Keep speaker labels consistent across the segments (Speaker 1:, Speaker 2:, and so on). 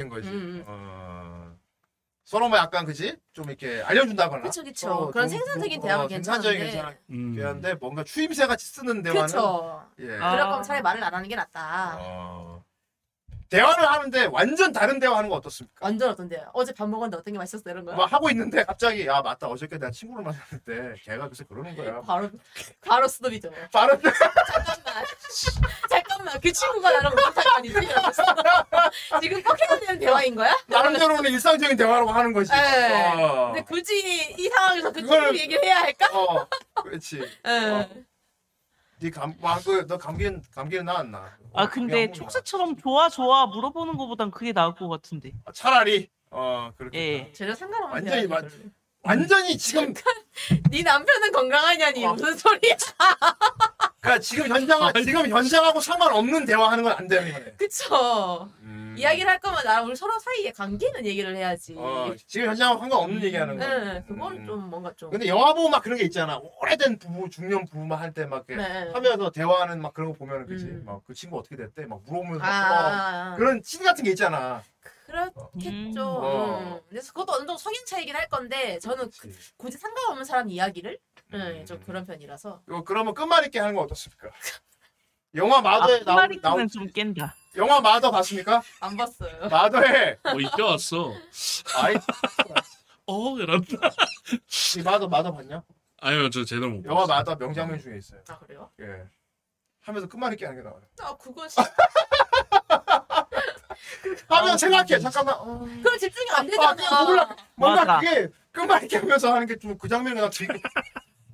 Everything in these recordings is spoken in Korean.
Speaker 1: 된 거지.
Speaker 2: 음.
Speaker 1: 어. 서로 뭐 약간 그지? 좀 이렇게 알려준다거나.
Speaker 2: 그쵸 그쵸
Speaker 1: 서로
Speaker 2: 그런
Speaker 1: 좀-
Speaker 2: 생산적인
Speaker 1: 어,
Speaker 2: 대화가
Speaker 1: 생산적인
Speaker 2: 괜찮은데
Speaker 3: 음.
Speaker 1: 괜찮긴 한데 뭔가 추임새 같이 쓰는 대화는.
Speaker 2: 그쵸
Speaker 1: 예.
Speaker 3: 아.
Speaker 2: 그럴 거면 차라리 말을 안 하는 게 낫다
Speaker 1: 어. 대화를 하는데 완전 다른 대화하는 거 어떻습니까?
Speaker 2: 완전 어떤데 어제 밥 먹었는데 어떤 게 맛있었어 이런 거야
Speaker 1: 막 하고 있는데 갑자기 야 맞다 어저께 내가 친구를 만났는데 걔가 그래서 그러는 거야.
Speaker 2: 바로 바로 수도비죠
Speaker 1: 바로
Speaker 2: 잠깐만 잠깐만 그 친구가 나랑 무슨 상관이지 이러면서. 지금 꼭 해야 되는 대화인 거야?
Speaker 1: 어. 나름대로는 일상적인 대화라고 하는 거지.
Speaker 2: 네.
Speaker 1: 어.
Speaker 2: 근데 굳이 이 상황에서 그
Speaker 1: 그걸-
Speaker 2: 친구 얘기를 해야 할까?
Speaker 1: 어. 그렇지.
Speaker 2: 응.
Speaker 1: 네감뭐너 감기는 감기는 나았나?
Speaker 3: 아 근데
Speaker 1: 감기 안 먹나?
Speaker 3: 촉새처럼 좋아 좋아 물어보는 것보단 그게 나을 것 같은데.
Speaker 1: 아, 차라리 어 그렇게
Speaker 3: 예.
Speaker 2: 전혀 상관없는
Speaker 1: 완전히
Speaker 2: 대화지,
Speaker 1: 맞-
Speaker 2: 이걸로.
Speaker 1: 완전히 지금
Speaker 2: 네 남편은 건강하냐니
Speaker 1: 어.
Speaker 2: 무슨 소리야
Speaker 1: 그러니까 지금 현장 지금 현장하고 상관없는 대화하는 건 안 되는 거네.
Speaker 2: 그쵸
Speaker 1: 음.
Speaker 2: 이야기를 할 거면 나랑 우리 서로 사이에 관계 있는 얘기를 해야지
Speaker 1: 어 지금 현장하고 상관없는
Speaker 3: 음.
Speaker 1: 얘기하는 거. 음.
Speaker 2: 네, 그거는 좀 뭔가 좀
Speaker 1: 근데 영화 보면 막 그런 게 있잖아. 오래된 부부 중년 부부만 할 때 막 이렇게
Speaker 2: 네.
Speaker 1: 하면서 대화하는 막 그런 거 보면은 그지.
Speaker 2: 음.
Speaker 1: 막 그 친구 어떻게 됐대? 막 물어보면서 막
Speaker 2: 아,
Speaker 1: 어, 그런 친 같은 게 있잖아.
Speaker 2: 그렇겠죠.
Speaker 3: 음.
Speaker 1: 어.
Speaker 2: 음. 그래서 그것도 어느 정도 성인 차이긴 할 건데 저는 그-
Speaker 1: 그치.
Speaker 2: 굳이 상관없는 사람 이야기를 네,
Speaker 1: 음.
Speaker 2: 좀 그런 편이라서
Speaker 1: 이거 그러면 끝말 있게 하는 거 어떻습니까? 영화 마더에 그렇죠. 나오, 나오
Speaker 3: 아말이는 좀 깬다.
Speaker 1: 영화 마더 봤습니까?
Speaker 2: 안 봤어요.
Speaker 1: 마더에
Speaker 4: 뭐 이제 왔어.
Speaker 1: 아이
Speaker 4: 어, 이런다.
Speaker 1: 이 마더 마더 봤냐?
Speaker 4: 아니요, 저 제대로 못
Speaker 1: 영화
Speaker 4: 봤어요.
Speaker 1: 마더 명장면 중에 있어요.
Speaker 2: 아 그래요?
Speaker 1: 예. 하면서 끝말 있게 하는 게 나와요.
Speaker 2: 아 그건 진 아,
Speaker 1: 하면
Speaker 2: 네.
Speaker 1: 생각해. 잠깐만. 어,
Speaker 2: 그럼 집중이 안
Speaker 1: 아, 몰라.
Speaker 2: 되잖아.
Speaker 1: 뭔가
Speaker 3: 맞아.
Speaker 1: 그게 끝말 있게 하면서 하는 게 좀 그 장면이 나 되게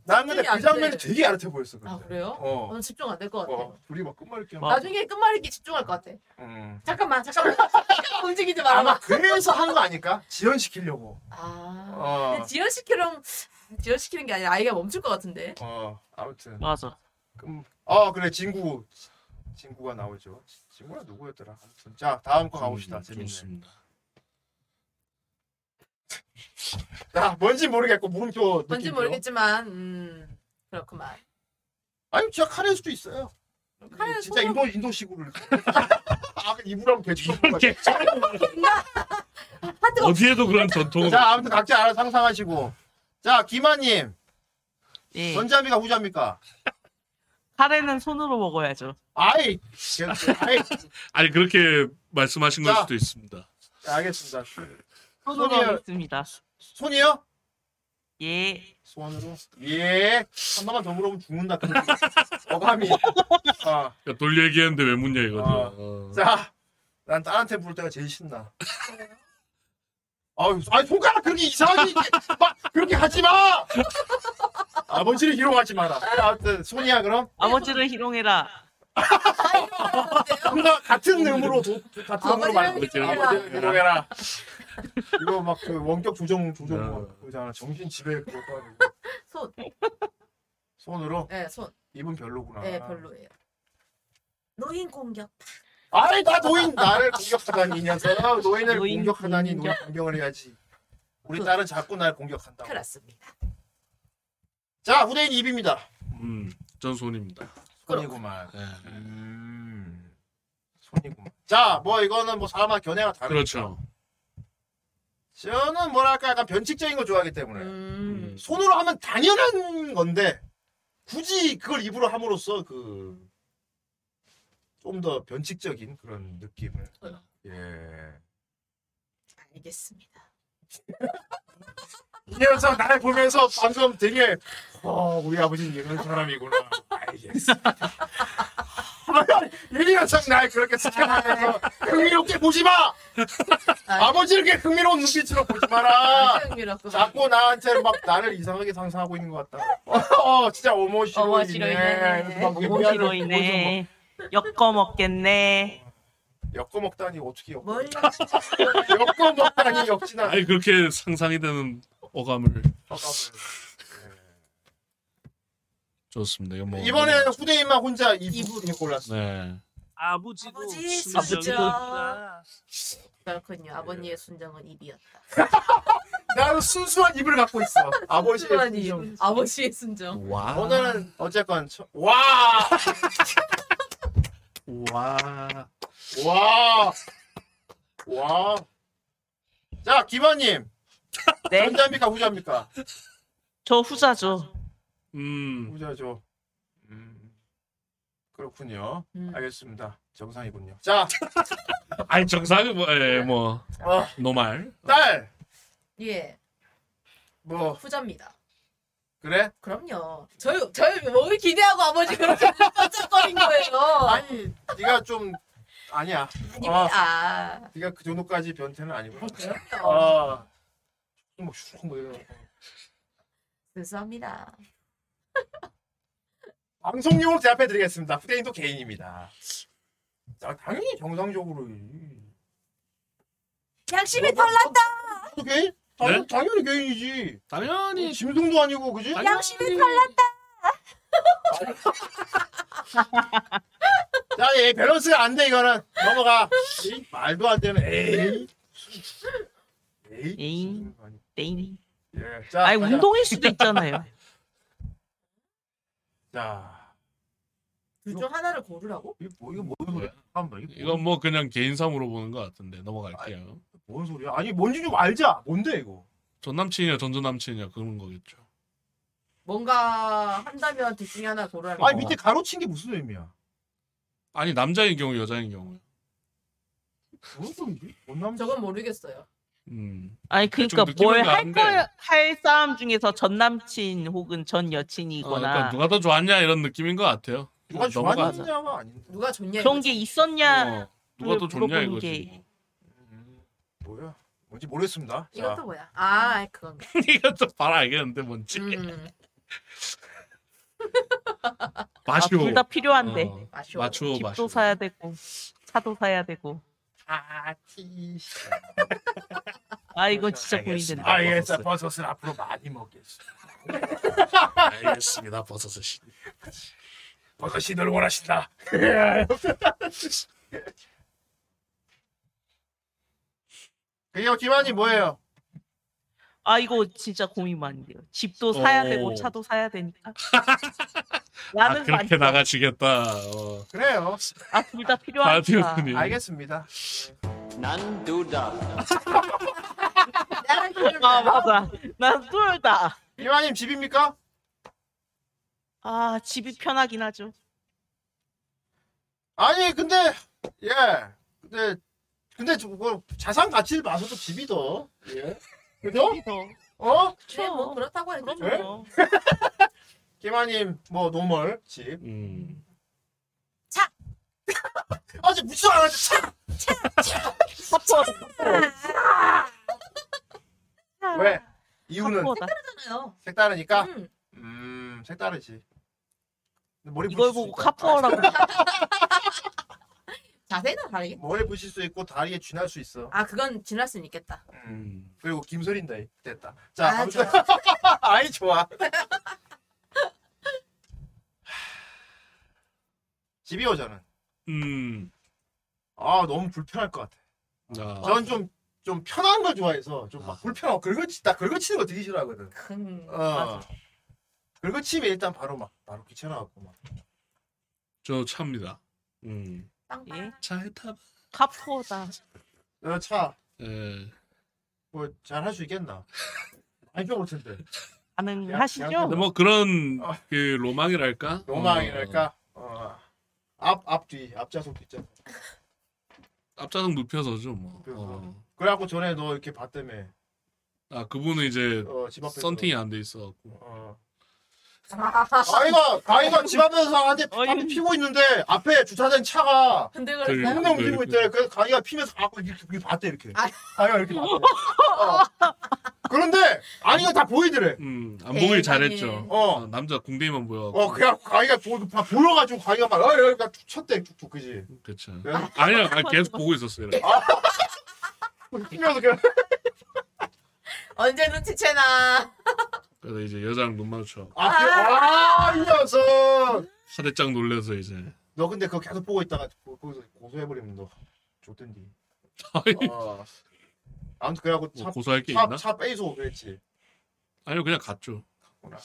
Speaker 1: 난 근데
Speaker 2: 집중이 안
Speaker 1: 그 장면이
Speaker 2: 돼.
Speaker 1: 되게 야릇해 보였어. 근데.
Speaker 2: 아 그래요?
Speaker 1: 어.
Speaker 2: 저는 집중 안 될 것 같아.
Speaker 1: 어. 둘이 막 끝말 있게 하면
Speaker 2: 나중에 끝말잇기 집중할 것 같아.
Speaker 1: 음.
Speaker 2: 잠깐만, 잠깐만, 잠깐만 움직이지
Speaker 1: 아마
Speaker 2: 말아봐.
Speaker 1: 그래서 한 거 아닐까? 지연시키려고.
Speaker 2: 아,
Speaker 1: 어.
Speaker 2: 근데 지연시키는 지연시키는 게 아니라 아이가 멈출 것 같은데.
Speaker 1: 어. 아무튼.
Speaker 3: 맞아.
Speaker 1: 끔. 아 그래 진구 진구가 나오죠. 진구가 누구였더라. 아무튼 자 다음 거 가봅시다. 재밌네. 나 뭔지 모르겠고 물음표
Speaker 2: 뭔지
Speaker 1: 느낌표.
Speaker 2: 모르겠지만, 음 그렇구만.
Speaker 1: 아니 진짜 카레일 수도 있어요.
Speaker 2: 카레는
Speaker 1: 진짜
Speaker 2: 소금-
Speaker 1: 인도 인도식으로. 이렇게. 아 이불하면 돼지.
Speaker 4: 어디에도 그런 전통은
Speaker 1: 자 아무튼 각자 알아서 상상하시고. 자 김아님 네.
Speaker 3: 예.
Speaker 1: 전자미가 후자입니까?
Speaker 3: 카레는 손으로 먹어야죠.
Speaker 1: 아이 아이
Speaker 4: 아니 그렇게 말씀하신 걸
Speaker 1: 자.
Speaker 4: 수도 있습니다.
Speaker 1: 알겠습니다.
Speaker 3: 손으로
Speaker 1: 손이요.
Speaker 3: 하겠습니다.
Speaker 1: 손이요?
Speaker 3: 예.
Speaker 1: 손으로. 예. 하나만 더 물어보면 죽는다. 그 어감이. 아.
Speaker 4: 그러니까 돌 얘기했는데 왜 묻냐
Speaker 1: 아.
Speaker 4: 이거죠. 어.
Speaker 1: 자, 난 딸한테 부를 때가 제일 신나. 아유, 아니 손가락 그렇게 이상하게 이렇게 막 그렇게 하지 마. 아버지를 희롱하지 마라. 아무튼 손이야 그럼
Speaker 3: 아버지를 희롱해라.
Speaker 1: 뭔가 같은 음으로 도, 같은 음으로
Speaker 2: 아버지를
Speaker 1: 말하고 있지.
Speaker 2: 희롱해라.
Speaker 1: 아버지를 희롱해라. 이거 막 그 원격 조정 조정 뭐
Speaker 4: 야.
Speaker 1: 그잖아. 정신 지배 그것도 아니고
Speaker 2: 손,
Speaker 1: 손으로
Speaker 2: 네, 손,
Speaker 1: 입은 별로구나.
Speaker 2: 네, 별로예요. 노인 공격.
Speaker 1: 아니 나 노인 나를 공격하다니 이 녀석. 노인을
Speaker 3: 노인
Speaker 1: 공격하다니 노인
Speaker 3: 공격.
Speaker 1: 공격을 해야지. 우리 딸은 자꾸 날 공격한다고.
Speaker 2: 그렇습니다.
Speaker 1: 자, 후대인 입입니다.
Speaker 4: 음, 전 손입니다.
Speaker 1: 손이구만.
Speaker 4: 예.
Speaker 1: 음. 손이구만. 자, 뭐 이거는 뭐 사람마다 견해가 다르죠.
Speaker 4: 그렇죠.
Speaker 1: 저는 뭐랄까 약간 변칙적인 걸 좋아하기 때문에
Speaker 2: 음,
Speaker 1: 손으로 하면 당연한 건데 굳이 그걸 입으로 함으로써 그. 좀 더 변칙적인 그런 느낌을
Speaker 2: 어.
Speaker 1: 예.
Speaker 2: 알겠습니다.
Speaker 1: 이 녀석 나를 보면서 방금 되게 어 우리 아버지는 이런 사람이구나 알겠어 아, 이 녀석 날 그렇게 생각하면서 흥미롭게 보지마
Speaker 2: 아,
Speaker 1: 아버지 이렇게 흥미로운 눈빛으로 보지 마라.
Speaker 2: 아주 흥미롭고.
Speaker 1: 자꾸 나한테 막 나를 이상하게 상상하고 있는 것 같다. 어, 진짜 오모시로
Speaker 2: 어머시로
Speaker 1: 있네.
Speaker 2: 있네.
Speaker 1: 이러면서 막
Speaker 3: 오기로
Speaker 1: 예, 미안해. 보면서
Speaker 3: 인해 엮어 먹겠네.
Speaker 1: 막 엮어 먹다니 어떻게 엮어?
Speaker 2: 뭘
Speaker 1: 엮어 먹다니 역진아. 아,
Speaker 4: 아니 그렇게 상상이 되는 어감을 좋습니다. 이거 뭐
Speaker 1: 이번에 후대인만 혼자 이부
Speaker 2: 이부로.
Speaker 1: 골랐어.
Speaker 4: 네.
Speaker 3: 아버지도
Speaker 2: 아버지
Speaker 3: 순정이다.
Speaker 2: 순정. 그렇군요. 아버님의 순정은 입이었다.
Speaker 1: 나는 순수한 입을 갖고 있어. 아버지.
Speaker 2: 순정한 입. 아버지의 순정.
Speaker 1: 음.
Speaker 4: 와.
Speaker 1: 오늘은 어쨌건 처... 와.
Speaker 4: 와.
Speaker 1: 와. 와. 자, 기반님.
Speaker 3: 네.
Speaker 1: 전자입니까 후자입니까?
Speaker 3: 저 후자죠.
Speaker 4: 음.
Speaker 1: 후자죠. 음. 그렇군요.
Speaker 2: 음.
Speaker 1: 알겠습니다. 정상이군요. 자,
Speaker 4: 아니 정상은 뭐, 예, 뭐
Speaker 1: 어,
Speaker 4: 노말.
Speaker 1: 딸.
Speaker 2: 예,
Speaker 1: 뭐
Speaker 2: 후자입니다.
Speaker 1: 그래?
Speaker 2: 그럼요. 저희 저희 뭘 기대하고 아버지 그렇게 번쩍거린 거예요.
Speaker 1: 아니, 네가 좀 아니야.
Speaker 2: 아닙니다.
Speaker 1: 네가 그 정도까지 변태는 아니고.
Speaker 2: 그럼요.
Speaker 1: 아. 뭐 슈크 뭐 이런.
Speaker 2: 죄송합니다.
Speaker 1: 방송용으로 대답해 드리겠습니다. 후대인도 개인입니다. 자, 당연히 정상적으로.
Speaker 2: 양심이 털났다.
Speaker 1: 또 개인? 당연, 당연히 개인이지. 어,
Speaker 4: 당연히
Speaker 1: 짐승도 아니고 그지?
Speaker 4: 아니,
Speaker 2: 양심이 탈났다.
Speaker 1: 자, 얘 밸런스가 안 돼 이거는 넘어가. 이 말도 안 되는. 에이. 에이.
Speaker 3: 에이. 땡.
Speaker 1: 예. 자,
Speaker 3: 네. 아니
Speaker 1: 가자.
Speaker 3: 운동일 수도 있잖아요.
Speaker 1: 자,
Speaker 2: 둘중 하나를 고르라고?
Speaker 1: 이거 뭐 이거 뭔 소리야? 잠깐만 이게
Speaker 4: 이건 뭐 그냥 개인사무로 보는 것 같은데 넘어갈게요.
Speaker 1: 뭔 소리야? 아니 뭔지 좀 알자. 뭔데 이거?
Speaker 4: 전 남친이냐 전전 남친이냐 그런 거겠죠.
Speaker 2: 뭔가 한다면 둘 중에 하나 고르라고.
Speaker 1: 아니 밑에 가로친 게 무슨 의미야?
Speaker 4: 아니 남자인 경우 여자인 경우.
Speaker 1: 뭔 소리지? 뭔 남자?
Speaker 2: 저건 모르겠어요.
Speaker 4: 음.
Speaker 3: 아니
Speaker 4: 대충
Speaker 3: 그러니까
Speaker 4: 느낌은
Speaker 3: 뭘 할
Speaker 4: 아는데.
Speaker 3: 거야 할 싸움 중에서 전 남친 혹은 전
Speaker 4: 어, 그러니까
Speaker 3: 여친이거나
Speaker 4: 누가 더 좋았냐 이런 느낌인 것 같아요.
Speaker 1: 누가
Speaker 4: 넘어가자.
Speaker 1: 좋아하느냐가 아닌데.
Speaker 2: 누가 좋냐?
Speaker 3: 그런 게 있었냐?
Speaker 4: 어, 누가 더 좋냐
Speaker 3: 물어보는
Speaker 4: 이거지.
Speaker 3: 게-
Speaker 4: 뭐.
Speaker 1: 음, 뭐야? 뭔지 모르겠습니다.
Speaker 2: 이것도
Speaker 1: 자,
Speaker 2: 뭐야? 아, 그건.
Speaker 4: 이것도 바로 알겠는데 뭔지.
Speaker 2: 음,
Speaker 4: 아, 마시오.
Speaker 3: 둘 다 필요한데
Speaker 4: 어,
Speaker 2: 아쉬워.
Speaker 4: 마추오
Speaker 3: 집도
Speaker 4: 마시오.
Speaker 3: 사야 되고 차도 사야 되고
Speaker 1: 파티.
Speaker 3: 아 이건 진짜
Speaker 4: 알겠습니다.
Speaker 3: 고민된다.
Speaker 1: 알겠어. 예, 버섯은 앞으로 많이 먹겠어.
Speaker 4: 아, 알겠습니다. 버섯을 씨.
Speaker 1: 버섯이 널 원하신다. 그게 기만이 뭐예요?
Speaker 3: 아 이거 진짜 고민 많이 돼요. 집도 사야
Speaker 4: 오.
Speaker 3: 되고 차도 사야 되니까.
Speaker 4: 아
Speaker 3: 나는
Speaker 4: 어. 그렇게 나가시겠다. 어.
Speaker 1: 그래요.
Speaker 3: 아둘 다
Speaker 4: 아
Speaker 3: 필요하니까.
Speaker 4: 디오님.
Speaker 1: 알겠습니다.
Speaker 2: 나랑 그걸
Speaker 3: 아 맞아. 난 둘 다.
Speaker 1: 기만님 집입니까?
Speaker 3: 아 집이 편하긴 하죠.
Speaker 1: 아니 근데 예 근데 근데 저거 뭐, 자산 가치를 봐서도 집이 더 예. 그죠?
Speaker 3: 그래서
Speaker 1: 어?
Speaker 2: 네, 뭐 그렇다고 해도
Speaker 3: 그럼요.
Speaker 1: 김아님 뭐 노멀 집.
Speaker 4: 음.
Speaker 1: 아 지금 무슨 안 하지? 참! 왜?
Speaker 3: 아,
Speaker 1: 이유는
Speaker 3: 확보다.
Speaker 2: 좋잖아요.
Speaker 1: 색다르니까.
Speaker 2: 음.
Speaker 1: 음 색다르지. 근데 머리
Speaker 3: 이걸
Speaker 1: 그 부실 수
Speaker 3: 보고
Speaker 1: 있다.
Speaker 3: 카푸어라고.
Speaker 2: 자세는 다르겠.
Speaker 1: 머리 부실 수 있고 다리에 쥐날 수 있어.
Speaker 2: 아, 그건 지날 수는 있겠다.
Speaker 4: 음.
Speaker 1: 그리고 김설인다 됐다. 자
Speaker 2: 아,
Speaker 1: 아무튼
Speaker 2: 좋아.
Speaker 1: 아이 좋아. 집이요 저는.
Speaker 4: 음.
Speaker 1: 아 너무 불편할 것 같아.
Speaker 4: 자.
Speaker 1: 저는 좀, 좀 편한 걸 좋아해서 좀 막
Speaker 4: 아.
Speaker 1: 불편하고 긁어치, 나 긁어치는 거 되게 싫어하거든.
Speaker 2: 큰.
Speaker 1: 어.
Speaker 2: 음, 맞아.
Speaker 1: 긁어치면 일단 바로 막, 바로 귀찮아갖고 막.
Speaker 4: 저 차입니다. 음.
Speaker 2: 빵빵.
Speaker 3: 예.
Speaker 4: 차에 타봐.
Speaker 3: 카푸어다.
Speaker 1: 너 차,
Speaker 4: 예.
Speaker 1: 뭐, 잘 할 수 있겠나? 안 좋을 텐데.
Speaker 3: 가능하시죠?
Speaker 4: 근데 뭐 그런
Speaker 1: 아.
Speaker 4: 그 로망이랄까? 어,
Speaker 1: 로망이랄까?
Speaker 2: 음.
Speaker 1: 어. 앞, 앞, 뒤, 앞좌석 뒷좌석.
Speaker 4: 앞자동 눕혀서죠 뭐.
Speaker 1: 눕혀서.
Speaker 4: 어.
Speaker 1: 그래갖고 전에 너 이렇게 봤다며.
Speaker 4: 아 그분은 이제
Speaker 1: 어, 집 앞에서.
Speaker 4: 썬팅이 안 돼 있어 갖고.
Speaker 1: 어.
Speaker 2: 아,
Speaker 1: 가위가, 가위가 집 앞에서 나한테
Speaker 3: 어이.
Speaker 1: 땀 피고 있는데, 앞에 주차된 차가
Speaker 2: 근데
Speaker 4: 저기-
Speaker 2: 그랬어요?
Speaker 1: 동네 움직이고
Speaker 4: 그래.
Speaker 1: 있대. 그래서 가위가 피면서 갖고 이렇게, 이렇게 봤대, 이렇게.
Speaker 2: 아.
Speaker 1: 가위가 이렇게 봤대. 어. 그런데, 아니, 이거 다 보이더래.
Speaker 4: 음. 안 보길
Speaker 2: 대단해.
Speaker 4: 잘했죠.
Speaker 1: 어.
Speaker 4: 어, 남자 궁뎅이만 보여.
Speaker 1: 어, 그냥 가위가 보, 막 보여가지고 가위가 막, 어, 여기가 쳤대, 쭉쭉, 그지?
Speaker 4: 그렇죠.
Speaker 1: 그래서
Speaker 4: 아니야, 아니, 계속 보고 있었어요. 이렇게.
Speaker 1: 뛰면서 그냥,
Speaker 2: 언제 눈치채나.
Speaker 4: 그래서 이제 여자랑 눈 마주쳐
Speaker 1: 아, 아, 이 녀석!
Speaker 4: 화대짝 놀려서 이제
Speaker 1: 너 근데 그거 계속 보고 있다가, 거- 거기서 고소해버리면 너, 좋던디. 어. 아무튼, 그래갖고 차,
Speaker 4: 뭐 고소할 게
Speaker 1: 차,
Speaker 4: 있나?
Speaker 1: 차 빼서 그랬지.
Speaker 4: 아니요, 그냥 갔죠.
Speaker 1: 그래,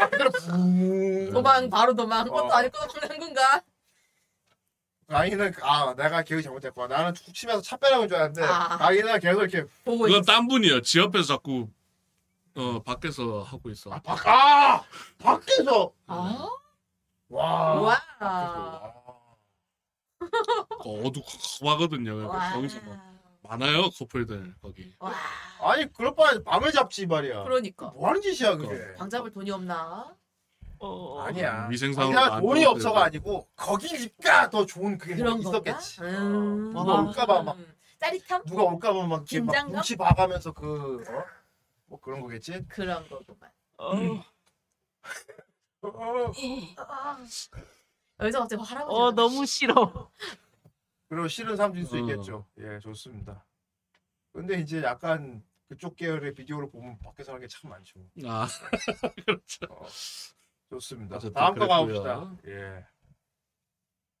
Speaker 1: 아, 그대로 붕.
Speaker 2: 도망, 바로 도망. 그것도
Speaker 1: 어.
Speaker 2: 아니고 도망간 건가?
Speaker 1: 강인은 아 내가 기억이 잘못됐구나. 나는 툭 치면서 차 빼라는 줄 알았는데
Speaker 2: 아.
Speaker 1: 강인은 계속 이렇게
Speaker 2: 보고 뭐
Speaker 4: 그건
Speaker 2: 있어.
Speaker 4: 딴 분이야. 지 옆에서 자꾸 어 밖에서 하고 있어.
Speaker 1: 아, 밖, 아 밖에서
Speaker 2: 아,
Speaker 1: 와.
Speaker 2: 와.
Speaker 1: 밖에서, 와.
Speaker 4: 어두컴컴하거든요.
Speaker 2: 와.
Speaker 4: 어, 거기서 뭐. 막 많아요 커플들 거기.
Speaker 2: 와.
Speaker 1: 아니 그럴 바에 방을 잡지 이 말이야.
Speaker 2: 그러니까
Speaker 1: 뭐 하는 짓이야 그게.
Speaker 2: 방 잡을 돈이 없나?
Speaker 1: 뭐
Speaker 3: 어.
Speaker 1: 아니, 아니야.
Speaker 4: 위생상으로
Speaker 1: 그냥 돈이 없어가 아니고 거기니까 더 좋은 그게 뭐
Speaker 2: 그런 건가?
Speaker 1: 있었겠지. 어.
Speaker 2: 음.
Speaker 1: 누가 올까봐 막
Speaker 2: 음. 짜릿함?
Speaker 1: 누가 올까봐 막, 이렇게 막
Speaker 2: 긴장감?
Speaker 1: 눈치 봐가면서 그 어? 뭐 그런 거겠지.
Speaker 2: 그런 거구만.
Speaker 3: 어.
Speaker 2: 어, 아. 여기서 갑자기 할아버지.
Speaker 3: 어 너무 싫어.
Speaker 1: 그리고 싫은 사람들일 수
Speaker 4: 어.
Speaker 1: 있겠죠. 예, 좋습니다. 근데 이제 약간 그쪽 계열의 비디오를 보면 밖에서 하는 게 참 많죠.
Speaker 4: 아
Speaker 1: 어, 좋습니다.
Speaker 4: 어쨌든
Speaker 1: 다음 거
Speaker 4: 그랬고요.
Speaker 1: 가봅시다. 예.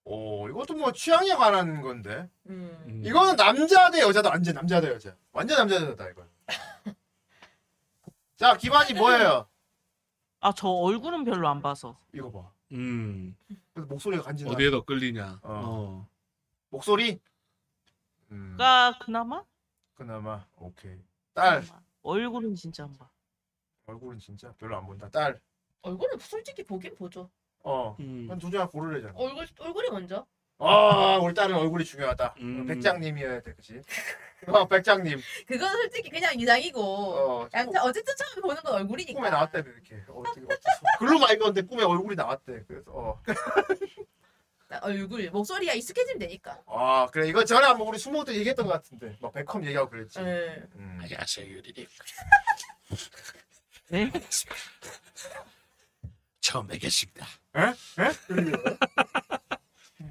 Speaker 1: 오, 이것도 뭐 취향에 관한 건데.
Speaker 2: 음.
Speaker 4: 음.
Speaker 1: 이거는 남자 대 여자다. 완전 남자 대 여자. 완전 남자 대 여자다, 이건. 자, 기반이 뭐예요?
Speaker 3: 아 저 얼굴은 별로 안 봐서.
Speaker 1: 이거 봐.
Speaker 4: 음
Speaker 1: 그래서 목소리가 간지나.
Speaker 4: 어디에 더 끌리냐.
Speaker 1: 어.
Speaker 4: 어.
Speaker 1: 목소리? 음,
Speaker 3: 그러니까 그나마.
Speaker 1: 그나마 오케이. 딸
Speaker 3: 그나마. 얼굴은 진짜 안 봐.
Speaker 1: 얼굴은 진짜 별로 안 본다. 딸.
Speaker 2: 얼굴은 솔직히 보긴 보죠.
Speaker 1: 어.
Speaker 4: 음.
Speaker 1: 그럼 도저히 고르래잖아.
Speaker 2: 얼굴 얼굴이 먼저.
Speaker 1: 아, 우리 딸은 얼굴이 중요하다.
Speaker 4: 음.
Speaker 1: 백장님이어야 돼, 그치? 어, 백장님.
Speaker 2: 그건 솔직히 그냥 이상이고.
Speaker 1: 어,
Speaker 2: 양 어쨌든 처음에 보는 건 얼굴이니까.
Speaker 1: 꿈에 나왔대, 이렇게. 어, 어떻게, 어째서. 글로 많이 건데 꿈에 얼굴이 나왔대. 그래서, 어.
Speaker 2: 나 얼굴 목소리가 익숙해지면 되니까.
Speaker 1: 아, 그래. 이거 전에 한번 우리 수모 때 얘기했던 것 같은데. 막 백컴 얘기하고 그랬지.
Speaker 2: 예.
Speaker 1: 음.
Speaker 4: 안녕하세요 유리님.
Speaker 3: 네?
Speaker 4: 처음 뵙겠습니다.
Speaker 1: 그리고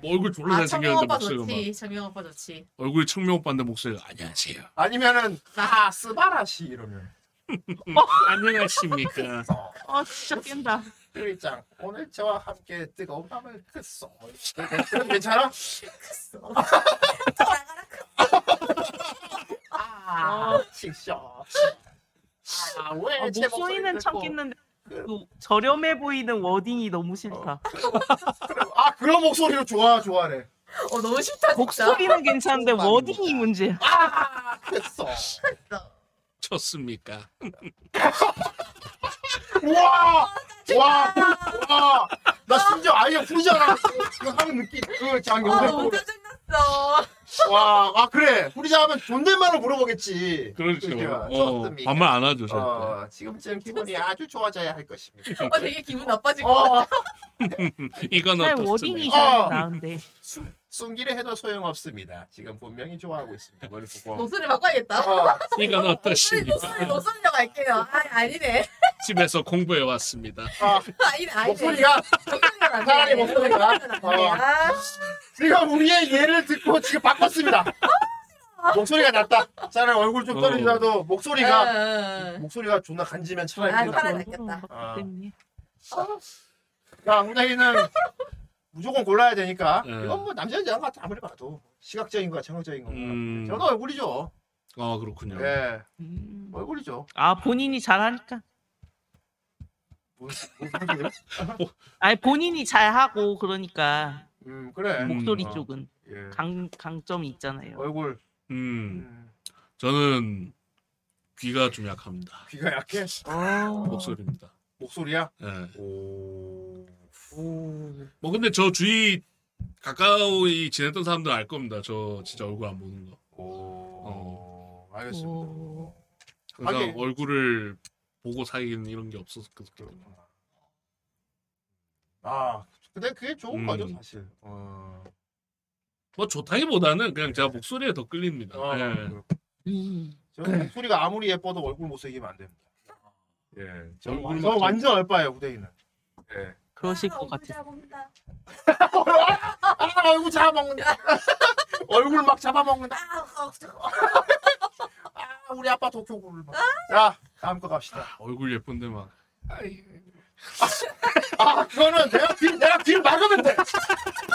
Speaker 4: 뭐 얼굴 졸라
Speaker 2: 아 청명
Speaker 4: 잘생겼는데
Speaker 2: 오빠
Speaker 4: 목소리가 막
Speaker 2: 좋지. 청명 오빠 좋지.
Speaker 4: 얼굴이 청명 오빠인데 목소리가 안녕하세요.
Speaker 1: 아니면은, 나 스바라시 이러면.
Speaker 4: 안녕하십니까.
Speaker 1: 써.
Speaker 3: 아 진짜 깬다.
Speaker 1: 일장. 오늘 저와 함께 뜨거운 밤을 크소. 그럼 괜찮아?
Speaker 2: 돌아가라.
Speaker 1: 아, 진짜. 아, 왜
Speaker 3: 아,
Speaker 1: 제
Speaker 3: 목소리는
Speaker 1: 목소리를
Speaker 3: 참
Speaker 1: 듣고
Speaker 3: 깼는데 그 저렴해 보이는 워딩이 너무 싫다.
Speaker 1: 아 그런 목소리로 좋아 좋아해.
Speaker 2: 어 너무 싫다 진짜.
Speaker 3: 목소리는 괜찮은데
Speaker 1: 소망이다.
Speaker 3: 워딩이 문제야.
Speaker 1: 아 됐어.
Speaker 4: 좋습니까?
Speaker 2: 어,
Speaker 1: 우와 와, 와. 나 심지어 아예 부르지 않았어. 그 하는 느낌 그
Speaker 2: 아 너무
Speaker 1: 장면.
Speaker 2: 짜증났어.
Speaker 1: 와, 아 그래. 부르자 하면 존댓말로 물어보겠지.
Speaker 4: 그렇죠.
Speaker 1: 그죠?
Speaker 4: 어,
Speaker 1: 좋습니다.
Speaker 4: 반말 안 하죠 절대.
Speaker 1: 어, 지금쯤 기분이 아주 좋아져야 할 것입니다.
Speaker 2: 어 되게 기분 나빠질 것 같아.
Speaker 1: 어,
Speaker 4: 이건
Speaker 3: 잘
Speaker 4: 어떻습니까?
Speaker 3: 워딩이
Speaker 1: 어.
Speaker 3: 잘 나은데.
Speaker 1: 숨기려 해도 소용없습니다. 지금 분명히 좋아하고 있습니다. 머리 보고.
Speaker 2: 목소리 바꿔야겠다.
Speaker 1: 어,
Speaker 4: 이건
Speaker 2: 목소리 목소리
Speaker 4: 어떠십니까?
Speaker 2: 목소리로 갈게요. 아 아니네.
Speaker 4: 집에서 공부해 왔습니다.
Speaker 1: 아,
Speaker 2: 아니네 아니네.
Speaker 1: 목소리가
Speaker 2: 목소리가 안
Speaker 1: 차라리
Speaker 2: 돼.
Speaker 1: 목소리가.
Speaker 2: 안 돼. 아,
Speaker 1: 지금 우리의 예를 듣고 지금 바꿨습니다.
Speaker 2: 어.
Speaker 1: 목소리가 낫다. 차라리 얼굴 좀
Speaker 4: 어.
Speaker 1: 떨어지라도 목소리가
Speaker 2: 응, 응.
Speaker 1: 목소리가 존나 간지면 차라리
Speaker 2: 어. 아,
Speaker 1: 그게
Speaker 2: 차라리
Speaker 1: 낫다.
Speaker 2: 낫다. 낫겠다.
Speaker 1: 아.
Speaker 3: 때문에.
Speaker 1: 자, 홍당이는 무조건 골라야 되니까
Speaker 4: 예.
Speaker 1: 이건 뭐 남자 여자 같아 아무리 봐도 시각적인 거야 청각적인 거야.
Speaker 4: 음.
Speaker 1: 저도 얼굴이죠.
Speaker 4: 아 그렇군요.
Speaker 1: 예,
Speaker 3: 음.
Speaker 1: 얼굴이죠.
Speaker 3: 아 본인이 잘하니까.
Speaker 1: 뭔- 뭔 소리예요?
Speaker 3: 아니 본인이 잘하고 그러니까
Speaker 1: 음, 그래.
Speaker 4: 음.
Speaker 3: 목소리
Speaker 1: 어.
Speaker 3: 쪽은
Speaker 1: 예.
Speaker 3: 강 강점이 있잖아요.
Speaker 1: 얼굴
Speaker 4: 음,
Speaker 1: 음,
Speaker 4: 저는 귀가 좀 약합니다.
Speaker 1: 귀가 약해.
Speaker 2: 아. 어,
Speaker 4: 목소리입니다.
Speaker 1: 목소리야.
Speaker 4: 예.
Speaker 1: 오.
Speaker 4: 뭐 근데 저 주위 가까이 지냈던 사람들 알 겁니다. 저 진짜 얼굴 안 보는 거.
Speaker 1: 오. 어. 오. 알겠습니다.
Speaker 3: 오.
Speaker 4: 항상
Speaker 1: 하긴.
Speaker 4: 얼굴을 보고 사귀는 이런 게 없어서 그렇게.
Speaker 1: 그렇구나. 아, 근데 그게 좋은
Speaker 4: 음.
Speaker 1: 거죠 사실. 어.
Speaker 4: 뭐 좋다기보다는 그냥 제가 목소리에 더 끌립니다.
Speaker 1: 어,
Speaker 4: 예.
Speaker 3: 네.
Speaker 1: 그렇구나.
Speaker 3: 음.
Speaker 1: 저는 목소리가 아무리 예뻐도 얼굴 못생기면 안 됩니다. 예, 저
Speaker 4: 얼굴만
Speaker 1: 저
Speaker 4: 좀-
Speaker 1: 완전 얼빠예요 후대인은. 예.
Speaker 3: 그러실
Speaker 2: 아,
Speaker 3: 것
Speaker 2: 얼굴
Speaker 3: 같아.
Speaker 2: 잘 먹는다.
Speaker 1: 아, 얼굴 잡아먹는다. 얼굴 막 잡아먹는다.
Speaker 2: 아, 어, 어.
Speaker 1: 아, 우리 아빠 도쿄굴. 막. 자, 다음 거 갑시다.
Speaker 4: 얼굴 예쁜데 막
Speaker 1: 아, 그거는 내가 귀, 내가 귀를 막으면 돼.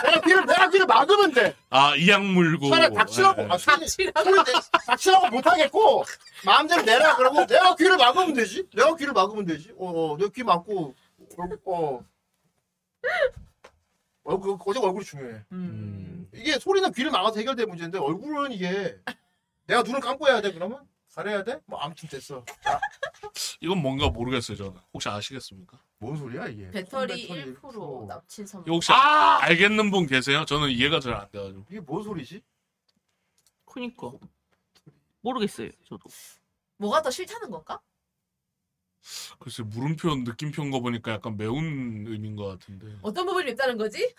Speaker 1: 내가 귀를, 내가 귀를 막으면 돼.
Speaker 4: 아 이양 물고
Speaker 1: 차라리 닥치라고.
Speaker 4: 예.
Speaker 1: 아, 차라리 차라리 내- 닥치라고 못하겠고, 마음대로 내라. 그러고 내가 귀를 막으면 되지. 내가 귀를 막으면 되지. 어, 어, 내귀 막고, 어, 어. 얼굴 어제 얼굴이 중요해.
Speaker 2: 음.
Speaker 1: 이게 소리나 귀를 막아서 해결될 문제인데 얼굴은 이게 내가 눈을 감고 해야 돼 그러면 가려야 돼? 뭐 아무튼 됐어. 아,
Speaker 4: 이건 뭔가 모르겠어요 저는 혹시 아시겠습니까?
Speaker 1: 뭔 소리야 어. 이게?
Speaker 2: 배터리
Speaker 1: 손
Speaker 2: 1% 납치 선물.
Speaker 4: 이거 혹시
Speaker 1: 아
Speaker 4: 알겠는 분 계세요? 저는 이해가 잘 안 돼가지고
Speaker 1: 이게 뭔 소리지?
Speaker 3: 그니까 그러니까. 모르겠어요 저도
Speaker 2: 뭐가 더 싫다는 건가?
Speaker 4: 글쎄 물음표 느낌표인 거 보니까 약간 매운 의미인 것 같은데
Speaker 2: 어떤 부분이 있다는 거지?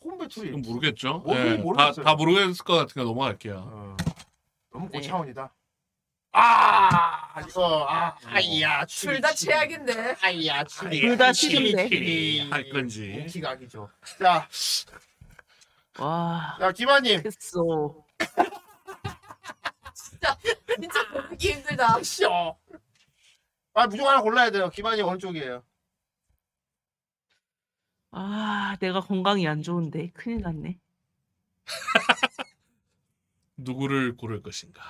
Speaker 1: 폰 배터리.
Speaker 4: 이건 모르겠죠?
Speaker 1: 뭐,
Speaker 4: 예.
Speaker 1: 그건
Speaker 4: 다,
Speaker 1: 모르겠어요.
Speaker 4: 다 모르겠을 것 같으니까 넘어갈게요
Speaker 1: 어, 너무
Speaker 3: 네.
Speaker 1: 고차원이다. 아 이거 아 아이야
Speaker 2: 둘 다 최악인데.
Speaker 1: 아이야 추리.
Speaker 3: 둘다 치리인데.
Speaker 4: 할 건지.
Speaker 1: 공기각이죠. 자,
Speaker 3: 와
Speaker 1: 자 기마님.
Speaker 3: 됐어
Speaker 2: 진짜 보기 힘들다.
Speaker 1: 쇼. 아 무조건 하나 골라야 돼요. 기마님 어느 쪽이에요?
Speaker 3: 아 내가 건강이 안 좋은데 큰일 났네
Speaker 4: 누구를 고를 것인가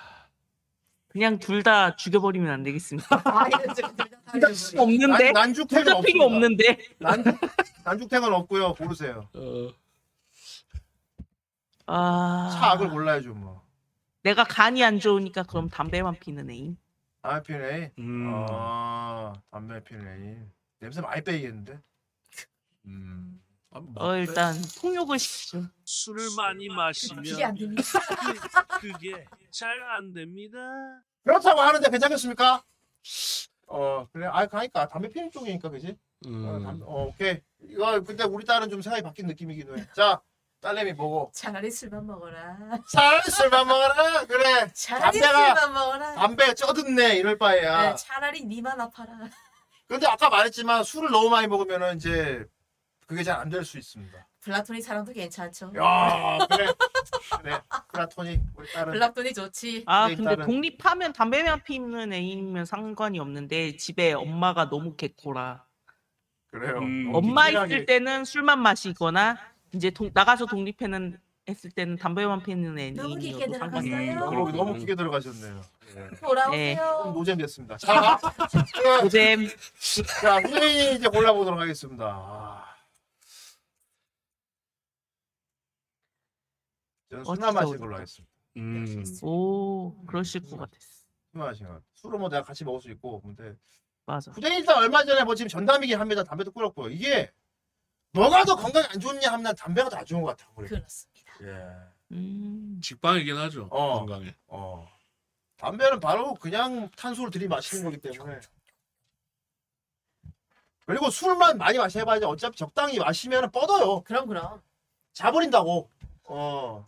Speaker 3: 그냥 둘 다 죽여버리면 안 되겠습니까
Speaker 2: 아, 이거 지금 둘다 사라져버려.
Speaker 3: 없는데
Speaker 1: 난, 난죽 탱은
Speaker 3: 둘다
Speaker 1: 없습니다.
Speaker 3: 필요 없는데
Speaker 1: 난 난죽 탱은 없고요. 고르세요.
Speaker 4: 어,
Speaker 3: 아
Speaker 1: 차악을 골라야죠 뭐.
Speaker 3: 내가 간이 안 좋으니까 그럼 담배만 피는 애인
Speaker 1: 담배 피는 애인.
Speaker 4: 음.
Speaker 1: 아 담배 피는 애인. 냄새 많이 빼겠는데. 음.
Speaker 4: 아, 뭐,
Speaker 3: 어 일단 통역을
Speaker 1: 네,
Speaker 3: 시키죠
Speaker 5: 술을 많이 마시면
Speaker 2: 이게 아, 안 됩니다.
Speaker 5: 그게 잘 안 됩니다.
Speaker 1: 그렇다고 하는데 괜찮겠습니까? 어 그래 아 가니까 담배 피는 쪽이니까 그지?
Speaker 4: 음.
Speaker 1: 어, 담- 어, 오케이 이거 근데 우리 딸은 좀 생각이 바뀐 느낌이기도 해. 자 딸내미 보고
Speaker 2: 차라리 술만 먹어라.
Speaker 1: 잘 술만 먹어라 그래
Speaker 2: 차라리
Speaker 1: 담배가-
Speaker 2: 술만 먹어라.
Speaker 1: 담배 쩌듣네 이럴 바에야.
Speaker 2: 네, 차라리 니만 아파라.
Speaker 1: 근데 아까 말했지만 술을 너무 많이 먹으면 이제 그게 잘 안 될 수 있습니다.
Speaker 2: 블라토닉 사랑도 괜찮죠.
Speaker 1: 야 그래 그래 플라토닉 우리 딸은
Speaker 2: 블라토닉 좋지.
Speaker 3: 아
Speaker 1: 네,
Speaker 3: 근데
Speaker 1: 일단은-
Speaker 3: 독립하면 담배만 피는 애인이면 상관이 없는데
Speaker 1: 네.
Speaker 3: 집에 엄마가 너무 개코라
Speaker 1: 그래요.
Speaker 4: 음,
Speaker 3: 엄마
Speaker 1: 유일하게
Speaker 3: 있을 때는 술만 마시거나 이제 동- 나가서 독립했는 했을 때는 담배만 피는
Speaker 1: 네,
Speaker 2: 너무 깊게
Speaker 3: 애인이어도 상관이
Speaker 4: 들어갔어요.
Speaker 1: 음,
Speaker 2: 네, 들어갔어요. 네,
Speaker 1: 그러고 너무 깊게 들어가셨네요. 예.
Speaker 2: 돌아오세요.
Speaker 1: 노잼 됐습니다. 자, 그,
Speaker 3: 고잼
Speaker 1: 자 후대인이 이제 골라보도록 하겠습니다. 아. 저는 술만 마신 걸로 하겠습니다.
Speaker 4: 음.
Speaker 3: 오 그러실 것 같았어
Speaker 1: 술만 마신 걸. 술은 뭐 내가 같이 먹을 수 있고 근데
Speaker 3: 맞아
Speaker 1: 부대인 일단 얼마 전에 뭐 지금 전담이긴 합니다. 담배도 끊었고요. 이게 뭐가 더 건강에 안 좋냐 하면 난 담배가 더 안 좋은 것 같아. 우리.
Speaker 2: 그렇습니다.
Speaker 1: 예.
Speaker 3: 음
Speaker 4: 직방이긴 하죠
Speaker 1: 어.
Speaker 4: 건강에
Speaker 1: 어. 담배는 바로 그냥 탄소를 들이마시는 거기 때문에. 그리고 술만 많이 마셔봐야지 어차피 적당히 마시면 뻗어요.
Speaker 2: 그럼 그럼.
Speaker 1: 자버린다고. 어.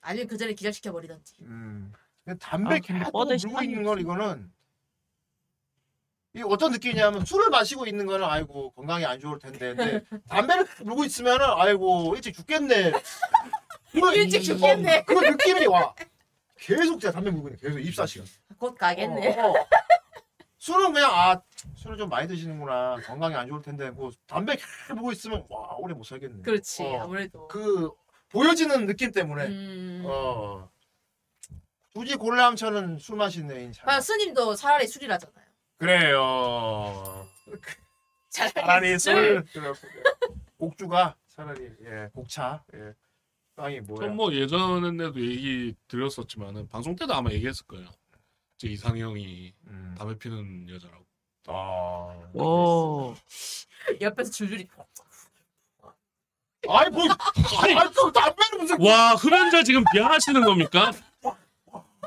Speaker 2: 아니면 그 전에 기절시켜 버리던지.
Speaker 1: 음. 근데 담배
Speaker 3: 아,
Speaker 1: 계속
Speaker 3: 뻗을
Speaker 1: 물고 있는
Speaker 3: 시간이
Speaker 1: 건 이거는 이 어떤 느낌이냐면 술을 마시고 있는 거는 아이고 건강에 안 좋을 텐데 근데 담배를 물고 있으면은 아이고 일찍 죽겠네 그런-
Speaker 2: 일찍 죽겠네.
Speaker 1: 어, 그런 느낌이 와 계속 제가 담배 물고 있는 거예요. 계속 24시간
Speaker 2: 곧 가겠네.
Speaker 1: 어, 어. 술은 그냥 아 술을 좀 많이 드시는구나 건강에 안 좋을 텐데 뭐 담배 계속 보고 있으면 와 오래 못 살겠네
Speaker 2: 그렇지.
Speaker 1: 어.
Speaker 2: 아무래도.
Speaker 1: 그 보여지는 느낌 때문에
Speaker 2: 음.
Speaker 1: 어 굳이 골라면 저는 술 마시는 애인 잘
Speaker 2: 아, 스님도 차라리 술이라잖아요.
Speaker 1: 그래요
Speaker 2: 차라리,
Speaker 1: 차라리 술 그래갖고, 예. 곡주가 차라리 예 곡차 예 빵이 뭐야
Speaker 4: 전뭐 예전에도 얘기 드렸었지만은 방송 때도 아마 얘기했을 거예요 제 이상형이
Speaker 1: 음.
Speaker 4: 담배 피는 여자라고
Speaker 1: 아
Speaker 3: 오
Speaker 2: 옆에서 줄줄이 펴.
Speaker 1: 아이 뭐 아이 또 담배는 무슨
Speaker 4: 와 흡연자 지금 비하하시는 겁니까?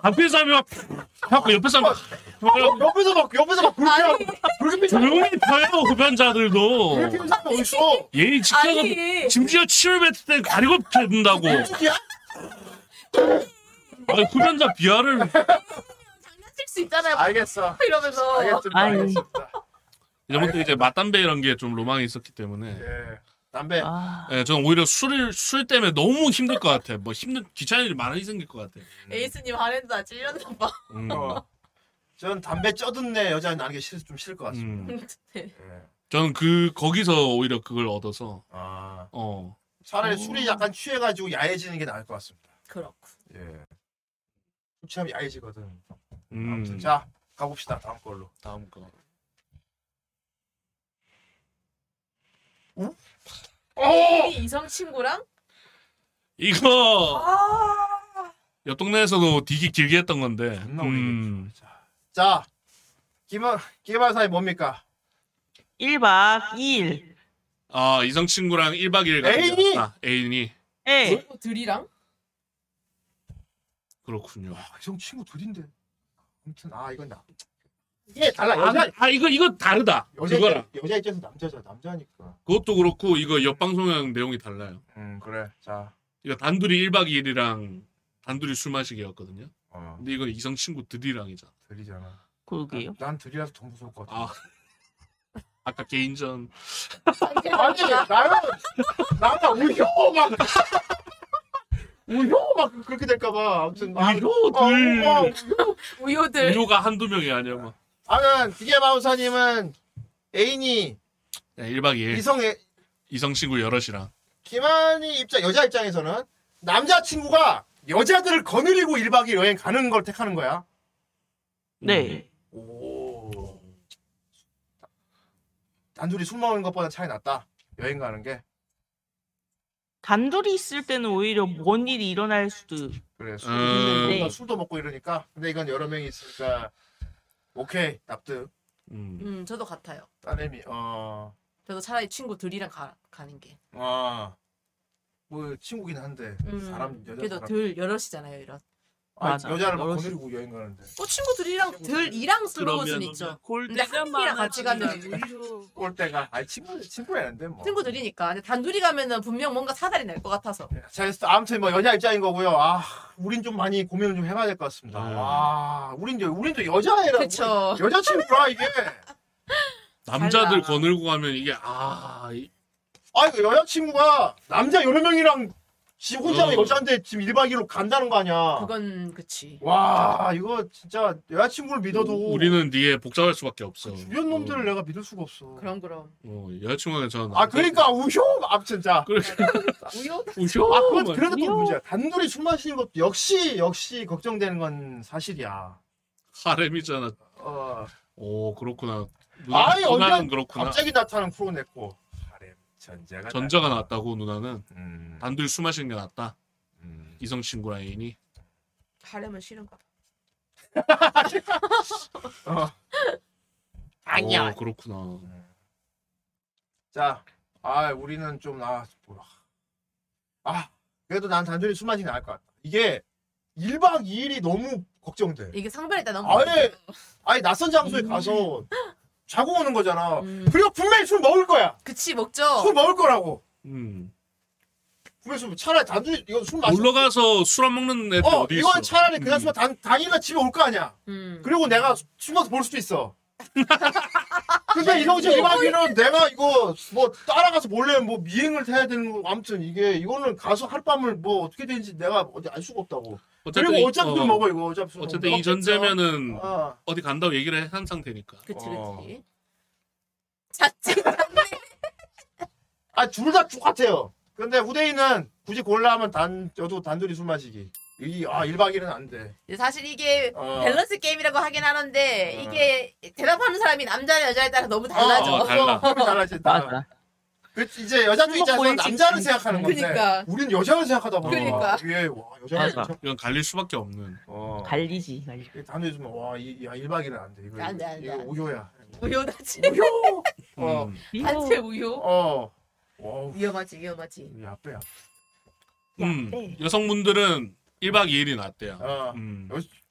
Speaker 4: 앞에 사람이 막 옆에 사람
Speaker 1: 뭐, 옆에서 막 옆에서 막 그렇게 하고
Speaker 2: 아니, 뭐.
Speaker 1: 그렇게
Speaker 4: 조용히 봐요 흡연자들도
Speaker 1: 그렇게 하는 사람 어딨어
Speaker 4: 예의 지켜서
Speaker 2: 아니.
Speaker 4: 심지어 치열 뱉을 때 가리고 뱉는다고
Speaker 1: 솔직히야?
Speaker 4: 아 흡연자 비하를
Speaker 2: 장난칠 수 있잖아요.
Speaker 1: 알겠어
Speaker 2: 이러면서.
Speaker 1: 알겠습니다
Speaker 3: 아이.
Speaker 1: 알겠습니다
Speaker 4: 예전부터 이제 맞담배 이런 게 좀 로망이 있었기 때문에
Speaker 1: 예 담배
Speaker 3: 아
Speaker 4: 예, 저는 오히려 술을 술 때문에 너무 힘들 것 같아. 뭐 힘든 귀찮은 일이 많이 생길 것 같아.
Speaker 2: 에이스님 한해도 찔렸나 봐.
Speaker 4: 음.
Speaker 1: 어. 전 담배 쩌든네 여자는 나는 게 싫, 좀 싫을 것 같습니다
Speaker 4: 음.
Speaker 2: 네.
Speaker 1: 예.
Speaker 4: 저는 그 거기서 오히려 그걸 얻어서
Speaker 1: 아
Speaker 4: 어
Speaker 1: 차라리
Speaker 3: 오.
Speaker 1: 술이 약간 취해가지고 야해지는 게 나을 것 같습니다
Speaker 2: 그렇고.
Speaker 1: 예 취하면 야해지거든 아무튼
Speaker 4: 음.
Speaker 1: 자 가봅시다 다음 걸로
Speaker 4: 다음 거.
Speaker 1: 어? 어!
Speaker 2: 이 이성 친구랑
Speaker 1: 어.
Speaker 4: 이거
Speaker 2: 아
Speaker 4: 옆 동네에서도 되게 길게 했던 건데.
Speaker 1: 존나
Speaker 4: 음.
Speaker 1: 오래됐죠. 자, 자, 김한 김한사이 뭡니까?
Speaker 3: 1박 2일.
Speaker 4: 아 이성 친구랑 1박 2일
Speaker 1: 애인이?
Speaker 4: 아, 애인이
Speaker 1: 네.
Speaker 3: 예.
Speaker 2: 그리고 들이랑
Speaker 4: 그렇군요.
Speaker 1: 아, 이성 친구 둘인데. 아무튼 아 이건 나. 이게 달라
Speaker 4: 아,
Speaker 1: 여자
Speaker 4: 아 이거 이거 다르다.
Speaker 1: 여자
Speaker 4: 그거랑
Speaker 1: 입장- 여자 입장에서 남자죠 남자니까.
Speaker 4: 그것도 그렇고 이거 옆 방송이랑 내용이 달라요.
Speaker 1: 음 그래 자.
Speaker 4: 이거 단둘이 1박 2일이랑 단둘이 술 마시기였거든요.
Speaker 1: 어
Speaker 4: 근데 이건 이성 친구 들이랑이잖아.
Speaker 1: 들리잖아.
Speaker 3: 그러게요.
Speaker 1: 난 들이라서 더 무서울 것 같아.
Speaker 4: 아 아까 개인전
Speaker 1: 어. 아니 나는 나는 우효 막 우효 막 그렇게 될까봐 아무튼 막-
Speaker 4: 우효들.
Speaker 1: 어, 어,
Speaker 2: 우효들
Speaker 4: 우효가 한두 명이 아니야 뭐.
Speaker 1: 아는 기계 마우사님은 애인이
Speaker 4: 야, 1박 네, 2일
Speaker 1: 이성애
Speaker 4: 이성 친구 여럿이랑
Speaker 1: 김한이 입장 여자 입장에서는 남자 친구가 여자들을 거느리고 1박 2일 여행 가는 걸 택하는 거야. 음.
Speaker 3: 네.
Speaker 1: 오. 단둘이 술 먹는 것보다 차이 났다. 여행 가는 게
Speaker 3: 단둘이 있을 때는 오히려 뭔 일이 일어날 수도.
Speaker 1: 그래 술
Speaker 4: 음.
Speaker 1: 뭔가 술도 먹고 이러니까 근데 이건 여러 명이 있으니까 오케이 납득
Speaker 4: 음.
Speaker 2: 음 저도 같아요
Speaker 1: 따님이 어
Speaker 2: 저도 차라리 친구 들이랑 가, 가는 게
Speaker 1: 아. 뭐 친구긴 한데
Speaker 2: 음,
Speaker 1: 사람 여자
Speaker 2: 그래도
Speaker 1: 사람
Speaker 2: 들 여럿이잖아요 이런
Speaker 1: 아니,
Speaker 3: 맞아.
Speaker 1: 여자를 막
Speaker 3: 여럿이-
Speaker 1: 거느리고 여행 가는데
Speaker 2: 어 친구 들이랑 들이랑 술 먹을 순 있죠 근데 한이랑 같이 가면
Speaker 1: 올 때가 아니 친구 친구였는데 뭐
Speaker 2: 친구들이니까 근데 단둘이 가면은 분명 뭔가 사달이 날 것 같아서
Speaker 1: 자, 그래서 아무튼 뭐 여자 입장인 거고요. 아, 우린 좀 많이 고민을 좀 해봐야 될 것 같습니다.
Speaker 4: 음.
Speaker 1: 와, 우린 저, 우린 또 여자애라.
Speaker 2: 그쵸
Speaker 1: 여자 친구라 이게.
Speaker 4: 남자들
Speaker 2: 달라.
Speaker 4: 거늘고 가면 이게 아 이-
Speaker 1: 아, 이거 여자 친구가 남자 여러 명이랑 지금 혼자
Speaker 4: 음.
Speaker 1: 여자인데 지금 1박 2일로 간다는 거 아니야.
Speaker 2: 그건 그치
Speaker 1: 와, 이거 진짜 여자 친구를 믿어도
Speaker 4: 우리는 네에 복잡할 수밖에 없어.
Speaker 1: 주변 놈들을
Speaker 4: 어,
Speaker 1: 내가 믿을 수가 없어.
Speaker 2: 그럼 그럼
Speaker 4: 어, 여자친구는 전.
Speaker 1: 아, 그러니까
Speaker 4: 네.
Speaker 1: 우효 아무튼 자.
Speaker 4: 그래.
Speaker 2: 우효
Speaker 4: 우효.
Speaker 1: 아, 그건
Speaker 4: 래
Speaker 1: 그래도 또 문제야. 단둘이 술 마시는 것도 역시 역시 걱정되는 건 사실이야.
Speaker 4: 하렘이잖아.
Speaker 1: 어.
Speaker 4: 오 그렇구나. 누나,
Speaker 1: 아니,
Speaker 4: 누나는
Speaker 1: 언제
Speaker 4: 그렇구나.
Speaker 1: 갑자기 나타난 프로네코. 하렘 전자가
Speaker 4: 전자가 낫다고 누나는
Speaker 1: 음,
Speaker 4: 단둘이 술 마시는 게 낫다.
Speaker 1: 음.
Speaker 4: 이성 친구랑 애인이.
Speaker 2: 하려면 싫은가 봐
Speaker 1: 어.
Speaker 4: 오, 어, 그렇구나.
Speaker 1: 자, 아 우리는 좀 아, 뭐라. 아 그래도 난 단둘이 술 마시는 게 나을 것 같다. 이게 1박 2일이 너무 걱정돼.
Speaker 2: 이게 상반에 따라 너무
Speaker 1: 아예 아예 낯선 장소에 가서 자고 오는 거잖아.
Speaker 2: 음, 어.
Speaker 1: 그리고 분명히 술 먹을 거야.
Speaker 2: 그치 먹죠
Speaker 1: 술 먹을 거라고.
Speaker 4: 음.
Speaker 1: 분명히 술 차라리 단둘이 이거 술 마시.
Speaker 4: 놀러 가서 술 안 먹는 애들
Speaker 1: 어
Speaker 4: 어디 있어?
Speaker 1: 이건 차라리 그냥
Speaker 4: 음.
Speaker 1: 술 단, 당일날 집에 올 거 아니야.
Speaker 2: 음.
Speaker 1: 그리고 내가 숨어서 볼 수도 있어. 근데 이거 지금 이방인은 내가 이거 뭐 따라가서 몰래 뭐 미행을 해야 되는 거 아무튼 이게 이거는 가서 하룻밤을 뭐 어떻게 되는지 내가 어디 알 수가 없다고.
Speaker 4: 어쨌든
Speaker 1: 그리고 어차피
Speaker 4: 어,
Speaker 1: 술 먹어 이거 어차피 술
Speaker 4: 어쨌든
Speaker 1: 먹어.
Speaker 4: 이 전제면은
Speaker 1: 아,
Speaker 4: 어디 간다고 얘기를 한 상태니까.
Speaker 2: 그치
Speaker 1: 어.
Speaker 2: 그치 자칫
Speaker 1: 아둘다 똑같아요. 근데 후대인은 굳이 골라하면 단 저도 단둘이 술 마시기. 이아 1박 2일은 안 돼.
Speaker 2: 사실 이게
Speaker 1: 어.
Speaker 2: 밸런스 게임이라고 하긴 하는데
Speaker 1: 어.
Speaker 2: 이게 대답하는 사람이 남자냐 여자에 따라 너무
Speaker 1: 어,
Speaker 2: 달라져
Speaker 4: 어, 달라.
Speaker 1: 달라지.
Speaker 3: 맞아.
Speaker 1: 그 이제 여자들
Speaker 3: 술
Speaker 1: 입장에서
Speaker 3: 먹고
Speaker 1: 남자를
Speaker 3: 일찍
Speaker 1: 생각하는 건데.
Speaker 2: 그러니까.
Speaker 1: 우린 여자를 생각하다 보니까
Speaker 2: 그러니까.
Speaker 1: 이게 와 여자를
Speaker 3: 맞아.
Speaker 4: 이건 갈릴 수밖에 없는.
Speaker 1: 어.
Speaker 3: 갈리지. 갈리지.
Speaker 1: 이게 단지 좀 와, 이, 야, 1박 2일은 안 돼. 이거,
Speaker 2: 안 돼, 안 돼,
Speaker 1: 이거
Speaker 2: 안 돼.
Speaker 1: 우효야.
Speaker 2: 우효다지
Speaker 1: 우효! 어,
Speaker 4: 음.
Speaker 2: 단체 우효
Speaker 1: 어. 와우.
Speaker 2: 위험하지 위험하지
Speaker 1: 야, 빼야.
Speaker 4: 음,
Speaker 3: 네.
Speaker 4: 여성분들은 1박 2일이 낫대요.
Speaker 1: 어.
Speaker 4: 음.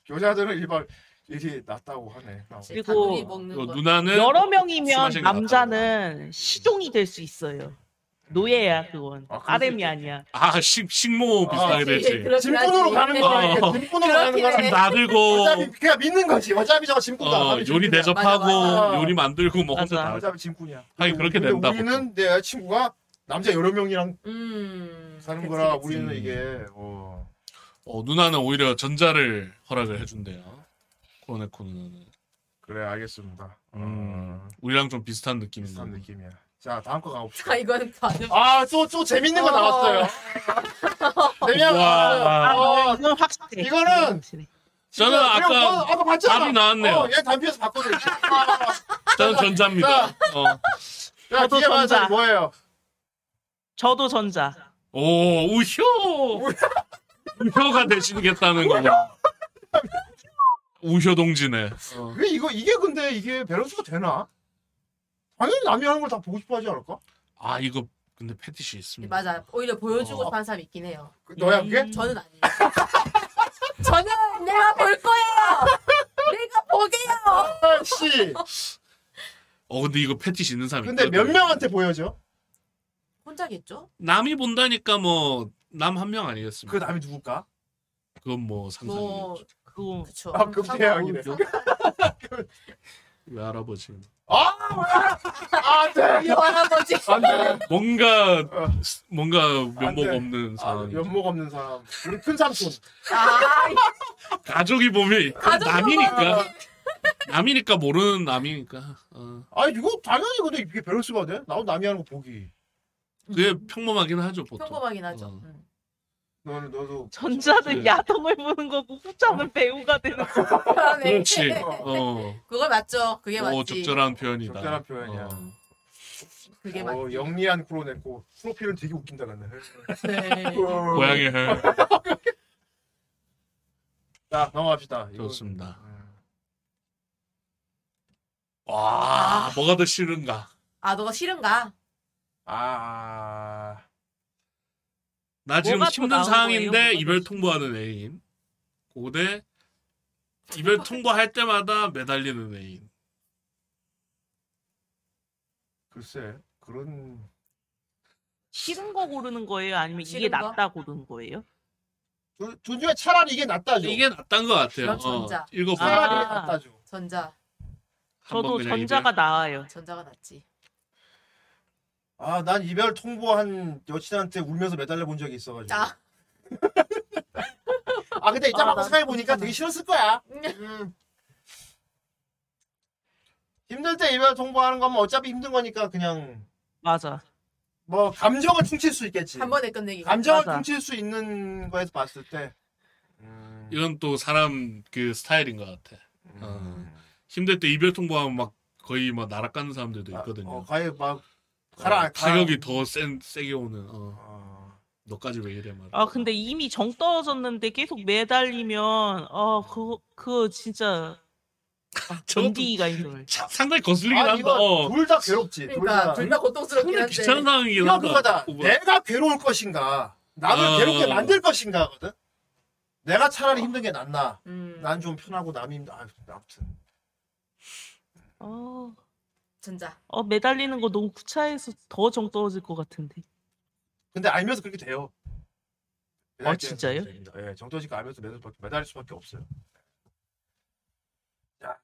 Speaker 1: 여자들은 1박 1이 낫다고 하네. 어.
Speaker 3: 그리고
Speaker 2: 단둘이 먹는
Speaker 4: 어,
Speaker 2: 거
Speaker 4: 누나는
Speaker 3: 뭐 여러 명이면
Speaker 4: 술 마시는
Speaker 1: 음.
Speaker 4: 것
Speaker 3: 남자는 시종이 될 수 있어요. 노예야 그건.
Speaker 1: 아, 그럴 수
Speaker 3: 아렘이
Speaker 1: 있겠지.
Speaker 3: 아니야.
Speaker 4: 아 식, 식모 비슷하게
Speaker 1: 아,
Speaker 4: 되지.
Speaker 2: 그렇긴
Speaker 1: 짐꾼으로
Speaker 2: 하지.
Speaker 1: 가는
Speaker 2: 네.
Speaker 1: 거야.
Speaker 4: 어.
Speaker 1: 이게 짐꾼으로 가는 거야.
Speaker 2: 그렇긴 해.
Speaker 4: 나들고
Speaker 1: 어차피 그냥 믿는 거지. 어차피 저거 짐꾼이다.
Speaker 4: 어,
Speaker 1: 어차피
Speaker 4: 요리
Speaker 1: 짐꾼이야.
Speaker 4: 대접하고
Speaker 2: 맞아,
Speaker 1: 맞아.
Speaker 4: 요리 만들고 뭐 혼자
Speaker 3: 맞아.
Speaker 4: 다.
Speaker 1: 어차피 짐꾼이야.
Speaker 4: 하긴 그렇게
Speaker 1: 근데
Speaker 4: 된다,
Speaker 1: 우리는 내 여자친구가 남자 여러 명이랑
Speaker 2: 음
Speaker 1: 사는
Speaker 2: 그치,
Speaker 1: 거라
Speaker 2: 그치.
Speaker 1: 우리는
Speaker 4: 음.
Speaker 1: 이게 어.
Speaker 4: 어, 누나는 오히려 전자를 허락을 해준대요. 코네코 누나는
Speaker 1: 그래 알겠습니다.
Speaker 4: 음.
Speaker 1: 음.
Speaker 4: 우리랑 좀 비슷한 느낌인 거.
Speaker 1: 비슷한 느낌이야. 자 다음 거 가봅시다.
Speaker 2: 자 아, 이거는 반응
Speaker 1: 아 또 또 재밌는 거
Speaker 2: 어.
Speaker 1: 나왔어요. 재미난 거
Speaker 3: 아,
Speaker 1: 나왔어요. 어,
Speaker 3: 이건 확실해.
Speaker 1: 이거는
Speaker 3: 이건 확실해.
Speaker 1: 진짜
Speaker 4: 저는
Speaker 1: 그냥
Speaker 4: 아까
Speaker 1: 뭐, 아까 봤잖아.
Speaker 4: 답이 나왔네요.
Speaker 1: 어, 얘 단피에서 봤거든. 아,
Speaker 4: 저는 전자입니다. 어.
Speaker 1: 야
Speaker 3: 저도
Speaker 1: 기계
Speaker 3: 전자.
Speaker 1: 반사 뭐예요?
Speaker 3: 저도 전자.
Speaker 4: 오 우효 우효가 되시겠다는 거냐 우효 동지네
Speaker 1: 왜 이거 이게 근데 이게 밸런스가 되나? 당연히 남이 하는 걸 다 보고 싶어 하지 않을까?
Speaker 4: 아 이거 근데 패티시 있습니다
Speaker 2: 네, 맞아. 오히려 보여주고
Speaker 4: 음. 어.
Speaker 2: 싶은 사람 있긴 해요.
Speaker 1: 그 너야 그게?
Speaker 3: 음.
Speaker 2: 저는 아니에요. 저는 내가 볼 거예요. 내가 보게요.
Speaker 1: 아씨.
Speaker 4: 어 근데 이거 패티시 있는 사람이
Speaker 1: 근데 몇
Speaker 4: 있거든.
Speaker 1: 명한테 보여져?
Speaker 2: 혼자겠죠?
Speaker 4: 남이 본다니까 뭐 남 한 명 아니겠습니까
Speaker 1: 그 남이 누굴까?
Speaker 4: 그건 뭐 상상이
Speaker 2: 뭐
Speaker 3: 그거
Speaker 2: 그쵸.
Speaker 1: 아, 그 대학이네.
Speaker 4: 외할아버지
Speaker 1: 아 뭐야? 안 돼.
Speaker 2: 할아버지.
Speaker 1: 안 돼.
Speaker 4: 뭔가
Speaker 1: 어.
Speaker 4: 스- 뭔가 면목
Speaker 1: 돼.
Speaker 4: 없는
Speaker 1: 아,
Speaker 4: 상황
Speaker 1: 면목 없는 사람. 우리 큰 삼촌.
Speaker 2: 아,
Speaker 4: 가족이 보면 그
Speaker 2: 가족이
Speaker 4: 남이니까 남이니까 모르는 남이니까 어.
Speaker 1: 아 이거 당연히 근데 이게 밸런스가 돼? 나도 남이 하는 거 보기.
Speaker 4: 그게
Speaker 2: 음.
Speaker 4: 평범하긴 하죠 보통
Speaker 2: 평범하긴 하죠.
Speaker 4: 어.
Speaker 2: 음.
Speaker 1: 너는 너도 그
Speaker 3: 전자는
Speaker 4: 네.
Speaker 3: 야동을 보는 거고
Speaker 1: 아.
Speaker 3: 후자는 배우가 되는 거.
Speaker 2: 아, 그러네.
Speaker 4: 그렇지 어.
Speaker 2: 그걸 맞죠. 그게
Speaker 4: 어,
Speaker 2: 맞지.
Speaker 4: 적절한 표현이다
Speaker 1: 적절한 표현이야.
Speaker 4: 어.
Speaker 2: 그게 맞지.
Speaker 1: 어, 영리한 프로 냈고 프로필은 되게 웃긴다 어. 근데.
Speaker 2: 네.
Speaker 4: 고양이 할
Speaker 1: 자 넘어갑시다. 이거-
Speaker 4: 좋습니다
Speaker 1: 음.
Speaker 4: 와 뭐가 더 싫은가
Speaker 2: 아, 너가 싫은가?
Speaker 1: 아.
Speaker 4: 나 지금
Speaker 3: 뭐가 또
Speaker 4: 힘든
Speaker 3: 나온
Speaker 4: 상황인데
Speaker 3: 거예요? 뭐가
Speaker 4: 이별
Speaker 3: 또
Speaker 4: 통보하는 애인. 고대 이별 통보할 때마다 매달리는 애인.
Speaker 1: 글쎄 그런
Speaker 3: 싫은 거 고르는 거예요? 아니면 이게
Speaker 2: 싫은 거?
Speaker 3: 낫다 고르는 거예요?
Speaker 1: 둘, 둘 중에 차라리 이게 낫다죠.
Speaker 4: 이게 낫단 것 같아요.
Speaker 2: 그럼
Speaker 4: 어,
Speaker 2: 전자.
Speaker 4: 읽어보고
Speaker 3: 아,
Speaker 1: 차라리 이게 낫다죠.
Speaker 2: 전자.
Speaker 4: 한번
Speaker 3: 저도
Speaker 4: 그냥
Speaker 3: 전자가 나아요.
Speaker 2: 전자가 낫지.
Speaker 1: 아 난 이별 통보한 여친한테 울면서 매달려 본 적이 있어가지고.
Speaker 2: 아.
Speaker 1: 아 근데 이따
Speaker 2: 아,
Speaker 1: 막고
Speaker 2: 난
Speaker 1: 생각해 보니까
Speaker 2: 괜찮아.
Speaker 1: 되게 싫었을 거야. 음. 힘들 때 이별 통보하는 거면 어차피 힘든 거니까 그냥
Speaker 3: 맞아.
Speaker 1: 뭐 감정을 퉁칠 수 있겠지.
Speaker 2: 한 번에 끝내기.
Speaker 1: 감정을
Speaker 3: 맞아.
Speaker 1: 퉁칠 수 있는 거에서 봤을 때. 음.
Speaker 4: 이건 또 사람 그 스타일인 것 같아.
Speaker 1: 음.
Speaker 4: 어. 힘들 때 이별 통보하면 막 거의 막 날아가는 사람들도 네, 있거든요.
Speaker 1: 아, 어, 가해 막 가라.
Speaker 4: 어, 타격이 더 센 세게 오는. 어,
Speaker 1: 어.
Speaker 4: 너까지 왜 이래 말.
Speaker 3: 아 근데 이미 정 떨어졌는데 계속 매달리면 아 그거 그거 진짜
Speaker 4: 아, 저것도
Speaker 3: 전기가 힘들.
Speaker 4: 참 상당히 거슬리긴
Speaker 1: 아
Speaker 4: 한다.
Speaker 1: 이거
Speaker 4: 어,
Speaker 1: 둘 다 괴롭지. 네, 둘
Speaker 2: 그러니까 둘
Speaker 1: 다.
Speaker 2: 다 고통스럽긴
Speaker 4: 상당히
Speaker 2: 한데.
Speaker 4: 귀찮은 상황이긴
Speaker 1: 이거
Speaker 4: 하다.
Speaker 1: 그거다.
Speaker 4: 어, 뭐야.
Speaker 1: 내가 괴로울 것인가, 나를
Speaker 4: 아.
Speaker 1: 괴롭게 만들 것인가거든. 내가 차라리 힘든 게 낫나.
Speaker 2: 음.
Speaker 1: 난 좀 편하고 남이 힘들. 아, 아무튼.
Speaker 3: 어,
Speaker 2: 전자.
Speaker 3: 어 매달리는 거 너무 구차해서 더 정 떨어질 것 같은데.
Speaker 1: 근데 알면서 그렇게 돼요.
Speaker 3: 아, 진짜요?
Speaker 1: 예, 정도직 알면서 매달 수밖에 매달 수밖에 없어요. 자,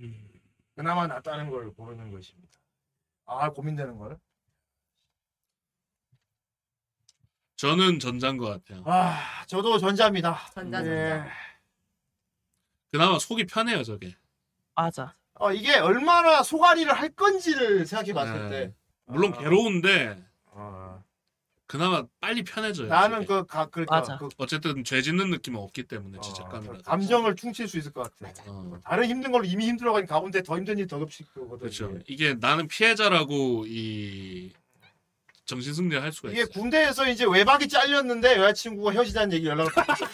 Speaker 4: 음.
Speaker 1: 그나마 낫다는 걸 고르는 것입니다. 아, 고민되는 걸.
Speaker 4: 저는 전자인 것 같아요.
Speaker 1: 아, 저도 전자입니다.
Speaker 2: 전자,
Speaker 1: 예.
Speaker 4: 그나마 속이 편해요 저게.
Speaker 3: 맞아.
Speaker 1: 어, 이게 얼마나 소가리를 할 건지를 생각해 봤을
Speaker 4: 네.
Speaker 1: 때.
Speaker 4: 물론
Speaker 1: 아,
Speaker 4: 괴로운데
Speaker 1: 아.
Speaker 4: 그나마 빨리 편해져요.
Speaker 1: 나는
Speaker 4: 그게.
Speaker 1: 그, 가, 그러니까
Speaker 3: 맞아.
Speaker 1: 그,
Speaker 4: 어쨌든 죄 짓는 느낌은 없기 때문에 네, 진짜
Speaker 1: 어,
Speaker 4: 까느라.
Speaker 1: 감정을 퉁칠 수 있을 것 같아.
Speaker 2: 맞아.
Speaker 4: 어,
Speaker 1: 다른 힘든 걸로 이미 힘들어가니 가운데 더 힘든 일더 겹칠 거거든.
Speaker 4: 그렇죠.
Speaker 1: 이게.
Speaker 4: 이게 나는 피해자라고 이 정신 승리를 할 수가
Speaker 1: 이게
Speaker 4: 있어.
Speaker 1: 군대에서 이제 외박이 잘렸는데 여자친구가 헤어지자는 얘기 연락을 받았어.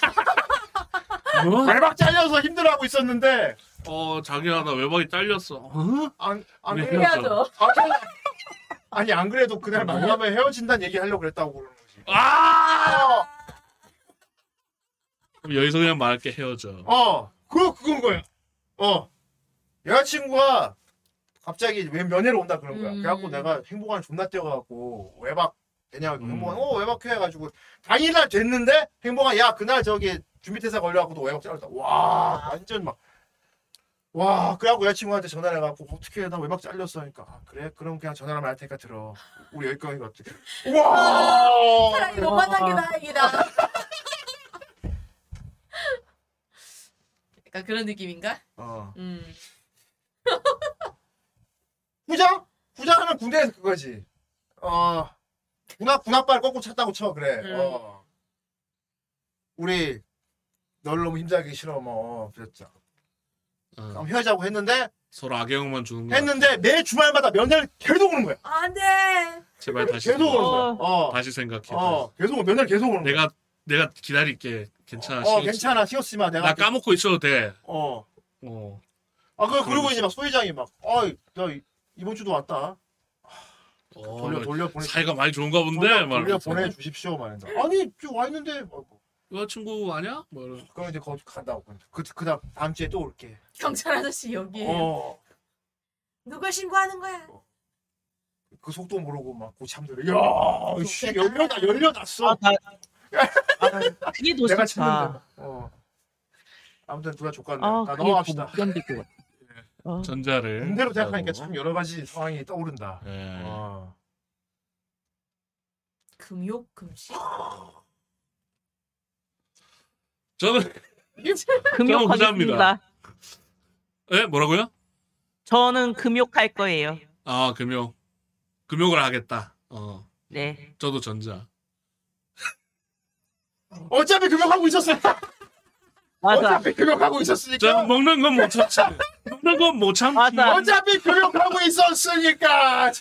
Speaker 1: 외박 잘려서 힘들어하고 있었는데
Speaker 4: 어 자기야 나 외박이 잘렸어. 어?
Speaker 1: 안, 안
Speaker 4: 왜
Speaker 1: 그래-
Speaker 4: 헤어져?
Speaker 2: 해야죠.
Speaker 1: 안 그래- 아니 안 그래도 그날 만나면 헤어진다는 얘기 하려고 그랬다고 그러는 거지.
Speaker 4: 아!
Speaker 1: 어,
Speaker 4: 그럼 여기서 그냥 말할게 헤어져.
Speaker 1: 어, 그 그건 거야. 어, 여자친구가 갑자기 왜 면회를 온다 그런 거야.
Speaker 2: 음.
Speaker 1: 그래갖고 내가 행복한 존나 뛰어가갖고 외박 되냐 고
Speaker 4: 음.
Speaker 1: 행복한 어 외박회 해가지고 당일날 됐는데 행복한 야 그날 저기 준비태세 걸려갖고 너 외박 잘랐다. 와 완전 막. 와, 그래갖고 여자친구한테 전화를 해갖고, 어떻게 해? 나 외박 잘렸어. 하니까, 아, 그래? 그럼 그냥 전화를 할 테니까 들어. 우리 여기까지 갔지. 우와!
Speaker 2: 차라리 못 만난
Speaker 1: 아.
Speaker 2: 게 다행이다. 약간 그런 느낌인가?
Speaker 1: 어.
Speaker 2: 음.
Speaker 1: 후자? 후자는 군대에서 그거지. 어, 군악, 군악발 거꾸로 찼다고 쳐, 그래.
Speaker 2: 음.
Speaker 1: 어. 우리, 널 너무 힘들게 싫어, 뭐, 그랬죠.
Speaker 4: 어.
Speaker 1: 그럼 헤어자고 했는데,
Speaker 4: 서로 악영만 주는 거
Speaker 1: 했는데 매 주말마다 면회를 계속 오는 거야.
Speaker 2: 아, 안 돼.
Speaker 4: 제발 다시
Speaker 1: 계속 오는 거야.
Speaker 3: 어.
Speaker 1: 어,
Speaker 4: 다시 생각해.
Speaker 1: 어, 계속 오- 면회를 계속 오는 거야.
Speaker 4: 내가 내가 기다릴게. 괜찮아.
Speaker 1: 어,
Speaker 4: 신경 쓰-
Speaker 1: 괜찮아, 신경 쓰지 마. 내가
Speaker 4: 나 까먹고 있어도 돼.
Speaker 1: 어.
Speaker 4: 어.
Speaker 1: 아, 그 그리고 이제 막 소회장이 막, 어, 나 이- 이번 주도 왔다.
Speaker 4: 어,
Speaker 1: 돌려 돌려 보내.
Speaker 4: 사이가 많이 좋은가 본데
Speaker 1: 돌려,
Speaker 4: 말.
Speaker 1: 돌려 보내 주십시오, 말한다. 아니, 저와 있는데. 어,
Speaker 4: 여자친구 아니야? 뭐 이런.
Speaker 1: 그럼 이제 거기 간다고. 그 그다음 다음 주에 또 올게.
Speaker 2: 경찰 아저씨
Speaker 3: 예.
Speaker 2: 여기.
Speaker 1: 어.
Speaker 2: 누가 신고하는 거야?
Speaker 1: 그 속도 모르고 막 고참들. 야, 씨, 열려다 열려났어.
Speaker 3: 아, 나, 아, 그게 더
Speaker 1: 내가
Speaker 3: 싫다.
Speaker 1: 찾는데. 어. 아무튼 누가 족같네.
Speaker 3: 아,
Speaker 1: 나
Speaker 3: 그게
Speaker 1: 넘어갑시다.
Speaker 3: 더 못견딜 것 같아. 어.
Speaker 4: 전자를.
Speaker 1: 반대로 생각하니까
Speaker 4: 하고.
Speaker 1: 참 여러 가지 상황이 떠오른다.
Speaker 4: 예.
Speaker 1: 어.
Speaker 2: 금욕 금식.
Speaker 1: 어,
Speaker 4: 저는
Speaker 3: 금욕하겠습니다.
Speaker 4: 예 뭐라고요?
Speaker 3: 저는 금욕할 거예요.
Speaker 4: 아 금요 금요를 하겠다. 어
Speaker 3: 네.
Speaker 4: 저도 전자.
Speaker 1: 어차피 금욕하고 있었어.
Speaker 3: 맞아.
Speaker 1: 어차피 금욕하고 있었으니까.
Speaker 4: 저는 먹는 건 못 참지. 먹는 건 못 참지.
Speaker 3: 맞아.
Speaker 1: 어차피 금욕하고 있었으니까.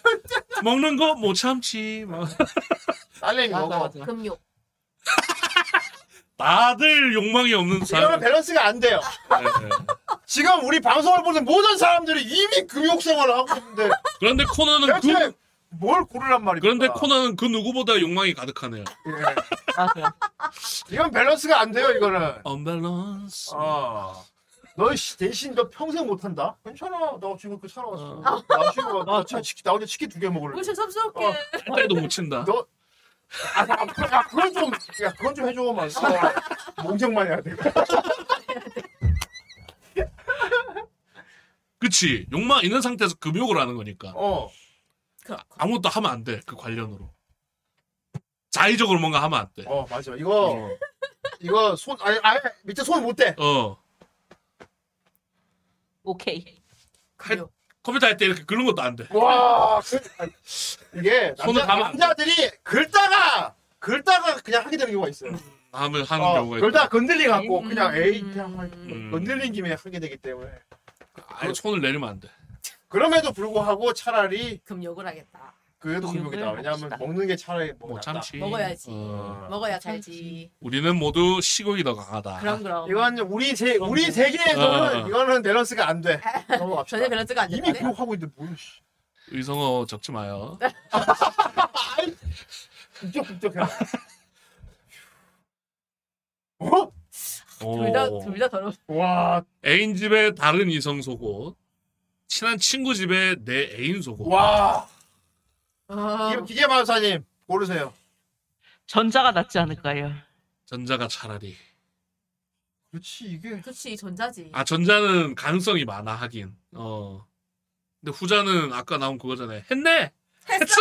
Speaker 4: 먹는 거 못 참지. 막.
Speaker 1: 딸내미
Speaker 3: 맞아,
Speaker 1: 먹어.
Speaker 3: 맞아.
Speaker 2: 금욕.
Speaker 4: 다들 욕망이 없는
Speaker 1: 이거는
Speaker 4: 사람.
Speaker 1: 밸런스가 안 돼요.
Speaker 4: 예, 예.
Speaker 1: 지금 우리 방송을 보는 모든 사람들이 이미 금욕 생활을 하고 있는데
Speaker 4: 그런데 코너는
Speaker 1: 대체
Speaker 4: 그
Speaker 1: 뭘 고르란 말입니까?
Speaker 4: 그런데 코너는 그 누구보다 욕망이 가득하네요.
Speaker 1: 예.
Speaker 3: 맞아.
Speaker 1: 이건 밸런스가 안 돼요, 이거는.
Speaker 4: 언밸런스.
Speaker 1: 어. 너 씨, 대신 너 평생 못한다? 괜찮아. 나 지금 그 살아왔어.
Speaker 4: 어.
Speaker 1: 나 지금 나, 나, 치킨, 나 어제 치킨 두 개 먹을래.
Speaker 2: 뭘 죄송스럽게.
Speaker 1: 어.
Speaker 4: 할 때도 못 친다.
Speaker 1: 너, 아, 나, 야, 그건 좀, 야, 그건 좀 해줘. 막, 어, 몽정만 해야 돼.
Speaker 4: 그치 욕망 있는 상태에서 금욕을 하는 거니까
Speaker 1: 어.
Speaker 2: 그,
Speaker 4: 아무것도 하면 안 돼 그 관련으로 자의적으로 뭔가 하면
Speaker 1: 어, 맞아. 이거,
Speaker 4: 안돼어
Speaker 1: 이거 손, 아예, 아예 밑에 손을 못 대.
Speaker 4: 어.
Speaker 3: 오케이.
Speaker 2: 금욕.
Speaker 4: 컴퓨터 할 때 이렇게 그런 것도 안돼
Speaker 1: 와, 그, 아니, 이게,
Speaker 4: 손을
Speaker 1: 남자,
Speaker 4: 가면 안 돼.
Speaker 1: 남자들이 긁다가, 긁다가 그냥 하게 되는 경우가 있어요.
Speaker 4: 하면 하는
Speaker 1: 어,
Speaker 4: 경우가
Speaker 1: 그걸 다
Speaker 4: 있다
Speaker 1: 건들려갖고
Speaker 2: 음.
Speaker 1: 뭐 그냥 에이 그냥 막
Speaker 4: 음.
Speaker 1: 건들린 김에 하게 되기 때문에
Speaker 4: 아예 손을 내리면 안돼
Speaker 1: 그럼에도 불구하고 차라리
Speaker 2: 금욕을 하겠다.
Speaker 1: 그래도
Speaker 3: 금욕을
Speaker 1: 금욕이다 왜냐하면
Speaker 3: 합시다.
Speaker 1: 먹는 게 차라리 뭐
Speaker 4: 못
Speaker 1: 낫다
Speaker 4: 참지
Speaker 2: 먹어야지.
Speaker 4: 어.
Speaker 2: 먹어야 살지.
Speaker 4: 우리는 모두 시국이 더 강하다
Speaker 2: 그럼 그럼. 뭐. 아,
Speaker 1: 이건 우리 세 우리 세계에서는
Speaker 4: 어.
Speaker 1: 이거는 밸런스가 안돼
Speaker 2: 전혀
Speaker 1: 넘어갑시다
Speaker 2: 밸런스가 안
Speaker 1: 이미
Speaker 2: 되는데.
Speaker 1: 금욕하고 있는데 뭘 씨.
Speaker 4: 의성어 적지 마요
Speaker 1: 북적 북적 해 어?
Speaker 4: 오.
Speaker 2: 둘다둘다 더러워.
Speaker 1: 와,
Speaker 4: 애인 집에 다른 이성 속옷 친한 친구 집에 내 애인 속옷
Speaker 1: 와.
Speaker 2: 아,
Speaker 1: 이거 기계 마사님 고르세요.
Speaker 3: 전자가 낫지 않을까요?
Speaker 4: 전자가 차라리
Speaker 1: 그렇지 이게
Speaker 2: 그렇지 전자지.
Speaker 4: 아 전자는 가능성이 많아 하긴 어 근데 후자는 아까 나온 그거잖아요 했네
Speaker 2: 했어.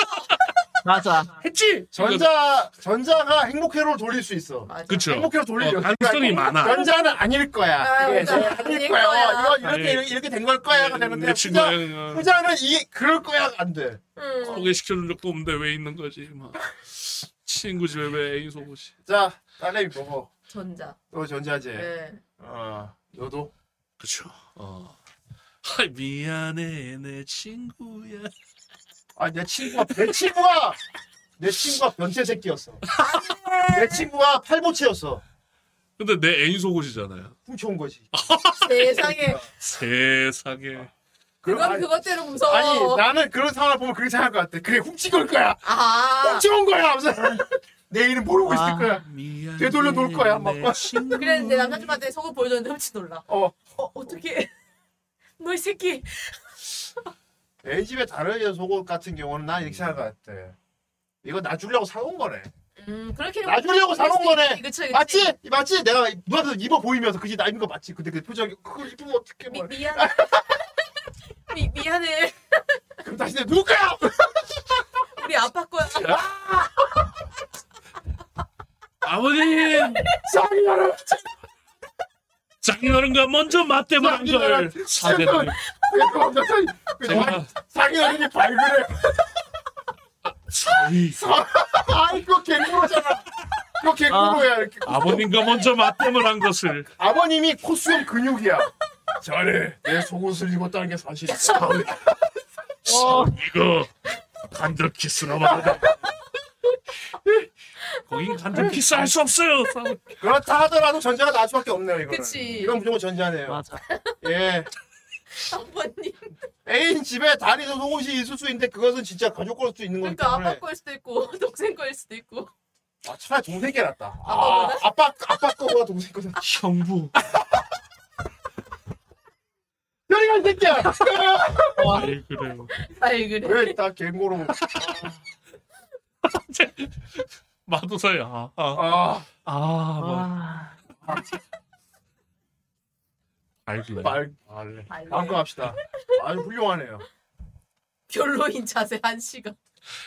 Speaker 3: 맞아.
Speaker 4: 했지
Speaker 1: 전자 전자가 행복회로 돌릴 수 있어.
Speaker 2: 맞아.
Speaker 4: 그쵸
Speaker 1: 행복회로 돌리려.
Speaker 4: 어, 가능성이 많아
Speaker 1: 전자는 그러니까 아닐 거야.
Speaker 2: 아,
Speaker 1: 그게
Speaker 2: 맞아.
Speaker 1: 이제 아닐
Speaker 2: 아닐
Speaker 1: 거야.
Speaker 2: 거야.
Speaker 1: 어, 이거 이렇게
Speaker 4: 아니,
Speaker 1: 이렇게, 된 걸 거야가 되는데
Speaker 4: 네. 내
Speaker 1: 후자,
Speaker 4: 음, 친구야
Speaker 1: 후자는 이게 그럴 거야 안 돼.
Speaker 2: 음.
Speaker 4: 소개시켜준 적도 없는데 왜 있는 거지 막 친구 집에 왜 애인 속옷이
Speaker 1: 자, 딸내미 먹어.
Speaker 2: 전자.
Speaker 1: 너 전자제.
Speaker 2: 네.
Speaker 1: 어, 너도.
Speaker 4: 그쵸 어 하이, 미안해 내 친구야
Speaker 1: 아, 내 친구가 내 친구가 내 친구가 변태 새끼였어. 내 친구가 팔보채였어.
Speaker 4: 근데 내 애인 속옷이잖아요
Speaker 1: 훔쳐온 거지.
Speaker 2: 세상에.
Speaker 4: 세상에
Speaker 1: 그럼
Speaker 2: 그건
Speaker 1: 아니,
Speaker 2: 그것대로 무서워.
Speaker 1: 아니, 나는 그런 상황을 보면 그렇게 생각할 것 같아. 그래 훔친 걸 거야.
Speaker 2: 아.
Speaker 1: 훔쳐온 거야. 하면서 내일은 모르고
Speaker 3: 아.
Speaker 1: 있을 거야.
Speaker 4: 미안해
Speaker 1: 되돌려 놓을 거야, 막.
Speaker 4: 내 친구야.
Speaker 2: 그래 내 남자친구한테 속옷 보여줬는데 훔치 놀라.
Speaker 1: 어,
Speaker 2: 어 어떻게? 너 이 새끼.
Speaker 1: 내 집에 다른 여 속옷 같은 경우는 난 이렇게 생각할 것 같아. 이거 나 주려고 사온 거네.
Speaker 2: 음 그렇게.
Speaker 1: 나 주려고 사놓은 거네.
Speaker 2: 그쵸 그쵸.
Speaker 1: 맞지? 맞지? 내가 누나한테 입어 보이면서 그지 나 입은 거 맞지? 근데 그 표정이 그걸 입으면 어떻게
Speaker 2: 미,
Speaker 1: 뭐?
Speaker 2: 미안해. 미, 미안해.
Speaker 1: 그럼 다시 내 누구 거야?
Speaker 2: 우리 아빠 거야.
Speaker 4: 아버님
Speaker 1: 장인어른,
Speaker 4: 장인어른과 먼저 맞대보는 걸
Speaker 1: 장인어른.
Speaker 4: 사대들 제가
Speaker 1: 장인어른이 그 발그레.
Speaker 4: 사위
Speaker 1: 아 이거 갱구로잖아. 이거
Speaker 4: 아,
Speaker 1: 갱구로야. 이렇게.
Speaker 4: 아버님과 먼저 맞대을 한 것을
Speaker 1: 아버님이 코수염 근육이야. 자네 내 속옷을 입었다는 게 사실이다.
Speaker 4: 어, 이거 간접 키스라고 하다. 거긴 간접 키스 할 수 없어요.
Speaker 1: 그렇다 하더라도 전자가 날 수밖에 없네요 이거는.
Speaker 2: 그치.
Speaker 1: 이건 무조건 전자네요.
Speaker 3: 맞아.
Speaker 1: 예.
Speaker 2: 아버님.
Speaker 1: 애인 집에 다리도 속옷이 있을 수 있는데 그것은 진짜 가족 걸 수도 있는 거기
Speaker 2: 그러니까
Speaker 1: 때문에.
Speaker 2: 아빠 거일 수도 있고 동생 거일 수도 있고.
Speaker 1: 아, 차라리 동생 게 낫다. 아,
Speaker 2: 아빠보다?
Speaker 1: 아빠 아빠 거보다 동생 거다.
Speaker 4: 형부.
Speaker 1: 저리가 이 새끼야.
Speaker 4: 아이 그래요.
Speaker 2: 아이 그래.
Speaker 1: 왜딱 갱고로?
Speaker 4: 마도사야. 아,
Speaker 1: 아
Speaker 4: 아, 아,
Speaker 3: 와.
Speaker 4: 알길래.
Speaker 1: 말. 말래.
Speaker 2: 말래.
Speaker 1: 반가합시다. 아주 훌륭하네요.
Speaker 2: 별로인 자세 한 시간.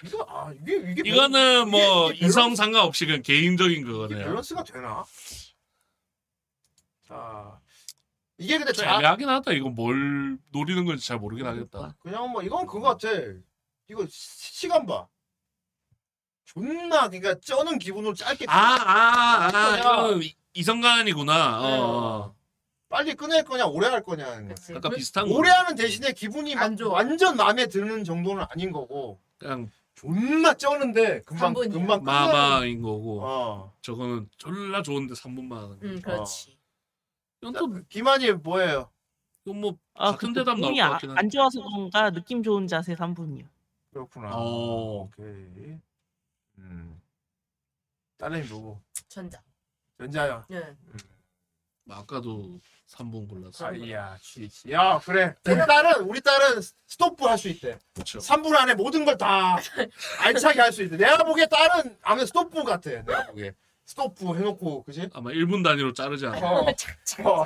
Speaker 1: 이거 아 이게 이게 별-
Speaker 4: 이거는 뭐
Speaker 1: 이게- 이게
Speaker 4: 인성 상관없이 그냥 개인적인
Speaker 1: 이게
Speaker 4: 그거네요.
Speaker 1: 밸런스가 되나? 자 이게 근데
Speaker 4: 좀
Speaker 1: 자,
Speaker 4: 애매하긴 하다. 이거 뭘 노리는 건지 잘 모르긴 하겠다.
Speaker 1: 그냥 뭐 이건 그거 같아. 이거 시- 시간 봐. 존나 그러니까 쩌는 기분으로 짧게
Speaker 4: 아, 아, 아,
Speaker 1: 그거야.
Speaker 4: 이건 이성간이구나. 어.
Speaker 1: 빨리 끊을 거냐 오래 할 거냐 하는 거.
Speaker 2: 그치.
Speaker 4: 아까 비슷한 거.
Speaker 1: 오래 하는 대신에 기분이 막
Speaker 2: 안 좋아.
Speaker 1: 완전 마음에 드는 정도는 아닌 거고
Speaker 4: 그냥
Speaker 1: 존나 쩌는데 금방
Speaker 2: 한 분이야.
Speaker 1: 금방 끊는-
Speaker 4: 마마인 거고
Speaker 1: 아, 어.
Speaker 4: 저거는 졸라 좋은데 3분만 하는 거.
Speaker 2: 응 그렇지.
Speaker 4: 이건 또
Speaker 1: 기만이 뭐예요?
Speaker 4: 이건 뭐
Speaker 3: 아,
Speaker 4: 같은
Speaker 3: 근데
Speaker 4: 대답 나올
Speaker 3: 몸이
Speaker 4: 것
Speaker 3: 아-
Speaker 4: 같긴 한데.
Speaker 3: 안 좋아서 그런가 느낌 좋은 자세 3분이요.
Speaker 1: 그렇구나.
Speaker 4: 어.
Speaker 1: 오케이. 음. 딸내미 누구?
Speaker 2: 전자.
Speaker 1: 연자야.
Speaker 2: 응.
Speaker 4: 아까도 3분 골랐어.
Speaker 1: 아이야, 예. 취지. 야, 그래. 우리 딸은 우리 딸은 스톱프 할 수 있대.
Speaker 4: 그렇죠.
Speaker 1: 3분 안에 모든 걸 다 알차게 할 수 있대. 내가 보기에 딸은 아무 스톱프 같아. 내가 보기에 스톱프 해놓고 그지?
Speaker 4: 아마 1분 단위로 자르지 않아.
Speaker 1: 어,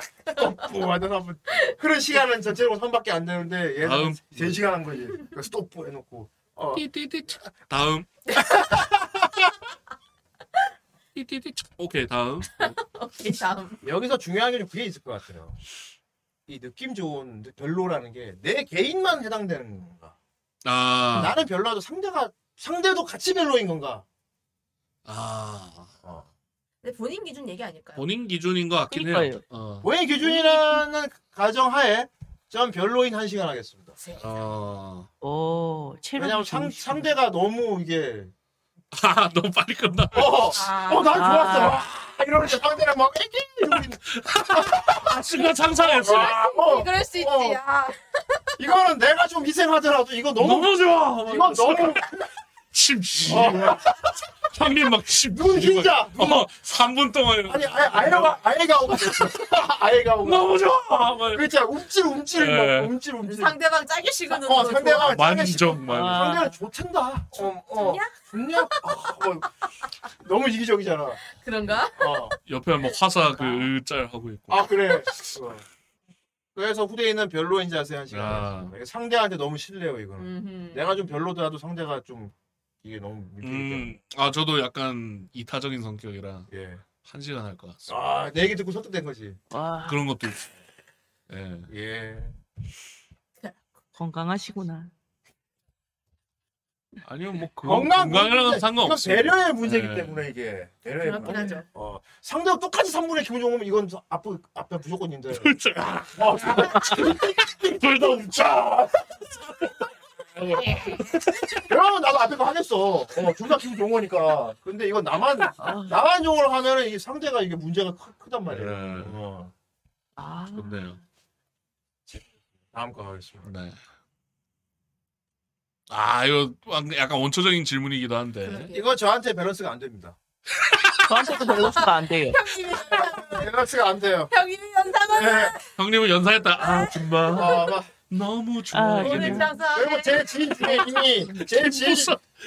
Speaker 1: 어, 스톱프 완전 한번 그런 시간은 전체로 3밖에 안 되는데 얘는
Speaker 4: 다음.
Speaker 1: 3시간 한 거지. 그 스톱프 해놓고. 어,
Speaker 4: 띠띠띠 다음. 띠띠띠 오케이 다음.
Speaker 2: 오케이 다음.
Speaker 1: 여기서 중요한 게 좀 그게 있을 것 같아요. 이 느낌 좋은 별로라는 게 내 개인만 해당되는 건가?
Speaker 4: 아.
Speaker 1: 나는 별로라도 상대가 상대도 같이 별로인 건가?
Speaker 4: 아.
Speaker 2: 근데 본인 기준 얘기 아닐까요?
Speaker 4: 본인 기준인 것 같긴 해요.
Speaker 3: 그러니까요.
Speaker 4: 어.
Speaker 1: 본인 기준이라는 가정하에 전 별로인 한 시간 하겠습니다.
Speaker 4: 어.
Speaker 3: 어, 체력.
Speaker 1: 왜냐면 상, 상대가 너무 이게
Speaker 4: 아 너무 빨리 끝나.
Speaker 1: 어,
Speaker 2: 아,
Speaker 1: 어, 난
Speaker 3: 아.
Speaker 1: 좋았어. 와, 이러면서 상대는 막 애기 이러고 있는
Speaker 4: 아 순간 상상했어.
Speaker 1: 거야. 어,
Speaker 2: 그럴 수 있지.
Speaker 1: 어.
Speaker 2: 아,
Speaker 1: 이거는 내가 좀 희생하더라도 이거 너무
Speaker 4: 너무 좋아. 어,
Speaker 1: 이건 너무
Speaker 4: 심지.
Speaker 1: 어.
Speaker 4: 형님 막 심지.
Speaker 1: 눈 흰자.
Speaker 4: 어, 3분 동안.
Speaker 1: 아니 아예 아예가 아예가 오가 됐어. 아예가 오가.
Speaker 4: 너무 좋아. 막
Speaker 1: 그 있잖아 움찔 움찔
Speaker 4: 예.
Speaker 1: 막 움찔 움찔.
Speaker 2: 상대방 뭐 짜게 식은
Speaker 1: 어 상대가
Speaker 4: 만족 만.
Speaker 3: 아.
Speaker 1: 상대가 좋텐다. 어, 어.
Speaker 2: 좋냐?
Speaker 1: 좋냐? 어, 어. 너무 이기적이잖아.
Speaker 2: 그런가?
Speaker 1: 어.
Speaker 4: 옆에 막 화사 그짤 하고 있고.
Speaker 1: 아 그래. 어. 그래서 후대인은 별로인 자세 한 시간.
Speaker 4: 아.
Speaker 1: 하겠습니다. 이게 상대한테 너무 실례요 이거는.
Speaker 2: 음.
Speaker 1: 내가 좀 별로더라도 상대가 좀 이게 너무 밀리기
Speaker 4: 음. 아 저도 약간 이타적인 성격이라
Speaker 1: 때문에. 예.
Speaker 4: 한 시간 할 것 같습니다.
Speaker 1: 아내 얘기 듣고 설득된 거지.
Speaker 3: 와,
Speaker 4: 그런 것도 있어. 예.
Speaker 1: 예.
Speaker 3: 건강하시구나.
Speaker 4: 아니요 뭐 그
Speaker 1: 건강
Speaker 4: 건강이랑은
Speaker 1: 문제. 이건
Speaker 4: 상관없어요.
Speaker 1: 배려의 문제이기
Speaker 4: 예.
Speaker 1: 때문에 이게 배려의
Speaker 2: 그렇긴
Speaker 1: 문제.
Speaker 2: 하죠.
Speaker 1: 어 상대가 똑같이 3분의 기분 좋으면 이건 앞에 앞에 무조건 인데.
Speaker 4: 아,
Speaker 1: 어, 둘다 웃자. 그러면 나도 앞에 거 하겠어. 어, 둘다 기분 좋은 거니까. 근데 이건 나만 나만 용을 하면은 이 상대가 이게 문제가 크, 크단 말이야.
Speaker 4: 예.
Speaker 1: 어,
Speaker 3: 아,
Speaker 4: 좋네요.
Speaker 1: 다음 거 하겠습니다.
Speaker 4: 네. 아 이거 약간 원초적인 질문이기도 한데.
Speaker 2: 그러게.
Speaker 1: 이거 저한테 밸런스가 안 됩니다.
Speaker 3: 저한테도 밸런스가 안 돼요.
Speaker 2: 형님이
Speaker 1: 밸런스가 안 돼요.
Speaker 2: 형님이 연상하는
Speaker 1: 네.
Speaker 4: 형님은 연사했다. 아
Speaker 1: 어,
Speaker 4: 정말
Speaker 1: 막,
Speaker 4: 너무
Speaker 3: 아,
Speaker 4: 좋아.
Speaker 1: 네.
Speaker 2: 오늘
Speaker 3: 이게
Speaker 1: 그리고
Speaker 2: 장사.
Speaker 1: 뭐
Speaker 2: 네.
Speaker 1: 제 지인 중에 이미 제 지인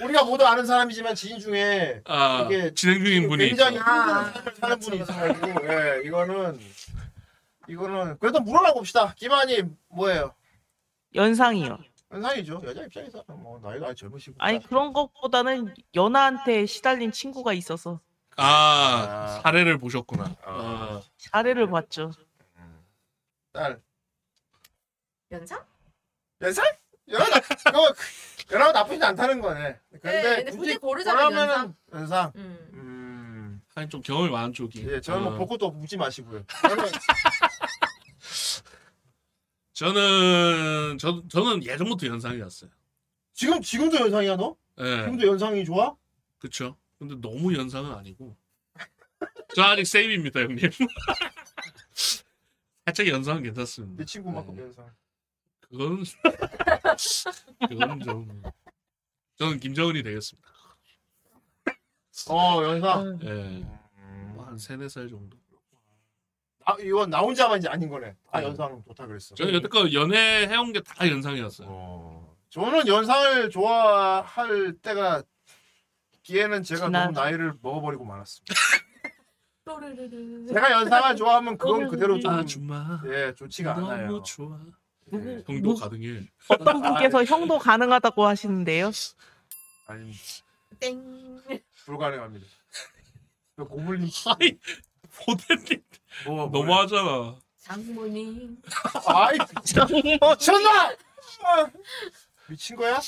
Speaker 1: 우리가 모두 아는 사람이지만 지인 중에
Speaker 4: 아
Speaker 1: 이게
Speaker 4: 진행 중인 분이
Speaker 1: 굉장히
Speaker 4: 있어.
Speaker 2: 아.
Speaker 1: 힘든 삶을 사는 분이 있어가지고 예 이거는 이거는 그래도 물어나 봅시다 김한이 뭐예요
Speaker 3: 연상이요.
Speaker 1: 연상이죠 여자 입장에서 뭐 나이가 아직 젊으시고
Speaker 3: 아니 그런 것보다는 연하한테 시달린 친구가 있어서
Speaker 4: 아 사례를 보셨구나. 아.
Speaker 3: 사례를 봤죠.
Speaker 1: 딸
Speaker 2: 연상?
Speaker 1: 연상 연하 그거 연하 나쁘진 않다는 거네
Speaker 2: 네,
Speaker 1: 근데
Speaker 2: 근데 굳이 고르자면
Speaker 1: 고르면은 연상 예,
Speaker 2: 음.
Speaker 1: 음
Speaker 4: 아니 좀
Speaker 1: 뭐
Speaker 4: 경험이 아. 많은 쪽이.
Speaker 1: 예, 저는 뭐
Speaker 4: 어.
Speaker 1: 벚꽃도 묻지 마시고요 저는
Speaker 4: 저는 저 저는 예전부터 연상이었어요.
Speaker 1: 지금 지금도 연상이야 너?
Speaker 4: 예.
Speaker 1: 지금도 연상이 좋아?
Speaker 4: 그쵸. 근데 너무 연상은 아니고. 저 아직 세입입니다, 형님. 살짝 연상은 괜찮습니다.
Speaker 1: 내 친구만큼
Speaker 4: 네.
Speaker 1: 연상.
Speaker 4: 그건, 그건 좀. 저는 김정은이 되겠습니다.
Speaker 1: 어 연상.
Speaker 4: 예. 뭐한 세네 살 정도.
Speaker 1: 아 이건 나 혼자만이 아닌 거네. 다 연상 좋다 그랬어.
Speaker 4: 음. 저는 여태껏 연애해온 게 다 연상이었어요.
Speaker 1: 어, 저는 연상을 좋아할 때가 기회는 제가
Speaker 3: 지난-
Speaker 1: 너무 나이를 먹어버리고 말았습니다.
Speaker 3: 그
Speaker 2: 또르르르.
Speaker 1: 제가 연상을 좋아하면 그건 그대로 좀
Speaker 4: 아줌마.
Speaker 1: 어. 예, 좋지가 않아요.
Speaker 4: 너무 좋아. 뭐?
Speaker 1: 예,
Speaker 4: 형도 가능해.
Speaker 3: 어떤 분께서 형도 가능하다고 하시는데요.
Speaker 1: 아니
Speaker 2: 땡.
Speaker 1: 불가능합니다. 저 고블린
Speaker 4: 아이, 보탠님
Speaker 1: 뭐 뭐-
Speaker 4: 너무하잖아.
Speaker 2: 장모님.
Speaker 1: 아이 미쳤나? 아, 미친 거야?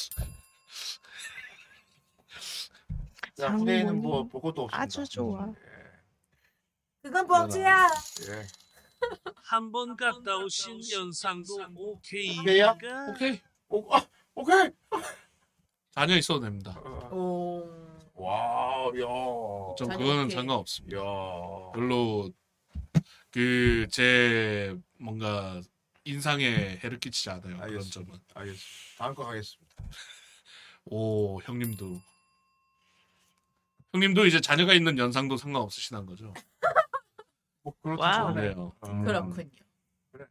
Speaker 1: 자, 후대인은 뭐
Speaker 3: 장모님,
Speaker 1: 볼 것도 없습니다.
Speaker 3: 아주 좋아.
Speaker 2: 그건 범죄야.
Speaker 1: 예, 예.
Speaker 5: 한 번 갔다 오신 연상도 오케이인가?
Speaker 1: 오케이야?
Speaker 4: 오케이.
Speaker 1: 오, 아, 오케이.
Speaker 4: 자녀 있어도 됩니다.
Speaker 1: 어,
Speaker 2: 오.
Speaker 1: 와우, 야.
Speaker 4: 전
Speaker 2: 자녀
Speaker 4: 그거는
Speaker 2: 오케이.
Speaker 4: 상관없습니다.
Speaker 1: 야.
Speaker 4: 별로 그 제 뭔가 인상에 해를 끼치지 않아요. 그런
Speaker 1: 알겠습니다.
Speaker 4: 점은.
Speaker 1: 알겠습니다. 다음 거 가겠습니다.
Speaker 4: 오 형님도 형님도 이제 자녀가 있는 연상도 상관없으시다는 거죠.
Speaker 1: 뭐 음. 그렇죠.
Speaker 2: 아,
Speaker 3: 와우.
Speaker 2: 네.
Speaker 4: 그래요.
Speaker 2: 그렇군요.
Speaker 1: 그래.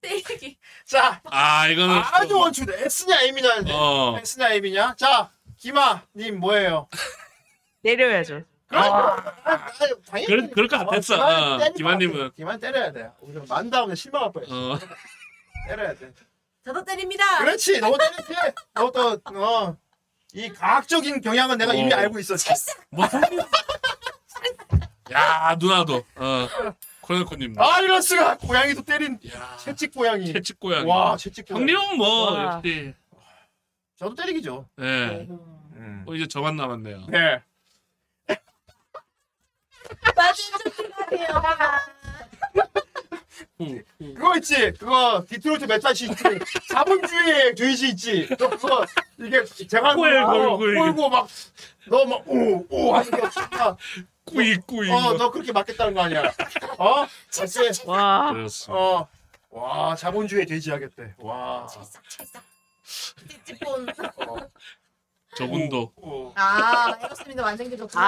Speaker 2: 떼기.
Speaker 1: 자,
Speaker 4: 아 이거는
Speaker 1: 아주 뭐
Speaker 4: 또-
Speaker 1: 원추대. S냐 M이냐?
Speaker 4: 어
Speaker 1: S냐 M이냐? 자, 김아님 뭐예요?
Speaker 3: 내려야죠.
Speaker 1: 아, 당연히
Speaker 4: 그럴- 그럴 것 같았어. 어, 김아님은.
Speaker 1: 김한 때려야 돼. 우리가 만다 오면 실망할 뻔했어.
Speaker 4: 어,
Speaker 1: 때려야 돼.
Speaker 2: 저도 때립니다.
Speaker 1: 그렇지. 너 때리지. 너또 어. 이 과학적인 경향은 내가 이미
Speaker 4: 오.
Speaker 1: 알고 있었지.
Speaker 4: 뭐. 야 누나도 어 코네코님도
Speaker 1: 아 이럴 수가. 고양이도 때린
Speaker 4: 야
Speaker 1: 채찍 고양이.
Speaker 4: 아. 채찍 고양이.
Speaker 1: 와 채찍 고양이.
Speaker 4: 형님은 뭐
Speaker 3: 와.
Speaker 4: 역시
Speaker 1: 저도 때리기죠.
Speaker 4: 예.
Speaker 1: 음.
Speaker 4: 어, 이제 저만 남았네요.
Speaker 1: 네.
Speaker 2: 맞은 조심하세요.
Speaker 4: 후, 후.
Speaker 1: 그거 있지. 그거 디트로이트 메타시 있지. 자본주의 주의시 있지. 너 그거 이게 제가
Speaker 4: 꼬일,
Speaker 1: 어,
Speaker 4: 꼬일, 꼬일.
Speaker 1: 꼬이고 막너막오오 하는 거 진짜.
Speaker 4: 꾸이 어, 꾸이. 뭐
Speaker 1: 어, 너 그렇게 맞겠다는 거 아니야? 어? 맞지?
Speaker 3: 와.
Speaker 4: 그렇습니다.
Speaker 1: 어. 와, 자본주의 돼지하겠대. 와.
Speaker 2: 찰싹 찰싹. 찌찌뽕.
Speaker 1: 어.
Speaker 4: 저분도
Speaker 1: 어.
Speaker 2: 아, 에어스미도 완전 기도.
Speaker 1: 아,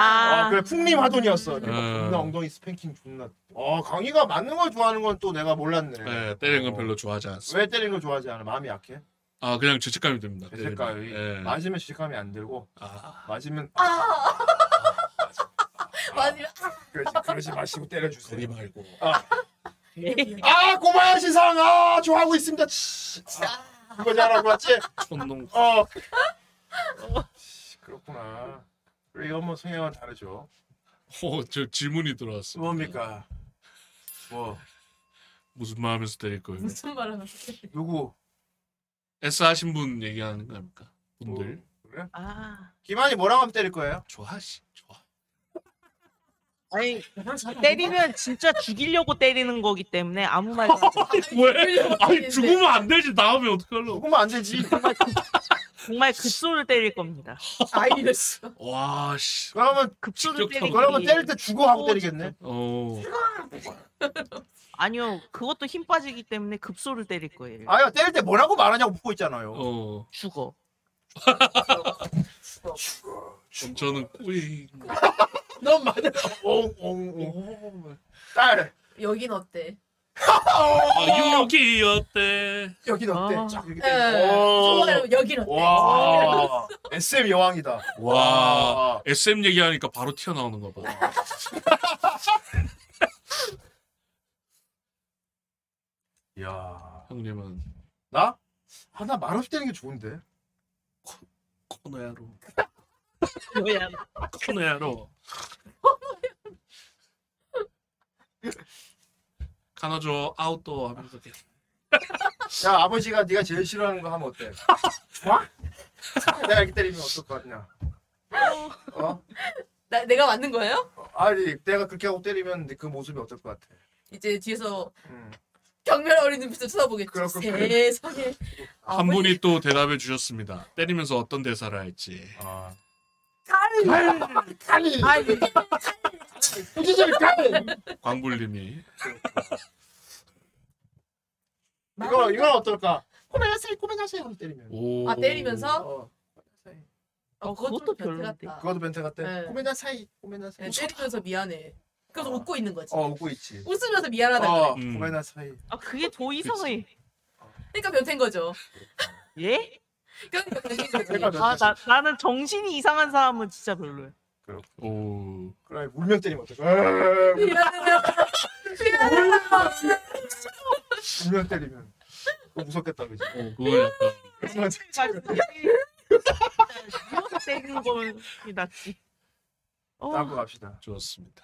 Speaker 3: 아.
Speaker 1: 그래 풍림 하돈이었어.
Speaker 4: 음.
Speaker 1: 존나 엉덩이 스팽킹 존나. 어, 강희가 맞는 걸 좋아하는 건 또 내가 몰랐네.
Speaker 4: 예, 때리는 건
Speaker 1: 어.
Speaker 4: 별로 좋아하지 않습니다.
Speaker 1: 왜 때리는 걸 좋아하지 않아? 마음이 약해?
Speaker 4: 아 그냥 죄책감이 듭니다.
Speaker 1: 죄책감이.
Speaker 4: 예.
Speaker 1: 맞으면 죄책감이 안 들고
Speaker 4: 아,
Speaker 1: 맞으면
Speaker 2: 아. 맞아요.
Speaker 1: 그러지 그러지 마시고
Speaker 4: 거리
Speaker 1: 때려주세요.
Speaker 4: 말고.
Speaker 1: 아 고마야시 상, 아 좋아하고 있습니다. 치. 아, 그거 잘하고 왔지?
Speaker 4: 천둥.
Speaker 1: 어. 어. 씨, 그렇구나. 우리 엄마 성향은 다르죠.
Speaker 4: 오, 저 질문이 들어왔어.
Speaker 1: 뭡니까? 뭐
Speaker 4: 무슨 마음에서 때릴 거예요?
Speaker 2: 무슨 말 하면서.
Speaker 1: 누구?
Speaker 4: S 하신 분 얘기하는 겁니까?
Speaker 1: 뭐,
Speaker 4: 분들
Speaker 1: 그래?
Speaker 3: 아.
Speaker 1: 김한이 뭐라고 하면 때릴 거예요?
Speaker 4: 좋아하시, 좋아.
Speaker 3: 아니 때리면 진짜 죽이려고 때리는 거기 때문에 아무 말도 안 해요.
Speaker 4: 왜?
Speaker 2: 죽이려고
Speaker 4: 아니
Speaker 2: 때리는데.
Speaker 4: 죽으면 안 되지. 나오면 어떡하려고?
Speaker 1: 죽으면 안 되지.
Speaker 3: 정말 그 급소를 때릴 겁니다.
Speaker 2: 아, 이랬어.
Speaker 4: 와 씨.
Speaker 1: 그러면
Speaker 3: 급소를 때리기.
Speaker 1: 그러면 때릴 때 죽어 하고 때리겠네.
Speaker 4: 어.
Speaker 3: 아니요 그것도 힘 빠지기 때문에 급소를 때릴 거예요.
Speaker 1: 아야 때릴 때 뭐라고 말하냐고 묻고 있잖아요.
Speaker 4: 어.
Speaker 3: 죽어.
Speaker 4: 그럼 저는 꾸이.
Speaker 1: 넌 맞아.
Speaker 4: 어,
Speaker 1: 옹옹옹. 딸
Speaker 2: 여긴 어때?
Speaker 4: 아, 여기 어때?
Speaker 1: 여기 어때?
Speaker 3: 아.
Speaker 1: 쫙 이렇게
Speaker 2: 예.
Speaker 1: 때리고.
Speaker 2: 좋아요. 여긴 어때?
Speaker 1: 오. 와 SM 여왕이다.
Speaker 4: 와. SM 얘기하니까 바로 튀어나오는 거 봐.
Speaker 1: 야
Speaker 4: 형님은
Speaker 1: 나? 아나 말없이 때리는 게 좋은데.
Speaker 4: 코너야로.
Speaker 3: 뭐야?
Speaker 4: 코너야로. 카나조 아웃도어 하면서 계속.
Speaker 1: 야 아버지가 네가 제일 싫어하는 거 하면 어때? 좋아? 내가 이렇게 때리면 어떨 것 같냐? 어?
Speaker 2: 나, 내가 맞는 거예요?
Speaker 1: 아니 내가 그렇게 하고 때리면 그 모습이 어떨 것 같아?
Speaker 2: 이제 뒤에서
Speaker 1: 음.
Speaker 2: 경멸 어린 눈빛을 쳐다보겠죠.
Speaker 1: 그렇군요.
Speaker 2: 세상에. 아,
Speaker 4: 한 분이 또 대답해 주셨습니다. 때리면서 어떤 대사를 할지.
Speaker 1: 아.
Speaker 2: 칼.
Speaker 1: 칼이
Speaker 2: 아니,
Speaker 1: 후지질 칼.
Speaker 4: 광불님이
Speaker 1: 이거 이건 어떨까? 꼬매가세요, 꼬매가세요 하면 때리면.
Speaker 4: 오.
Speaker 2: 아 때리면서
Speaker 1: 어.
Speaker 2: 어,
Speaker 3: 어, 그것도
Speaker 2: 그것도 별로
Speaker 3: 별론데.
Speaker 2: 같다.
Speaker 1: 그것도 멘트
Speaker 2: 네.
Speaker 1: 같대. 꼬매나사이, 꼬매나사이.
Speaker 2: 네, 때리면서 미안해. 그래서
Speaker 1: 어.
Speaker 2: 웃고 있는 거지.
Speaker 1: 어 웃고 있지.
Speaker 2: 웃으면서 미안하다.
Speaker 1: 어,
Speaker 4: 그래. 음.
Speaker 1: 꼬매나사이.
Speaker 3: 아 그게 더 이상해.
Speaker 2: 그러니까 변태인 거죠.
Speaker 3: 예?
Speaker 2: 그러니까 변태인 거죠.
Speaker 1: 제가
Speaker 3: 아
Speaker 1: 몇
Speaker 3: 나, 나는 정신이 이상한 사람은 진짜 별로야.
Speaker 4: 오.
Speaker 1: 그래 물면 때리면 어떨까? 에이,
Speaker 2: 미안해요. 미안해요.
Speaker 1: 물면 때리면. 그거 무섭겠다 그지?
Speaker 2: 네.
Speaker 4: 어, 그거 약간
Speaker 3: 누워서 아, 때리는 거면 낫지. 어,
Speaker 1: 다음 거 갑시다.
Speaker 2: 아,
Speaker 4: 좋았습니다.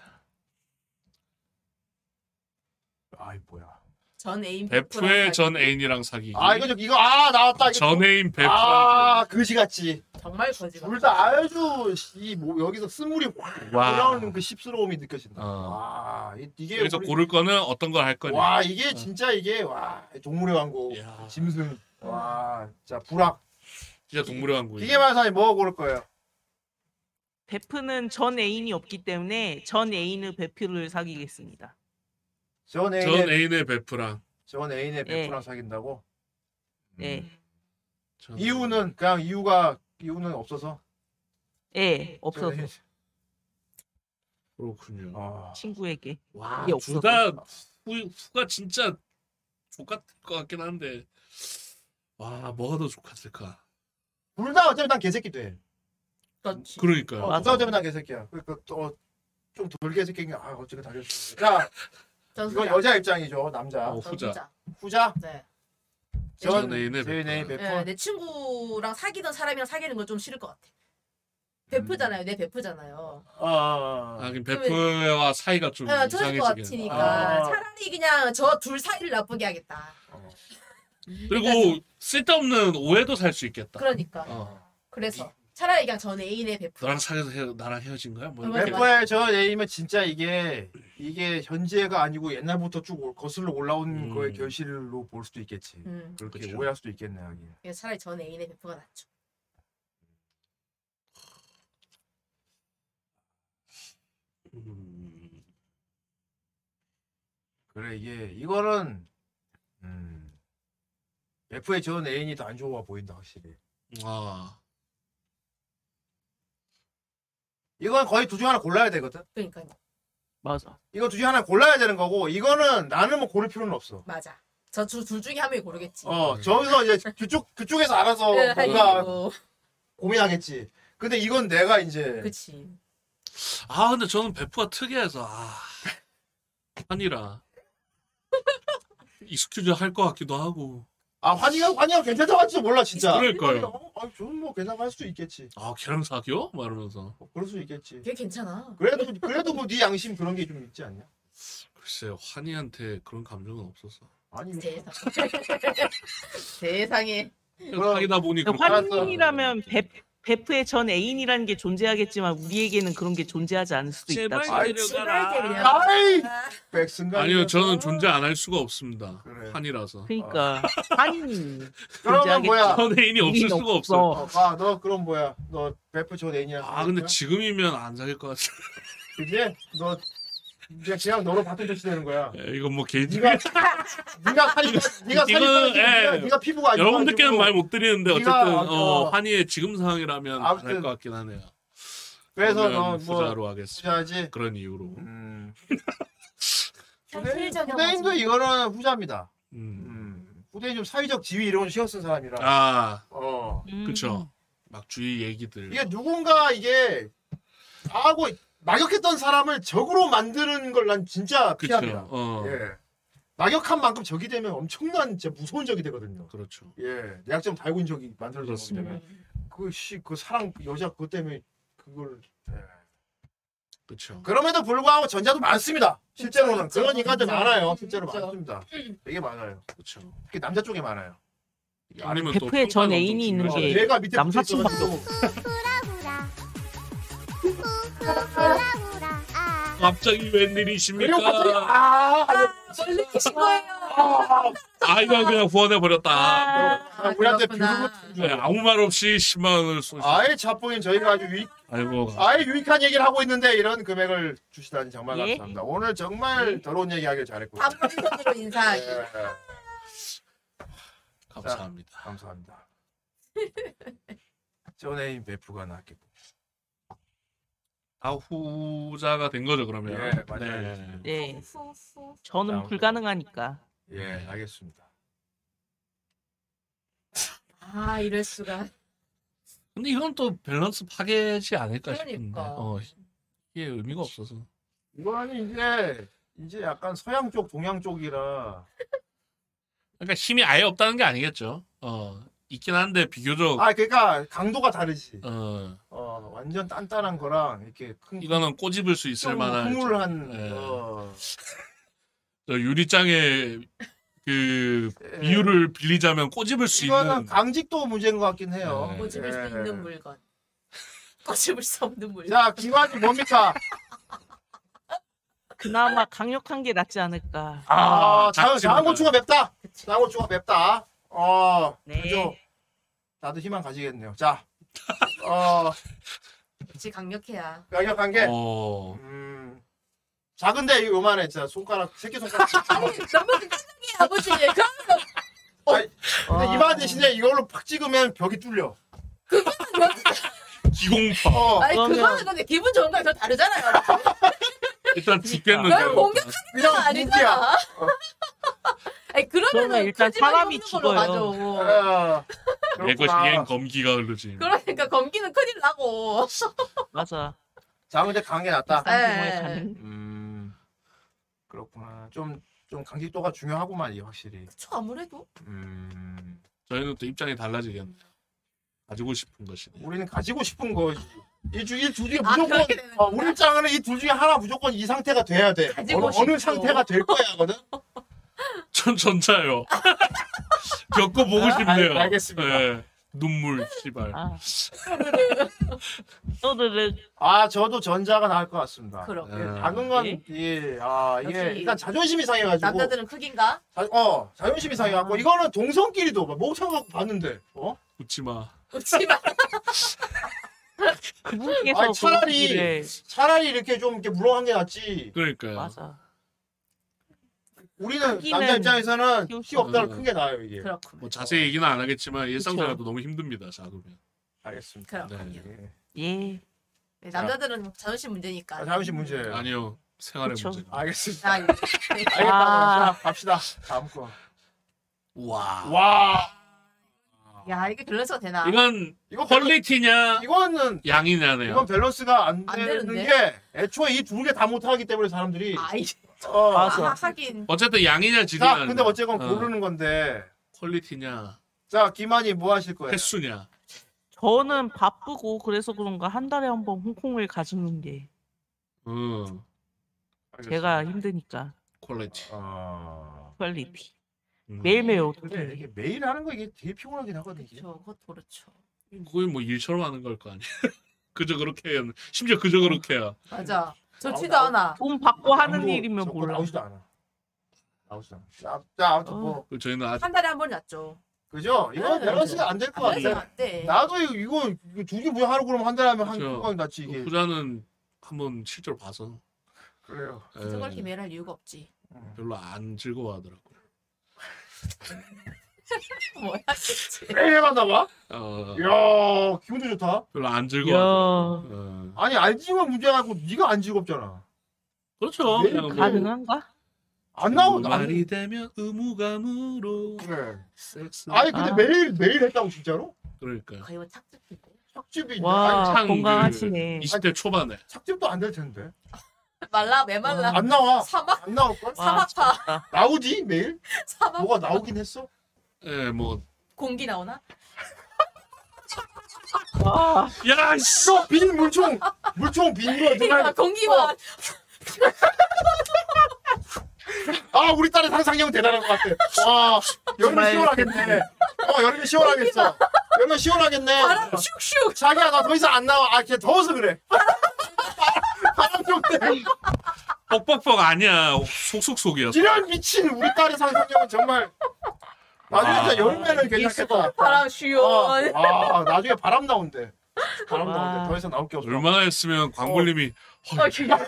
Speaker 1: 아이 뭐야?
Speaker 2: 전 애인
Speaker 4: 베프의
Speaker 2: 베프랑
Speaker 4: 전 애인이랑 사귀기.
Speaker 1: 아 이거 좀 이거 아 나왔다 이거.
Speaker 4: 전 애인 베프.
Speaker 1: 아 그지같이
Speaker 2: 정말 거지.
Speaker 1: 둘 다 아주 이뭐 여기서 쓴물이 확
Speaker 4: 와.
Speaker 1: 올라오는 그 씹스러움이 느껴진다.
Speaker 4: 어.
Speaker 1: 와 이- 이게
Speaker 4: 아. 여기서
Speaker 1: 우리-
Speaker 4: 고를 거는 어떤 예. 걸 할 거냐.
Speaker 1: 와 이게 진짜 이게 와 동물의 왕국
Speaker 4: 이야.
Speaker 1: 짐승 와 진짜 불악
Speaker 4: 진짜 동물의 왕국이.
Speaker 1: 기계만 사이 뭐 고를 거예요?
Speaker 3: 베프는 전 애인이 없기 때문에 전 애인의 베프를 사귀겠습니다.
Speaker 1: 전
Speaker 4: 전
Speaker 1: 애인의
Speaker 4: 애인의 베프랑.
Speaker 1: 전 애인의
Speaker 3: 예.
Speaker 1: 베프랑 사귄다고
Speaker 3: 예,
Speaker 4: 전-
Speaker 1: 이유는 그냥 이유가 이유는 없어서
Speaker 3: 예, 없어서
Speaker 1: 전 애인-
Speaker 4: 그렇군요.
Speaker 1: 아,
Speaker 3: 친구에게.
Speaker 4: 와,
Speaker 3: 이게 없어서.
Speaker 4: 둘다 후가 진짜 족같을 것 같긴 한데. 와, 뭐가 더 족같을까?
Speaker 1: 둘다 어차피 난 개새끼 돼
Speaker 2: 그렇지.
Speaker 4: 그러니까요.
Speaker 1: 둘 다 어차피 난 개새끼야 그러니까 또좀덜 개새끼인 게아 어쨌든 다르지 자
Speaker 2: 전
Speaker 1: 이건
Speaker 2: 후자.
Speaker 1: 여자 입장이죠 남자
Speaker 4: 어,
Speaker 2: 전
Speaker 4: 후자.
Speaker 1: 후자
Speaker 2: 네.
Speaker 1: 전
Speaker 4: 전 애인의
Speaker 1: 전 애인의
Speaker 4: 베프.
Speaker 1: 베프
Speaker 2: 네, 내 친구랑 사귀던 사람이랑 사귀는 건 좀 싫을 것 같아. 베프잖아요. 내 베프잖아요.
Speaker 1: 아, 아, 아.
Speaker 4: 아, 그럼 베프와 사이가 좀
Speaker 2: 아, 저럴 것
Speaker 4: 이상해지긴.
Speaker 2: 같으니까
Speaker 1: 아.
Speaker 2: 차라리 그냥 저 둘 사이를 나쁘게 하겠다.
Speaker 4: 그리고 쓸데없는 오해도 살 수 있겠다.
Speaker 2: 음, 그러니까.
Speaker 4: 어.
Speaker 2: 그래서 차라리 그냥 전 애인의 베프.
Speaker 4: 너랑 사귀어서 헤- 나랑 헤어진 거야? 뭐
Speaker 2: 맞아,
Speaker 4: 이렇게.
Speaker 2: 맞아.
Speaker 1: 웹과의 저 애임은 진짜 이게 이게 현지애가 아니고 옛날부터 쭉 올- 거슬러 올라온
Speaker 4: 음.
Speaker 1: 거의 결실로 볼 수도 있겠지.
Speaker 2: 음.
Speaker 1: 그렇게
Speaker 4: 그쵸.
Speaker 1: 오해할 수도 있겠네 하긴.
Speaker 2: 그래서 차라리 전 애인의 베프가 낫죠.
Speaker 4: 음.
Speaker 1: 그래 이게 이거는 음. F의 전 애인이 더 안 좋아 보인다 확실히.
Speaker 4: 아,
Speaker 1: 이건 거의 두 중 하나 골라야 되거든.
Speaker 2: 그러니까
Speaker 3: 맞아.
Speaker 1: 이거 두 중 하나 골라야 되는 거고 이거는 나는 뭐 고를 필요는 없어.
Speaker 2: 맞아. 저 둘 중에 한 명이 고르겠지.
Speaker 1: 어
Speaker 4: 음.
Speaker 1: 저기서 이제 그쪽 그쪽에서 알아서
Speaker 2: 예,
Speaker 1: 뭔가
Speaker 2: 아이고.
Speaker 1: 고민하겠지. 근데 이건 내가
Speaker 3: 네.
Speaker 1: 이제
Speaker 2: 그치.
Speaker 4: 아 근데 저는 베프가 특이해서 아 아니라 익스큐즈 할 것 같기도 하고
Speaker 1: 아 환희가 환희가 괜찮다고 할지도 몰라 진짜.
Speaker 4: 그럴 거예요.
Speaker 1: 어, 아, 저는 뭐 괜찮아 할 수도 있겠지.
Speaker 4: 아 걔랑 사귀어? 막 이러면서
Speaker 1: 뭐 그럴 수 있겠지.
Speaker 2: 걔 괜찮아.
Speaker 1: 그래도 그래도 뭐 네 양심 그런 게 좀 있지 않냐?
Speaker 4: 글쎄 환희한테 그런 감정은 없었어
Speaker 1: 아니
Speaker 2: 세상. 세상에.
Speaker 4: 그냥 사귀다 보니 그렇게
Speaker 3: 환인이라면 베 베프의 전 애인이라는 게 존재하겠지만 우리에는 그런 게 존재하지 않을 수도
Speaker 5: 제발
Speaker 3: 있다.
Speaker 1: 아이,
Speaker 2: 제발 데려-
Speaker 5: 데려가라.
Speaker 1: 아이
Speaker 2: 아,
Speaker 1: 백승가
Speaker 4: 아니요 저는 존재 안 할 수가 없습니다
Speaker 1: 그래.
Speaker 4: 환이라서
Speaker 3: 그러니까 환인이
Speaker 1: 그러면 뭐야?
Speaker 4: 전 애인이 없을
Speaker 3: 우린
Speaker 4: 수가 없어
Speaker 1: 어, 아너 그럼 뭐야? 너 베프 저 애인이랑
Speaker 4: 아 근데 지금이면 안 사귈 것 같아
Speaker 1: 그게 너 그냥 그냥 너로 바톤 터치 되는 거야.
Speaker 4: 예, 이건 뭐 개인적인
Speaker 1: 아, 네가 네가 살이 네가 살이
Speaker 4: 이거,
Speaker 1: 빠지고 네가-
Speaker 4: 예.
Speaker 1: 네가 피부가 안
Speaker 4: 여러분들께는
Speaker 1: 좋아가지고
Speaker 4: 말 못 드리는데 어쨌든
Speaker 1: 네가
Speaker 4: 어,
Speaker 1: 아까-
Speaker 4: 환희의 지금 상황이라면 안 할
Speaker 1: 아무튼
Speaker 4: 것 같긴 하네요
Speaker 1: 그래서
Speaker 4: 그러면
Speaker 1: 너뭐
Speaker 4: 후자로 하겠습니다
Speaker 1: 후자지.
Speaker 4: 그런 이유로
Speaker 1: 음.
Speaker 2: 현실적인
Speaker 1: 후대인도
Speaker 2: 거지.
Speaker 1: 이거는 후자입니다.
Speaker 4: 음.
Speaker 1: 음. 후대인 좀 사회적 지위 이런 거 신경 쓴 사람이라.
Speaker 4: 아
Speaker 1: 어.
Speaker 3: 음.
Speaker 4: 그쵸. 막 주위 얘기들.
Speaker 1: 이게 누군가 이게 하고 낙역했던 사람을 적으로 만드는 걸 난 진짜
Speaker 4: 그쵸.
Speaker 1: 피합니다.
Speaker 4: 어.
Speaker 1: 예. 낙역한 만큼 적이 되면 엄청난 진짜 무서운 적이 되거든요.
Speaker 4: 그렇죠.
Speaker 1: 예. 내약점 달고 있는 적이 만들어졌기
Speaker 4: 그렇습니다.
Speaker 1: 때문에
Speaker 2: 음.
Speaker 1: 그씨 그 사랑 여자 그것 때문에 그걸 예.
Speaker 4: 그쵸.
Speaker 1: 그럼에도 불구하고 전자도 많습니다. 실제로는
Speaker 2: 있죠,
Speaker 1: 그런 인간들
Speaker 2: 있죠.
Speaker 1: 많아요. 실제로
Speaker 2: 있죠.
Speaker 1: 많습니다. 되게 많아요.
Speaker 4: 그쵸.
Speaker 1: 특히 남자 쪽에 많아요. 이게 아래-
Speaker 4: 예, 아니면 또
Speaker 3: 베프의
Speaker 4: 평판
Speaker 3: 전 애인이
Speaker 4: 엄청
Speaker 3: 있는
Speaker 1: 어,
Speaker 4: 중요하죠.
Speaker 3: 게-
Speaker 1: 얘가 밑에
Speaker 3: 남사
Speaker 1: 붙어있어가지고
Speaker 4: 갑자기
Speaker 1: 그리고 갑자기
Speaker 4: 웬일이십니까?
Speaker 1: 아, 아
Speaker 2: 아, 뭘 느끼신 거예요?
Speaker 4: 아 이건 그냥 후원해 버렸다.
Speaker 1: 아, 우리한테 비속을
Speaker 4: 네, 아무 말 없이 10만 원을 쏘시.
Speaker 1: 아예 자본인 저희가 아주 유,
Speaker 4: 아이고.
Speaker 1: 아예 유익한 얘기를 하고 있는데 이런 금액을 주시다니 정말
Speaker 3: 예.
Speaker 1: 감사합니다. 오늘 정말 더러운 얘기하길 잘했고. 요
Speaker 2: 밥물으로
Speaker 1: 아, 예.
Speaker 2: 인사하기.
Speaker 4: 감사합니다.
Speaker 1: 감사합니다. 전에인 베프가 나겠고.
Speaker 4: 다 후자가 된 거죠 그러면.
Speaker 1: 예, 맞아요.
Speaker 4: 네.
Speaker 3: 네. 저는 불가능하니까.
Speaker 1: 예, 알겠습니다.
Speaker 2: 아 이럴 수가.
Speaker 4: 근데 이건 또 밸런스 파괴지 않을까 싶은데.
Speaker 2: 그러니까.
Speaker 4: 어, 이게 의미가 없어서.
Speaker 1: 이거는 이제 이제 약간 서양 쪽, 동양 쪽이라.
Speaker 4: 어. 그러니까 힘이 아예 없다는 게 아니겠죠. 어, 있긴 한데 비교적
Speaker 1: 아, 그러니까 강도가 다르지.
Speaker 4: 어,
Speaker 1: 어, 완전 단단한 거랑 이렇게 큰
Speaker 4: 이거는 꼬집을 수 있을
Speaker 1: 좀
Speaker 4: 만한
Speaker 1: 흐물한
Speaker 4: 예.
Speaker 1: 어,
Speaker 4: 저 유리장에 그
Speaker 1: 예.
Speaker 4: 이유를 빌리자면 꼬집을 수
Speaker 1: 이거는
Speaker 4: 있는
Speaker 1: 강직도 문제인 것 같긴 해요.
Speaker 4: 네.
Speaker 2: 꼬집을
Speaker 1: 예.
Speaker 2: 수 있는 물건. 꼬집을 수 없는 물건.
Speaker 1: 자, 기관이 뭡니까?
Speaker 3: 그나마 강력한 게 낫지 않을까.
Speaker 1: 아, 장,
Speaker 4: 낙지보다.
Speaker 1: 장고추가 맵다. 장고추가 맵다. 어,
Speaker 3: 네.
Speaker 1: 그죠. 나도 희망 가지겠네요. 자, 어,
Speaker 2: 역시 강력해야.
Speaker 1: 강력한 게,
Speaker 4: 어,
Speaker 1: 음, 작은데 요만해. 진짜 손가락, 새끼 손가락.
Speaker 2: 아니 너무 깜짝이야 뭐 아버지. 그러면 아.
Speaker 1: 근데 이마 대신에 이걸로 팍 찍으면 벽이 뚫려.
Speaker 4: 기공파
Speaker 1: 어,
Speaker 2: 아니
Speaker 3: 그러면-
Speaker 2: 그거는 근데 기분 좋은 거랑 더 다르잖아요.
Speaker 1: 그러니까.
Speaker 4: 일단 죽겠는데 어,
Speaker 2: 널 공격하는
Speaker 1: 그냥
Speaker 2: 건
Speaker 1: 무기야.
Speaker 2: 아니잖아. 아니
Speaker 3: 그러면
Speaker 2: 그러면은
Speaker 3: 일단
Speaker 2: 꼬집을
Speaker 3: 사람이
Speaker 2: 씹는 걸로
Speaker 3: 죽어요.
Speaker 2: 가죠.
Speaker 1: 어,
Speaker 4: 내
Speaker 1: 그렇구나.
Speaker 4: 것이엔 검기가 흐르지
Speaker 2: 그러니까 검기는 큰일 나고.
Speaker 3: 맞아.
Speaker 1: 작은데 강한 게
Speaker 3: 네.
Speaker 1: 낫다.
Speaker 3: 정말
Speaker 2: 예.
Speaker 3: 가능.
Speaker 1: 음, 그렇구나. 좀, 좀 강직도가 중요하구만, 이 확실히.
Speaker 2: 그쵸 아무래도.
Speaker 1: 음.
Speaker 4: 저희는 또 입장이 달라지겠네 가지고 싶은 것이네
Speaker 1: 우리는 가지고 싶은 거지. 이둘 중에
Speaker 2: 아,
Speaker 1: 무조건
Speaker 2: 그렇게 되는구나.
Speaker 1: 어, 우리 입장은 이 둘 중에 하나 무조건 이 상태가 돼야 돼.
Speaker 2: 가지고
Speaker 1: 어느, 어느
Speaker 2: 싶죠.
Speaker 1: 상태가 될 거야거든.
Speaker 4: 전 전자요 겪어보고 싶네요
Speaker 1: 아, 알- 알겠습니다.
Speaker 4: 예. 눈물 씨발
Speaker 3: 아. 또르르.
Speaker 1: 아 저도 전자가 나을 것 같습니다.
Speaker 2: 그럼.
Speaker 1: 예, 작은 건
Speaker 3: 예?
Speaker 1: 예, 아 이게
Speaker 2: 역시
Speaker 1: 일단 자존심이 상해가지고
Speaker 2: 남자들은 크긴가?
Speaker 1: 자, 어 자존심이 상해갖고
Speaker 2: 아.
Speaker 1: 이거는 동성끼리도 막 목청 갖고 봤는데 어
Speaker 4: 웃지마
Speaker 2: 웃지마.
Speaker 3: 그분께서
Speaker 1: 아니, 차라리-
Speaker 3: 그런 얘기를-
Speaker 1: 차라리 이렇게 좀 이렇게 물렁한 게 낫지.
Speaker 4: 그러니까요
Speaker 3: 맞아.
Speaker 1: 우리는
Speaker 3: 크기는
Speaker 1: 남자 입장에서는
Speaker 3: 키울
Speaker 1: 키
Speaker 3: 수
Speaker 1: 없다는
Speaker 4: 없는
Speaker 1: 큰 게 나아요 이게.
Speaker 2: 그렇군.
Speaker 4: 뭐 자세히 얘기는 안 하겠지만
Speaker 3: 그쵸.
Speaker 4: 일상생활도 너무 힘듭니다 작으면
Speaker 1: 알겠습니다.
Speaker 2: 그렇군요.
Speaker 4: 네.
Speaker 1: 예.
Speaker 3: 예.
Speaker 2: 네, 남자들은 자존심 문제니까.
Speaker 1: 아, 자존심 문제예요.
Speaker 4: 아니요 생활의
Speaker 3: 그쵸.
Speaker 4: 문제
Speaker 1: 알겠습니다.
Speaker 2: 아,
Speaker 1: 알겠다.
Speaker 3: 아.
Speaker 1: 자, 갑시다. 다음 거.
Speaker 4: 와
Speaker 1: 와
Speaker 2: 야 이게 밸런스가 되나?
Speaker 4: 이건
Speaker 1: 이거 별로-
Speaker 4: 퀄리티냐
Speaker 1: 이거는
Speaker 4: 양이냐네요
Speaker 1: 이건 밸런스가 안
Speaker 2: 안
Speaker 1: 되는
Speaker 2: 되는데?
Speaker 1: 게 애초에 이 두 개 다 못하기 때문에 사람들이
Speaker 2: 아, 이
Speaker 1: 어.
Speaker 2: 아,
Speaker 3: 맞아.
Speaker 2: 하긴.
Speaker 4: 어쨌든 양이냐 질이냐
Speaker 1: 자 근데 어쨌건 고르는 건데
Speaker 4: 퀄리티냐
Speaker 1: 자 김한이 뭐 하실 거예요?
Speaker 4: 횟수냐
Speaker 3: 저는 바쁘고 그래서 그런가 한 달에 한 번 홍콩을 가주는 게
Speaker 4: 음
Speaker 3: 제가 힘드니까
Speaker 4: 퀄리티
Speaker 1: 어...
Speaker 3: 퀄리티.
Speaker 4: 음.
Speaker 3: 매일매일
Speaker 1: 근데
Speaker 3: 어떻게
Speaker 1: 이게 매일 하는 거 이게 되게 피곤하긴 하거든 이게.
Speaker 2: 그렇죠. 그것도 그렇죠.
Speaker 4: 거의 뭐 일처럼 하는 걸 거 아니야 그저 그렇게 해야 심지어 그저 그렇게 해야
Speaker 2: 맞아. 좋지도
Speaker 1: 나오-
Speaker 2: 않아.
Speaker 3: 돈 받고 뭐 하는
Speaker 1: 아무도
Speaker 3: 일이면
Speaker 1: 저거
Speaker 3: 몰라.
Speaker 1: 나오지도 않아 나오지도 않아 자, 자 아무튼
Speaker 3: 어.
Speaker 1: 뭐
Speaker 4: 그리고 저희는 아직
Speaker 2: 한 달에 한 번 낫죠.
Speaker 1: 그죠? 이거
Speaker 2: 네,
Speaker 3: 그렇죠.
Speaker 1: 밸런스가 안 될 것
Speaker 2: 밸런스
Speaker 1: 같아
Speaker 2: 안 돼.
Speaker 1: 나도 이거, 이거, 이거 두개 뭐야 하루 그러면 한 달 하면 한
Speaker 4: 그렇죠.
Speaker 1: 조각 낫지 이게
Speaker 4: 후자는 한번 실제로 봐서
Speaker 1: 그래요
Speaker 4: 예,
Speaker 2: 그걸 이렇게 매일 할 이유가 없지.
Speaker 4: 별로 안 즐거워하더라고요
Speaker 2: 뭐야 대체.
Speaker 1: 매일 만나봐?
Speaker 4: 어,
Speaker 1: 이야 기분도 좋다
Speaker 4: 별로 안
Speaker 3: 야.
Speaker 4: 즐거워하더라고요 예.
Speaker 1: 아니 안 찍으면 문제가 아니고 네가 안 찍었잖아
Speaker 4: 그렇죠
Speaker 1: 매일
Speaker 4: 그냥 뭐
Speaker 3: 가능한가?
Speaker 1: 안 나오고 안
Speaker 4: 말이 되면 의무감으로
Speaker 1: 그래.
Speaker 4: 섹스
Speaker 1: 아니 근데
Speaker 3: 아.
Speaker 1: 매일 매일 했다고 진짜로?
Speaker 4: 그러니까
Speaker 2: 거의 뭐 착즙인데.
Speaker 1: 착즙이 있네. 아니,
Speaker 3: 와
Speaker 4: 한창
Speaker 3: 건강하시네.
Speaker 4: 그 20대 초반에
Speaker 1: 착즙도 안 될 텐데
Speaker 2: 말라 메말라.
Speaker 1: 안 나와
Speaker 2: 사막
Speaker 1: 안 나올 걸?
Speaker 3: 와,
Speaker 2: 사막파
Speaker 3: 진짜.
Speaker 1: 나오지 매일?
Speaker 2: 사막
Speaker 1: 뭐가 나오긴 했어?
Speaker 4: 예뭐
Speaker 2: 공기 나오나?
Speaker 3: 와,
Speaker 4: 야, 씨!
Speaker 1: 너빈 물총 물총 빈거 어,
Speaker 2: 그러니까
Speaker 1: 누가
Speaker 2: 공기만
Speaker 1: 아 우리 딸의 상상력은 대단한 것 같아. 와 여름이
Speaker 3: 정말
Speaker 1: 시원하겠네. 어 여름이 시원하겠어. 여름이 시원하겠네.
Speaker 2: 바람 슉슉
Speaker 1: 아, 자기야 나 더 이상 안 나와. 아걔 더워서 그래. 바람 좀 내.
Speaker 4: 뻑뻑뻑 아니야. 속속속이야.
Speaker 1: 이런 미친 우리 딸의 상상력은 정말 나중에
Speaker 4: 아.
Speaker 1: 진짜 여름에는 괜찮을 것 같아.
Speaker 2: 바람 쉬운.
Speaker 1: 아, 아, 나중에 바람 나온대. 바람
Speaker 3: 와.
Speaker 1: 나온대. 더 이상 나올 게 없어.
Speaker 4: 얼마나 했으면 광골님이
Speaker 2: 어, 귀여워.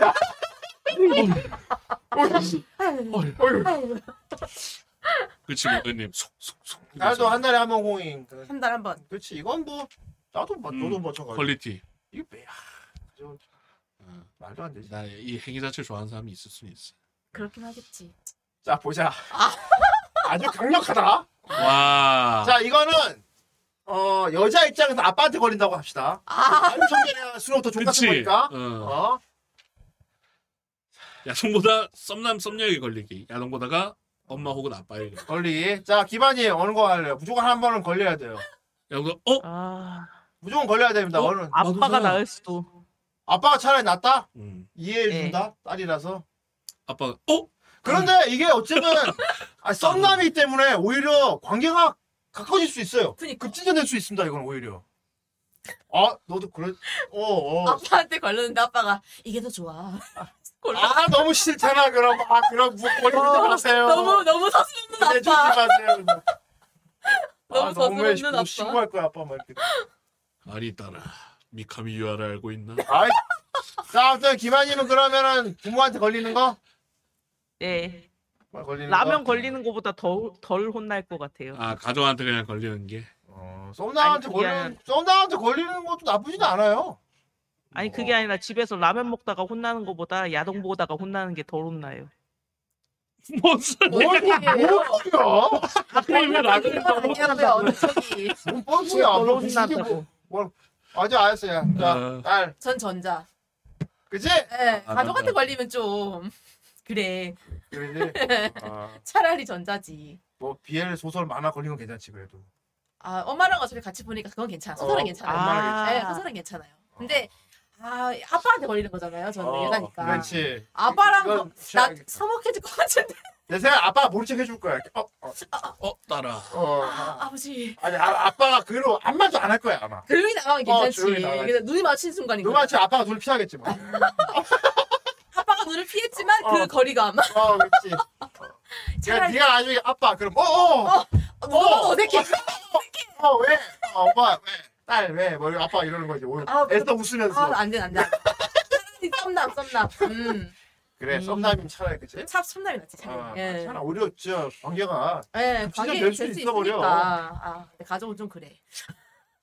Speaker 1: 어이, 어이.
Speaker 4: 그치 모대님 속속속.
Speaker 1: 나도 한 달에 한 번 공인. 그,
Speaker 2: 한 달 한 번.
Speaker 1: 그렇지. 이건 뭐 나도 뭐 너도
Speaker 4: 음,
Speaker 1: 마찬가지.
Speaker 4: 퀄리티.
Speaker 1: 이게 뭐야? 저,
Speaker 4: 어,
Speaker 1: 말도 안 되지.
Speaker 4: 나이 행위 자체를 좋아하는 사람이 있을 수는 있어.
Speaker 2: 그렇긴 하겠지.
Speaker 1: 자 보자. 아주 강력하다.
Speaker 4: 와.
Speaker 1: 자 이거는 어 여자 입장에서 아빠한테 걸린다고 합시다.
Speaker 2: 아,
Speaker 1: 아유 성질이야. 술부터 종 같은
Speaker 4: 그치.
Speaker 1: 거니까.
Speaker 4: 어.
Speaker 1: 어.
Speaker 4: 야동보다 썸남 썸녀에게 걸리기. 야동보다가 엄마 혹은 아빠에게.
Speaker 1: 걸리. 자 기반이 어느 거 할래요? 무조건 한 번은 걸려야 돼요.
Speaker 4: 야동보다 어?
Speaker 3: 아,
Speaker 1: 무조건 걸려야 됩니다.
Speaker 4: 어?
Speaker 1: 어른.
Speaker 3: 아빠가
Speaker 4: 나도
Speaker 3: 나을 수도.
Speaker 1: 아빠가 차라리 낫다?
Speaker 4: 음.
Speaker 1: 이해해준다? 딸이라서.
Speaker 4: 아빠가 어?
Speaker 1: 그런데 이게 어쨌든 아, 썸남이기 때문에 오히려 관계가 가까워질 수 있어요.
Speaker 2: 그니까.
Speaker 1: 급진전될 수 있습니다. 이건 오히려. 아 너도 그래? 어 어.
Speaker 2: 아빠한테 걸렸는데 아빠가 이게 더 좋아. 골라. 어,
Speaker 1: 아 너무 싫잖아 그럼. 아 그럼 뭐 걸리지 마세요.
Speaker 2: 너무 너무 서스없는
Speaker 1: 내주지
Speaker 2: 아빠.
Speaker 1: 마세요.
Speaker 2: 너무
Speaker 1: 아, 너무 왜
Speaker 2: 거스름는 아빠.
Speaker 1: 신고할 거야 아빠 막 이렇게.
Speaker 4: 아니 딸아. 미카미 유아를 알고 있나?
Speaker 1: 아이. 자 아무튼 김한이는 그러면은 부모한테 걸리는 거?
Speaker 3: 네.
Speaker 1: 걸리는
Speaker 3: 라면
Speaker 1: 거?
Speaker 3: 걸리는 것보다 덜, 덜 혼날 것 같아요.
Speaker 4: 아 가족한테 그냥 걸리는 게.
Speaker 1: 어, 썸남한테
Speaker 3: 아니, 그게
Speaker 1: 걸리는 썸남한테 걸리는 것도 나쁘진 않아요.
Speaker 3: 아니 그게 아니라 집에서 라면 먹다가 혼나는 것보다 야동 보다가 혼나는 게 덜 혼나요.
Speaker 4: 뭔 소리?
Speaker 1: 뭘 뻔뻔이야?
Speaker 4: 아니 왜 나를
Speaker 2: 아니야, 어느 쪽이?
Speaker 1: 뭔 뻔뻔이야?
Speaker 3: 덜
Speaker 1: 뭐 무슨 이게
Speaker 3: 혼난다고.
Speaker 1: 뭐, 뭐 아주 알았어요. 자,
Speaker 4: 어.
Speaker 1: 딸,
Speaker 2: 전 전자.
Speaker 1: 그지?
Speaker 2: 예, 네,
Speaker 4: 아,
Speaker 2: 가족한테
Speaker 4: 전자.
Speaker 2: 걸리면 좀 그래.
Speaker 1: 그지? 아,
Speaker 2: 차라리 전자지.
Speaker 1: 뭐 BL 소설 만화 걸리면 괜찮지 그래도.
Speaker 2: 아, 엄마랑 어차피 같이 보니까 그건 괜찮아. 소설은
Speaker 1: 어,
Speaker 2: 괜찮아요.
Speaker 1: 엄마랑
Speaker 2: 네,
Speaker 3: 아.
Speaker 2: 소설은 괜찮아요. 근데 아, 아빠한테 걸리는 거잖아요. 저는
Speaker 1: 어,
Speaker 2: 여자니까.
Speaker 1: 그렇지.
Speaker 2: 아빠랑
Speaker 1: 이건
Speaker 2: 더- 나
Speaker 1: 취향이겠다.
Speaker 2: 서먹해질 것 같은데.
Speaker 1: 내 생각 아빠 모른 척 해줄 거야. 어, 어,
Speaker 4: 어 딸아.
Speaker 1: 어.
Speaker 2: 아, 아버지.
Speaker 1: 아니 아, 아빠가 그로 안 맞아 안 할 거야 아마.
Speaker 2: 조용히 나가면 괜찮지.
Speaker 1: 어, 조용히 나가야지.
Speaker 2: 근데 눈이 마주친 순간인 거야.
Speaker 1: 누가 지 아빠가 눈을 피하겠지 뭐.
Speaker 2: 아빠가 눈을 피했지만
Speaker 1: 어.
Speaker 2: 그 거리감.
Speaker 1: 어, 그렇지. 야,
Speaker 2: 차라리
Speaker 1: 네가 나중에 아빠 그럼 어, 어, 어,
Speaker 2: 너무 어색해.
Speaker 1: 어 왜? 어, 엄마 왜? 딸 왜? 뭐 이러고 아빠 이러는 거지. 오늘
Speaker 2: 아,
Speaker 1: 애써 웃으면서.
Speaker 2: 아, 안 돼, 안 돼. 차라리 썸남, 썸남. 음.
Speaker 1: 그래 썸남이면 차라리 그치?
Speaker 2: 참, 썸남이 낫지, 차라리.
Speaker 1: 아,
Speaker 2: 예.
Speaker 1: 차라리 오히려 진짜 관계가
Speaker 2: 예,
Speaker 1: 진짜
Speaker 2: 관계
Speaker 1: 될수
Speaker 2: 될수 있으니까.
Speaker 1: 있어 버려.
Speaker 2: 아, 근데 가족은 좀 그래.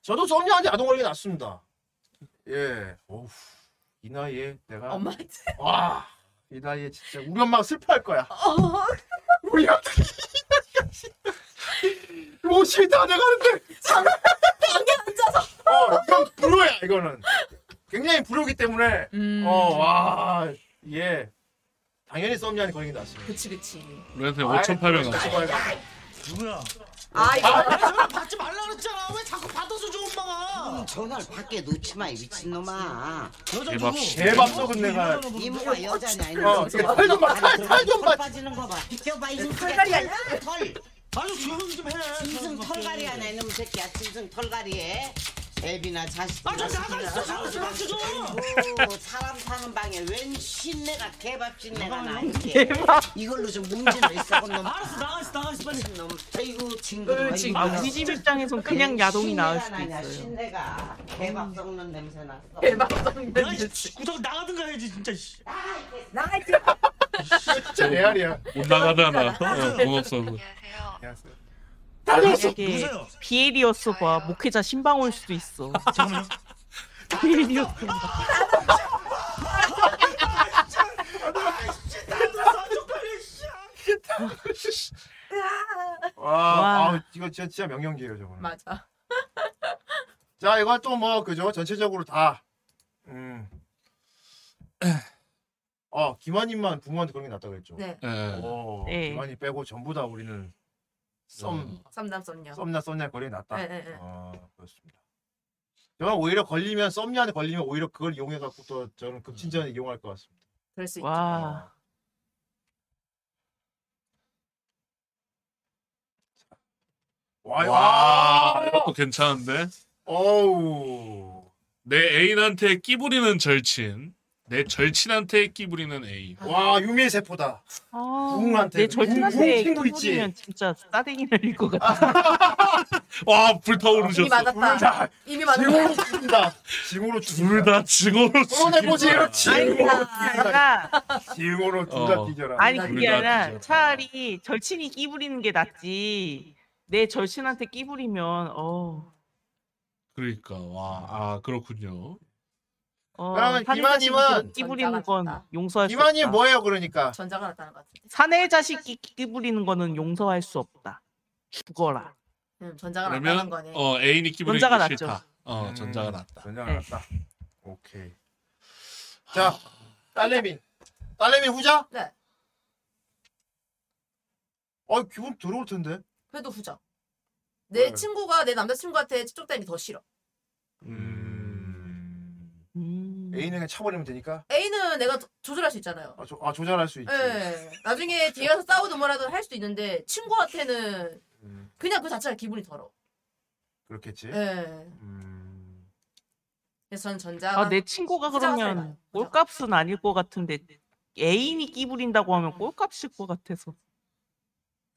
Speaker 1: 저도 썸녀한테 야동 걸리게 났습니다. 예. 어우 이 나이에 내가
Speaker 2: 엄마한테.
Speaker 1: 와. 이 나이에 진짜 우리 엄마가 슬퍼할 거야.
Speaker 2: 어,
Speaker 1: 우리 엄마 50이 뭐 다 돼가는데
Speaker 2: 관계 앉아서.
Speaker 1: 어 이건 불효야 이거는 굉장히 불효기 때문에 어,
Speaker 2: 음.
Speaker 1: 어와 예. 당연히 썸녀한테 걸리게 났습니다.
Speaker 2: 그치, 그치.
Speaker 4: 우리한테 5,800 왔어.
Speaker 5: 누구야?
Speaker 2: 아, 이거.
Speaker 6: 받지 말라 그랬잖아. 왜 자꾸 받아서 줘 엄마가.
Speaker 7: 전화를 밖에 놓지 마, 이 미친놈아.
Speaker 6: 여자
Speaker 4: 대박.
Speaker 6: 누구?
Speaker 1: 대박 썩은 내가.
Speaker 5: 뭐,
Speaker 7: 이모가 여자냐, 뭐.
Speaker 1: 어,
Speaker 7: 이놈아.
Speaker 1: 그러니까 털좀 봐, 털, 털좀 봐.
Speaker 7: 털 빠지는 거 봐. 비켜봐, 이
Speaker 2: 털갈이
Speaker 7: 새끼야.
Speaker 2: 아니야?
Speaker 7: 털, 털.
Speaker 6: 아주 조용 좀 해.
Speaker 7: 짐승 털갈이 하나, 이놈 새끼야. 짐승 털갈이에. 애비나 자식이나.
Speaker 6: 아, 저 나가 있어.
Speaker 7: 시키나.
Speaker 6: 자꾸 좀 맞춰줘.
Speaker 7: 아이고, 사람 사는 방에 웬 신내가 개밥 신내가 나 이게 이걸로 좀 문제를 있어 놈
Speaker 6: 알았어, 나가 있어, 나가 있어, 빨리.
Speaker 7: 놈 아이고 징그러워 뭐.
Speaker 3: 아, 우리 집 입장에선 그냥 야동이 나을 수도 있어요.
Speaker 7: 신내가 개밥 썩는 냄새 났어
Speaker 2: 대박 썸남.
Speaker 6: 내가 이 구석 나가든가 해야지, 진짜. 씨.
Speaker 2: 나갈게.
Speaker 1: 진짜
Speaker 2: 네.
Speaker 1: 레알이야.
Speaker 4: 못 나가잖아. 어, 돈 없어서.
Speaker 8: 안녕하세요.
Speaker 1: 안녕하세요.
Speaker 3: 만약에
Speaker 6: 누구세요?
Speaker 3: 비엘이었어 봐. 목회자 신방 올 수도 있어.
Speaker 6: 잠깐만요.
Speaker 3: 비엘이었어 봐.
Speaker 1: 와,
Speaker 3: 와.
Speaker 1: 아우, 이거 진짜, 진짜 명연기예요, 저거는.
Speaker 2: 맞아.
Speaker 1: 자, 이거 또 뭐, 그죠? 전체적으로 다. 음. 어, 김환님만 부모한테 그런 게 낫다 그랬죠.
Speaker 2: 네.
Speaker 4: 예.
Speaker 1: 오,
Speaker 3: 네.
Speaker 1: 김환이 빼고 전부 다 우리는 썸,
Speaker 2: 썸남, 썸녀.
Speaker 1: 썸나 썸냐 거리 낫다.
Speaker 2: 네, 네, 네.
Speaker 1: 어, 그렇습니다. 저는 오히려 걸리면 썸녀한테 걸리면 오히려 그걸 이용해 갖고 또 저는 급진전을
Speaker 3: 음.
Speaker 1: 이용할 것 같습니다.
Speaker 2: 그럴 수 있지.
Speaker 3: 와.
Speaker 1: 와,
Speaker 4: 와,
Speaker 1: 와,
Speaker 4: 이것도 괜찮은데?
Speaker 1: 어우.
Speaker 4: 내 애인한테 끼부리는 절친. 내 절친한테 끼 부리는 A.
Speaker 1: 와 유미의 세포다.
Speaker 3: 아,
Speaker 1: 누군가한테-
Speaker 3: 내 절친한테
Speaker 1: 누군- 누군 친구 있지?
Speaker 3: 끼부리면 진짜 싸대기 날릴 것 같아.
Speaker 4: 와
Speaker 2: 이미
Speaker 1: 아,
Speaker 4: 불타오르셨어.
Speaker 2: 맞았다. 이미
Speaker 1: 징후로
Speaker 2: 맞았다.
Speaker 1: 죽인다. 징후로
Speaker 4: 둘
Speaker 1: 죽인다.
Speaker 4: 다 증오로
Speaker 1: 끌어내보지
Speaker 4: 죽인다.
Speaker 1: 그렇지.
Speaker 3: 그러니까
Speaker 1: 징후로 둘다
Speaker 4: 어.
Speaker 1: 뛰져라.
Speaker 3: 아니
Speaker 4: 둘
Speaker 3: 그게
Speaker 4: 다
Speaker 3: 아니라
Speaker 4: 뒤져라.
Speaker 3: 차라리 절친이 끼부리는 게 낫지. 내 절친한테 끼부리면 어.
Speaker 4: 그러니까 와아 그렇군요.
Speaker 3: 어
Speaker 1: 그러면
Speaker 3: 사내
Speaker 1: 이만희는
Speaker 3: 자식이 끼부리는 건
Speaker 2: 전자가
Speaker 3: 용서할 수
Speaker 1: 이만이
Speaker 3: 없다.
Speaker 1: 뭐예요 그러니까?
Speaker 2: 전자가 났다는 것 같은데.
Speaker 3: 사내 자식이 끼부리는 거는 용서할 수 없다. 죽어라.
Speaker 2: 음, 전자가 났다는
Speaker 4: 그러면
Speaker 2: 거네.
Speaker 4: 어 A니 끼 부리는
Speaker 3: 전자가
Speaker 4: 게
Speaker 3: 낫죠.
Speaker 4: 싫다. 어
Speaker 1: 음,
Speaker 4: 전자가 낫다.
Speaker 1: 전자가
Speaker 3: 네.
Speaker 1: 낫다. 오케이. 자 딸내미. 딸내미 후자?
Speaker 2: 네.
Speaker 1: 아 기분 들어올 텐데.
Speaker 2: 그래도 후자. 내
Speaker 1: 네.
Speaker 2: 친구가 내 남자친구한테 쪽다이더 싫어.
Speaker 4: 음.
Speaker 3: 음.
Speaker 1: 애인에게 차버리면 되니까.
Speaker 2: A는 내가 조- 조절할 수 있잖아요.
Speaker 1: 아, 조, 아 조절할 수 있지.
Speaker 2: 예. 나중에 뒤에 가서 싸우든 뭐라든 할 수도 있는데 친구한테는
Speaker 1: 음,
Speaker 2: 그냥 그 자체가 기분이 더러워.
Speaker 1: 그렇겠지.
Speaker 2: 예.
Speaker 1: 음.
Speaker 2: 그래서 저는 전자가
Speaker 3: 아 내 친구가
Speaker 2: 후자가 잘 나요.
Speaker 3: 그러면 꼴값은 아닐 것 같은데 애인이 끼부린다고 하면 꼴값일 것 같아서.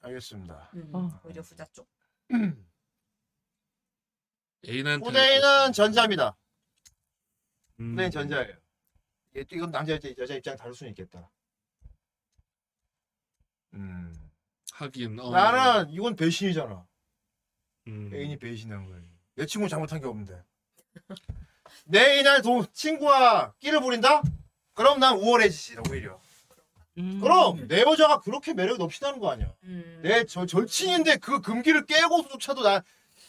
Speaker 1: 알겠습니다.
Speaker 2: 음,
Speaker 3: 어.
Speaker 2: 오히려 후자 쪽.
Speaker 4: A는
Speaker 1: 후대인은 전자입니다.
Speaker 4: 음.
Speaker 1: 후대인 전자예요. 이게 또 이건 남자 여자, 여자 입장 다를 수는 있겠다. 음.
Speaker 4: 하긴 어.
Speaker 1: 나는 이건 배신이잖아.
Speaker 4: 음.
Speaker 1: 애인이 배신한 거예요. 내 친구 잘못한 게 없는데. 내 이날 도 친구와 끼를 부린다? 그럼 난 우월해지지 오히려.
Speaker 3: 음.
Speaker 1: 그럼 내 여자가 그렇게 매력이 넘치다는 거 아니야.
Speaker 2: 음.
Speaker 1: 내 네, 저, 절친인데 그 금기를 깨고조차도 난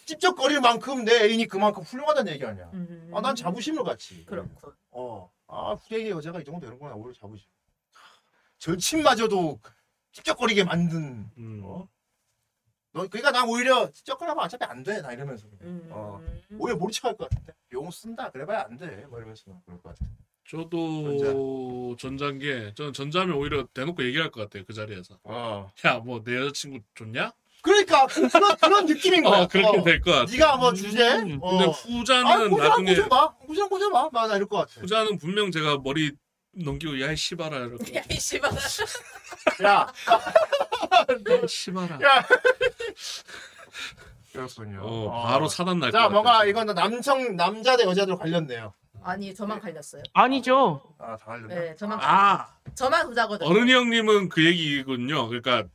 Speaker 1: 찝쩍거릴 만큼 내 애인이 그만큼 훌륭하다는 얘기 아니야.
Speaker 2: 음.
Speaker 1: 아, 난 자부심을 갖지.
Speaker 2: 그렇고.
Speaker 1: 어. 아, 후대인의 여자가 이 정도 되는구나. 오히려 자부심. 절친마저도 찝쩍거리게 만든.
Speaker 4: 음.
Speaker 1: 어? 너, 그러니까 난 오히려 찝쩍거리면 어차피 안 돼. 나 이러면서.
Speaker 2: 음.
Speaker 1: 어. 오히려 모른 척할 것 같은데. 용 쓴다. 그래봐야 안 돼. 뭐 이러면서 그럴 것 같아.
Speaker 4: 저도 전자인 게 저는 전자면 오히려 대놓고 얘기할 것 같아요 그 자리에서
Speaker 1: 어.
Speaker 4: 야 뭐 내 여자친구 좋냐?
Speaker 1: 그러니까 그- 그런 그런 느낌인 거야.
Speaker 4: 어 그렇게
Speaker 1: 어.
Speaker 4: 될 것 같아.
Speaker 1: 네가 뭐 주제?
Speaker 3: 음.
Speaker 1: 어.
Speaker 4: 근데 후자는
Speaker 1: 아, 고장
Speaker 4: 나중에
Speaker 1: 고쳐봐. 고장 고쳐봐. 막 이럴 것 같아.
Speaker 4: 후자는 분명 제가 머리 넘기고 야이 씨발아 이렇게
Speaker 2: 야이 씨발.
Speaker 1: 야.
Speaker 4: 야이 씨발아
Speaker 1: 그렇군요. 아.
Speaker 4: 어 바로 사단 날것
Speaker 1: 자,
Speaker 4: 같아.
Speaker 1: 뭔가 이건 남성 남자 대 여자들 관련돼요.
Speaker 2: 아니 저만 갈렸어요.
Speaker 3: 아니죠.
Speaker 1: 아, 다 관련돼.
Speaker 2: 네, 저만 갈-
Speaker 4: 아
Speaker 2: 저만 후자거든요.
Speaker 4: 어른이 형님은 그 얘기군요. 그러니까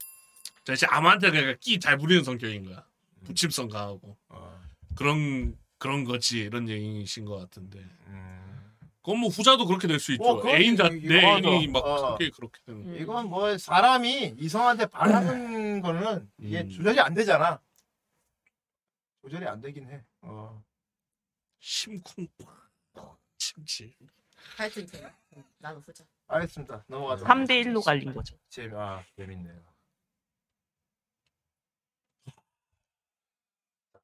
Speaker 4: 사실 아무한테 그냥 끼잘 부리는 성격인 거야.
Speaker 1: 음.
Speaker 4: 부침성 강하고
Speaker 1: 어.
Speaker 4: 그런 그런 거지 이런 얘기이신 것 같은데.
Speaker 1: 음.
Speaker 4: 그건 뭐 후자도 그렇게 될 수 있죠.
Speaker 1: 어, 그건
Speaker 4: 애인 자,
Speaker 1: 이-
Speaker 4: 내
Speaker 1: 맞아.
Speaker 4: 애인이 막
Speaker 1: 어.
Speaker 4: 그렇게 그렇게 되는. 거.
Speaker 2: 음.
Speaker 1: 이건 뭐 사람이 이성한테 반하는 거는 이게
Speaker 4: 음.
Speaker 1: 조절이 안 되잖아. 조절이 안 되긴 해. 어.
Speaker 4: 심쿵 침질.
Speaker 2: 하여튼 걔는. 음, 나는 후자.
Speaker 1: 알겠습니다. 넘어가자.
Speaker 3: 3대 1로 갈린 거죠.
Speaker 1: 재미 아 재밌네요.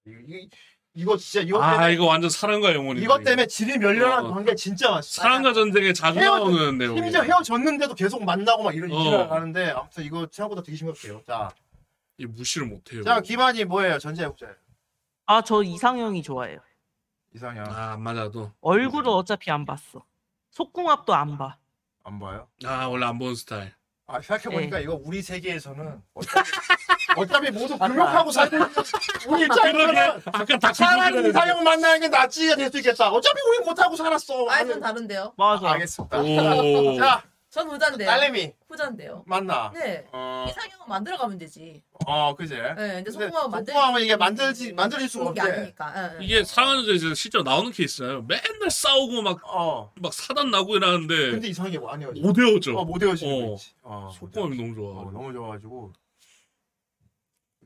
Speaker 1: 이, 이, 거 진짜 이거
Speaker 4: 아
Speaker 1: 때문에
Speaker 4: 이거 완전 사랑과 영혼이.
Speaker 1: 이것 때문에 질이 멸렬한
Speaker 4: 어.
Speaker 1: 관계 진짜 많습니다.
Speaker 4: 사랑과 전쟁에 자주
Speaker 1: 헤어져-
Speaker 4: 나오는 내용.
Speaker 1: 심지어 헤어졌는데도 계속 만나고 막 이런
Speaker 4: 어.
Speaker 1: 일을 하는데 아무튼 이거 생각보다 되게 심각해요. 자,
Speaker 4: 이 무시를 못해요.
Speaker 1: 자 김한이 뭐예요? 전자해보자
Speaker 3: 아 저 이상형이 좋아해요.
Speaker 1: 이상형
Speaker 4: 아안 맞아도.
Speaker 3: 얼굴을 어차피 안 봤어. 속궁합도 안 봐.
Speaker 1: 안 봐요?
Speaker 4: 아 원래 안 보는 스타일.
Speaker 1: 아
Speaker 4: 예.
Speaker 1: 생각해보니까 이거 우리 세계에서는 어차피, 어차피 모두 불명하고 사는 우리
Speaker 4: 그러게
Speaker 1: 입장에서는
Speaker 4: 아까 다
Speaker 1: 차라리 이상형 만나는 게 낫지가 될 수 있겠다. 어차피 우리 못하고 살았어.
Speaker 2: 아, 전 다른데요.
Speaker 3: 맞아.
Speaker 1: 알겠습니다.
Speaker 4: 오.
Speaker 1: 자,
Speaker 2: 전 후자인데요.
Speaker 1: 딸내미
Speaker 2: 후자인데요.
Speaker 1: 만나.
Speaker 2: 네.
Speaker 1: 어,
Speaker 2: 이상형은 만들어 가면 되지.
Speaker 1: 어, 그제.
Speaker 2: 네, 근데
Speaker 1: 근데
Speaker 2: 속궁합은 만들.
Speaker 1: 속궁합은 이게 만들지 만들릴 수가
Speaker 2: 좋은 게
Speaker 1: 없대.
Speaker 2: 아니니까. 예, 예.
Speaker 4: 이게 사랑과 전쟁에서 실제로 나오는 케이스잖아요. 맨날 싸우고 막 막
Speaker 1: 어.
Speaker 4: 사단 나고 이러는데
Speaker 1: 근데 이상하게 뭐안 헤어져.
Speaker 4: 네. 못 헤어져.
Speaker 1: 어, 못 헤어지는
Speaker 4: 어.
Speaker 1: 거 있지. 어,
Speaker 4: 속공함이 너무
Speaker 1: 어,
Speaker 4: 좋아.
Speaker 1: 너무 좋아가지고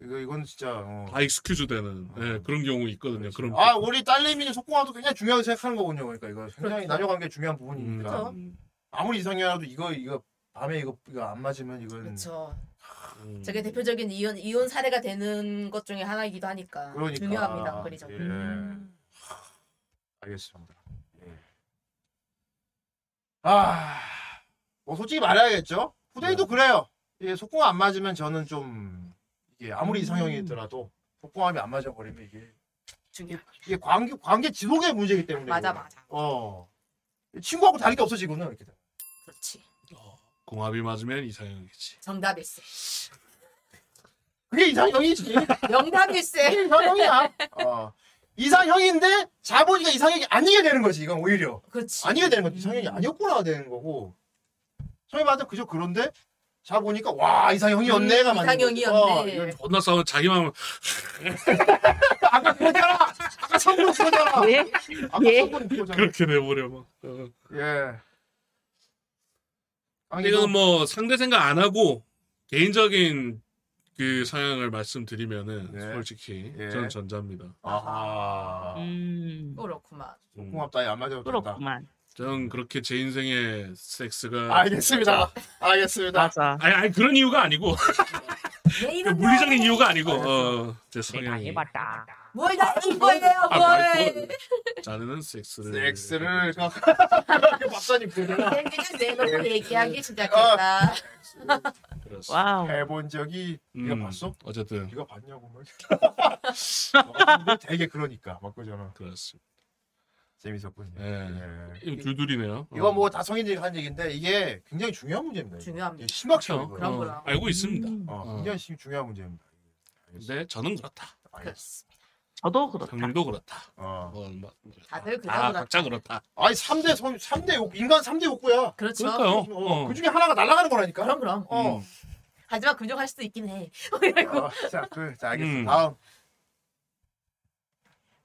Speaker 1: 이거 이건 진짜. 어.
Speaker 4: 다 익스큐즈 되는 예, 그런 경우 있거든요. 그런
Speaker 1: 아 우리 딸내미는 속공함도 굉장히 중요하게 생각하는 거군요. 그러니까 이거
Speaker 4: 그렇죠.
Speaker 1: 굉장히 남녀 관계 중요한
Speaker 4: 음.
Speaker 1: 부분이니까
Speaker 2: 그렇죠.
Speaker 1: 아무리 이상이라도 이거 이거 밤에 이거 이거 안 맞으면 이건
Speaker 2: 그렇죠.
Speaker 4: 음.
Speaker 2: 저게 대표적인 이혼 이혼 사례가 되는 것 중에 하나이기도 하니까
Speaker 1: 그러니까.
Speaker 2: 중요합니다. 그리죠.
Speaker 1: 예. 알겠습니다. 예. 아, 뭐 솔직히 말해야겠죠. 후대인도 그래요. 이게 속공 안 맞으면 저는 좀 이게
Speaker 2: 음.
Speaker 1: 아무리 이상형이더라도 속공함이 안 맞아 버리면 이게
Speaker 2: 중요.
Speaker 1: 이게 관계 관계 지속의 문제이기 때문에
Speaker 2: 맞아
Speaker 1: 이거는.
Speaker 2: 맞아.
Speaker 1: 어 친구하고 다를 게 없어 지금은 이렇게. 돼.
Speaker 2: 그렇지.
Speaker 4: 궁합이 맞으면 이상형이지.
Speaker 2: 정답일세.
Speaker 1: 그게 이상형이지.
Speaker 2: 명답일세.
Speaker 1: 이상형이야. 어. 이상형인데 자본이가 이상형이 아니게 되는 거지 이건 오히려.
Speaker 2: 그렇지.
Speaker 1: 아니게 되는 거지. 이상형이
Speaker 2: 음.
Speaker 1: 아니었구나 되는 거고. 처음에 봤을 때 그저 그런데 자 보니까 와 이상형이었네가
Speaker 2: 음,
Speaker 1: 맞는 거지.
Speaker 2: 이상형이었네.
Speaker 1: 어, 이건-
Speaker 4: 존나 싸우면 자기만 하면
Speaker 1: 아까 그거잖아. 아까 성분 그거잖아.
Speaker 3: 예?
Speaker 1: 아까
Speaker 3: 예.
Speaker 1: 성분 그거잖아.
Speaker 4: 그렇게 내버려 막. 어.
Speaker 1: 예. 아니
Speaker 4: 이건 뭐 상대 생각 안 하고 개인적인 그 성향을 말씀드리면은
Speaker 1: 네.
Speaker 4: 솔직히
Speaker 1: 예.
Speaker 4: 저는 전자입니다.
Speaker 1: 아
Speaker 3: 음.
Speaker 2: 어, 그렇구만.
Speaker 4: 음.
Speaker 1: 고맙다 야 맞아 다
Speaker 3: 그렇구만.
Speaker 4: 저는 그렇게 제 인생의 섹스가
Speaker 1: 알겠습니다. 알겠습니다.
Speaker 3: 맞아.
Speaker 4: 아니, 아니 그런 이유가 아니고
Speaker 2: 내
Speaker 4: 그
Speaker 2: 이름
Speaker 4: 물리적인 이유가 아니고 어, 제
Speaker 2: 네,
Speaker 4: 성향이
Speaker 3: 해봤다.
Speaker 2: 뭘다 해준 거예요,
Speaker 4: 아,
Speaker 2: 뭘.
Speaker 4: 말고
Speaker 2: 네.
Speaker 4: 자는 섹스를
Speaker 1: 섹스를 그 박사님 그대로
Speaker 2: 생기는 내놓고
Speaker 1: 예. 어.
Speaker 2: 얘기하기 시작했다.
Speaker 4: 그래서.
Speaker 3: 와우.
Speaker 1: 해본 적이 네가
Speaker 4: 음,
Speaker 1: 봤어?
Speaker 4: 어쨌든
Speaker 1: 네가 봤냐고 막. 어, 근데 되게 그러니까 막 그러잖아.
Speaker 4: 그렇습니다.
Speaker 1: 재밌었군요.
Speaker 4: 예.
Speaker 1: 예.
Speaker 4: 이거 줄줄이네요. 어,
Speaker 1: 이거 뭐 다 성인들이 하는 얘기인데 이게 굉장히 중요한 문제입니다. 이거.
Speaker 2: 중요합니다.
Speaker 1: 이게
Speaker 4: 그렇죠.
Speaker 1: 심각해요. 이거.
Speaker 2: 그럼,
Speaker 4: 어,
Speaker 2: 그럼.
Speaker 4: 알고 있습니다.
Speaker 3: 음,
Speaker 1: 어,
Speaker 4: 어.
Speaker 1: 굉장히 심- 중요한 문제입니다.
Speaker 4: 근데 저는 그렇다.
Speaker 2: 그렇죠.
Speaker 1: 알겠어.
Speaker 3: 저도 그렇다.
Speaker 4: 형님도 그렇다.
Speaker 1: 어.
Speaker 4: 뭐, 뭐,
Speaker 2: 다들
Speaker 4: 다
Speaker 2: 그냥 그렇다.
Speaker 4: 각자 그렇다.
Speaker 1: 아니 3대 성 3대 욕 인간 3대 욕구야.
Speaker 2: 그렇죠.
Speaker 4: 그러니까요.
Speaker 1: 어,
Speaker 4: 어.
Speaker 1: 그 중에 하나가 날아가는 거라니까.
Speaker 2: 그럼 그럼.
Speaker 1: 어.
Speaker 4: 음.
Speaker 2: 하지만 긍정할 수도 있긴 해.
Speaker 4: 아,
Speaker 2: 이러고.
Speaker 1: 어, 자, 그, 자, 알겠어.
Speaker 4: 음.
Speaker 1: 다음.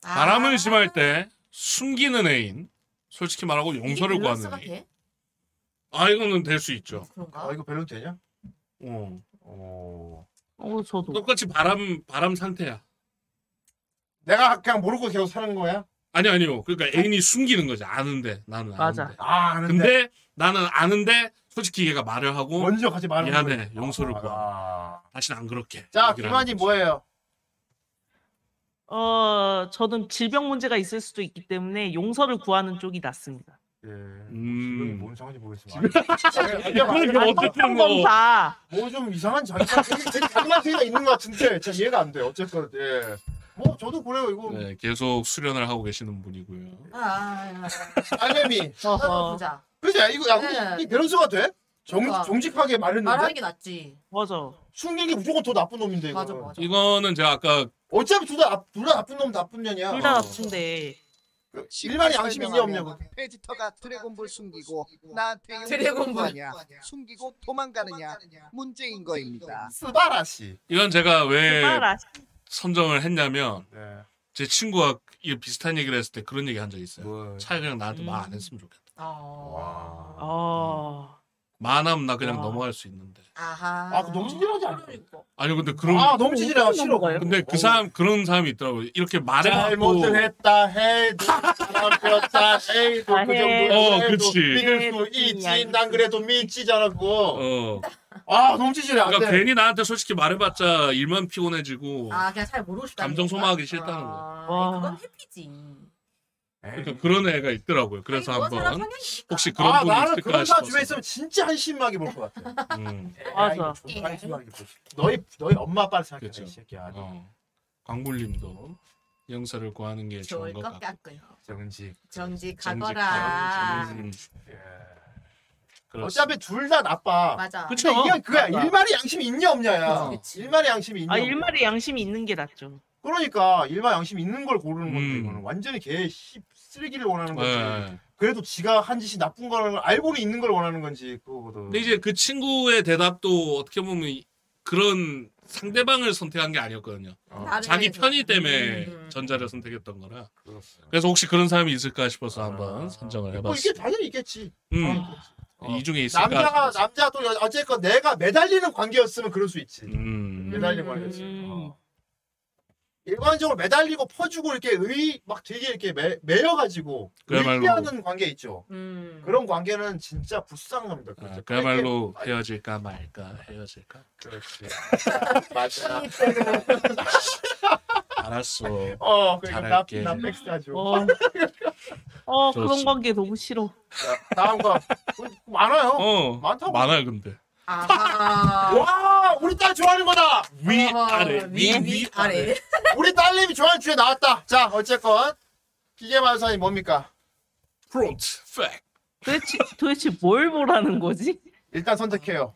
Speaker 2: 아.
Speaker 4: 바람을 심할 때 숨기는 애인. 솔직히 말하고 용서를 구하는
Speaker 2: 가
Speaker 4: 애인.
Speaker 2: 돼?
Speaker 4: 아 이거는 될 수 있죠.
Speaker 2: 그런가?
Speaker 1: 어, 이거 밸런스 되냐?
Speaker 4: 어.
Speaker 1: 어.
Speaker 3: 어, 저도.
Speaker 4: 똑같이 바람 바람 상태야.
Speaker 1: 내가 그냥 모르고 계속 사는 거야?
Speaker 4: 아니 아니요. 그러니까 애인이 숨기는 거지. 아는데 나는
Speaker 3: 맞아.
Speaker 4: 아는데.
Speaker 1: 네. 아, 아는데.
Speaker 4: 근데 나는 아는데 솔직히 얘가 말을 하고
Speaker 1: 먼저 같이 말을
Speaker 4: 미안해.
Speaker 1: 하는 거야.
Speaker 4: 용서를
Speaker 1: 아,
Speaker 4: 구하.
Speaker 1: 아.
Speaker 4: 다시는 안 그렇게.
Speaker 1: 자,
Speaker 4: 얘기를
Speaker 1: 김환이
Speaker 4: 하는 거지.
Speaker 1: 뭐예요?
Speaker 3: 어, 저는 질병 문제가 있을 수도 있기 때문에 용서를 구하는 쪽이 낫습니다.
Speaker 1: 예.
Speaker 4: 음.
Speaker 1: 뭔 상황인지 모르겠지만. 아,
Speaker 4: 그걸 이제 어쨌든 뭐
Speaker 3: 성검사.
Speaker 1: 뭐 좀 이상한 자기가 되게, 되게 자기만 생각 있는 것 같은데 참 이해가 안 돼요. 어쨌건 예. 뭐 저도 그래요 이거
Speaker 4: 네, 계속 수련을 하고 계시는 분이고요.
Speaker 2: 아, 아,
Speaker 1: 알렘이
Speaker 2: 아.
Speaker 3: 어허.
Speaker 2: 보자.
Speaker 1: 그지 이거 야 근데
Speaker 2: 네.
Speaker 1: 이 베런스가 돼? 정
Speaker 2: 그러니까.
Speaker 1: 정직하게 말했는데
Speaker 2: 말하는 게 낫지.
Speaker 3: 맞아.
Speaker 1: 숨긴 게 무조건 더 나쁜 놈인데 이거.
Speaker 2: 맞아 맞아.
Speaker 4: 이거는 제가 아까
Speaker 1: 어차피 둘다둘다 나쁜 놈 나쁜 년이야.
Speaker 3: 둘 다
Speaker 1: 어.
Speaker 3: 나쁜데.
Speaker 1: 그 일반이 양심이 있냐 없냐고.
Speaker 2: 네.
Speaker 8: 페지터가 드래곤볼 숨기고 나한테 용돈
Speaker 2: 드래곤볼.
Speaker 8: 구하냐, 숨기고 도망가느냐 문제인 거입니다.
Speaker 1: 스바라 씨.
Speaker 4: 이건 제가 왜
Speaker 3: 빨아.
Speaker 4: 선정을 했냐면
Speaker 1: 네.
Speaker 4: 제 친구가 이 비슷한 얘기를 했을 때 그런 얘기 한 적 있어요.
Speaker 1: 뭐.
Speaker 4: 차라리 그냥 나한테 말 안
Speaker 3: 음.
Speaker 4: 했으면 좋겠다.
Speaker 2: 아. 어.
Speaker 3: 어.
Speaker 4: 말 안 하면 나 그냥
Speaker 3: 와.
Speaker 4: 넘어갈 수 있는데.
Speaker 2: 아하.
Speaker 1: 아, 그 너무 찌질하지 않아?
Speaker 2: 그러니까.
Speaker 4: 아니 근데 그런
Speaker 1: 아 너무 찌질해 싫어.
Speaker 3: 넘어가요?
Speaker 4: 근데 그 사람 그런 사람이 있더라고. 요 이렇게 말을 하고
Speaker 1: 잘못을 했다 해도 잘못했다 해도
Speaker 3: 아,
Speaker 1: 그
Speaker 3: 해.
Speaker 1: 정도
Speaker 4: 어, 그치.
Speaker 1: 믿을 수 있지 난 그래도 믿지잖아 그거
Speaker 4: 어.
Speaker 1: 아 너무 찌질해 안돼
Speaker 4: 그러니까 괜히 나한테 솔직히 말해봤자 일만
Speaker 1: 뭐.
Speaker 4: 피곤해지고
Speaker 2: 아 그냥 잘 모르고 싶다. 아, 예,
Speaker 4: 감정 소모하기 싫다는 거.
Speaker 3: 와.
Speaker 2: 그건 해피지.
Speaker 4: 그러니까 그런 애가 있더라고요. 그래서
Speaker 2: 아니, 그건 사람
Speaker 4: 한번
Speaker 2: 성향이니까.
Speaker 4: 혹시 그런
Speaker 1: 아
Speaker 4: 분이
Speaker 1: 나는
Speaker 4: 있을까
Speaker 1: 그런 사람 주변에
Speaker 4: 싶어서.
Speaker 1: 있으면 진짜 한심하게 볼 것 같아
Speaker 4: 음,
Speaker 1: 야, 이거
Speaker 3: 맞아.
Speaker 1: 존나 한심하게 볼 수- 너희 너희 엄마 아빠를 생각해
Speaker 4: 그쵸.
Speaker 1: 이 새끼야
Speaker 4: 어. 광불님도 영사를 구하는 게
Speaker 2: 좋을
Speaker 4: 좋은 것
Speaker 2: 것
Speaker 4: 같고.
Speaker 2: 같고요.
Speaker 1: 정직
Speaker 2: 정직
Speaker 4: 정직하고
Speaker 2: 가거라.
Speaker 4: 정직. 음,
Speaker 1: 예.
Speaker 4: 그렇습니다.
Speaker 1: 어차피 둘 다 나빠
Speaker 2: 맞아.
Speaker 4: 그쵸.
Speaker 1: 근데 이게 그야
Speaker 4: 맞아.
Speaker 1: 일말의 양심이 있냐 없냐야
Speaker 2: 그치, 그치.
Speaker 1: 일말의 양심이 있냐
Speaker 3: 아,
Speaker 1: 없냐.
Speaker 3: 일말에 양심이 있는 게 낫죠.
Speaker 1: 그러니까 일반 양심 있는 걸 고르는 건데
Speaker 4: 음.
Speaker 1: 이거는 완전히 개 씨, 쓰레기를 원하는 거지.
Speaker 4: 예.
Speaker 1: 그래도 지가 한 짓이 나쁜 거라는 걸 알고는 있는 걸 원하는 건지 그거거든.
Speaker 4: 근데 이제 그 친구의 대답도 어떻게 보면 이- 그런 상대방을 선택한 게 아니었거든요.
Speaker 1: 어,
Speaker 2: 나를
Speaker 4: 자기
Speaker 2: 위해서.
Speaker 4: 편의 때문에
Speaker 2: 음, 음.
Speaker 4: 전자를 선택했던 거라.
Speaker 1: 그렇구나.
Speaker 4: 그래서 혹시 그런 사람이 있을까 싶어서
Speaker 1: 아.
Speaker 4: 한번 선정을
Speaker 1: 뭐 이게
Speaker 4: 해봤습니다.
Speaker 1: 당연히 있겠지.
Speaker 4: 음,
Speaker 1: 어.
Speaker 4: 이 중에 있을까?
Speaker 1: 남자가
Speaker 4: 싶어서.
Speaker 1: 남자 또 여- 어쨌건 내가 매달리는 관계였으면 그럴 수 있지.
Speaker 4: 음,
Speaker 1: 매달리는
Speaker 2: 음.
Speaker 1: 관계였지. 어. 일반적으로 매달리고 퍼주고 이렇게 의막 되게 이렇게 매, 매여가지고
Speaker 4: 그야말로.
Speaker 1: 의지하는 관계 있죠.
Speaker 2: 음.
Speaker 1: 그런 관계는 진짜 불쌍합니다.
Speaker 4: 아,
Speaker 1: 그렇죠.
Speaker 4: 그야말로 헤어질까 말까 헤어질까.
Speaker 1: 그렇지. 맞아.
Speaker 4: 알았어.
Speaker 1: 어, 그러니까
Speaker 4: 잘할게.
Speaker 1: 나나 백스타죠.
Speaker 3: 어. 어, 그런
Speaker 4: 좋습니다.
Speaker 3: 관계 너무 싫어.
Speaker 1: 자, 다음 거 많아요.
Speaker 4: 어,
Speaker 1: 많다고.
Speaker 4: 많아요 근데.
Speaker 2: 아하.
Speaker 1: 와 우리 딸 좋아하는 거다.
Speaker 4: 위
Speaker 2: 어허,
Speaker 4: 아래
Speaker 2: 위, 위, 아래.
Speaker 1: 우리 딸님이 좋아하는 주제 나왔다. 자 어쨌건 기계 반사이 뭡니까?
Speaker 4: 프론트 팩
Speaker 3: 도대체 도대체 뭘 보라는 거지?
Speaker 1: 일단 선택해요.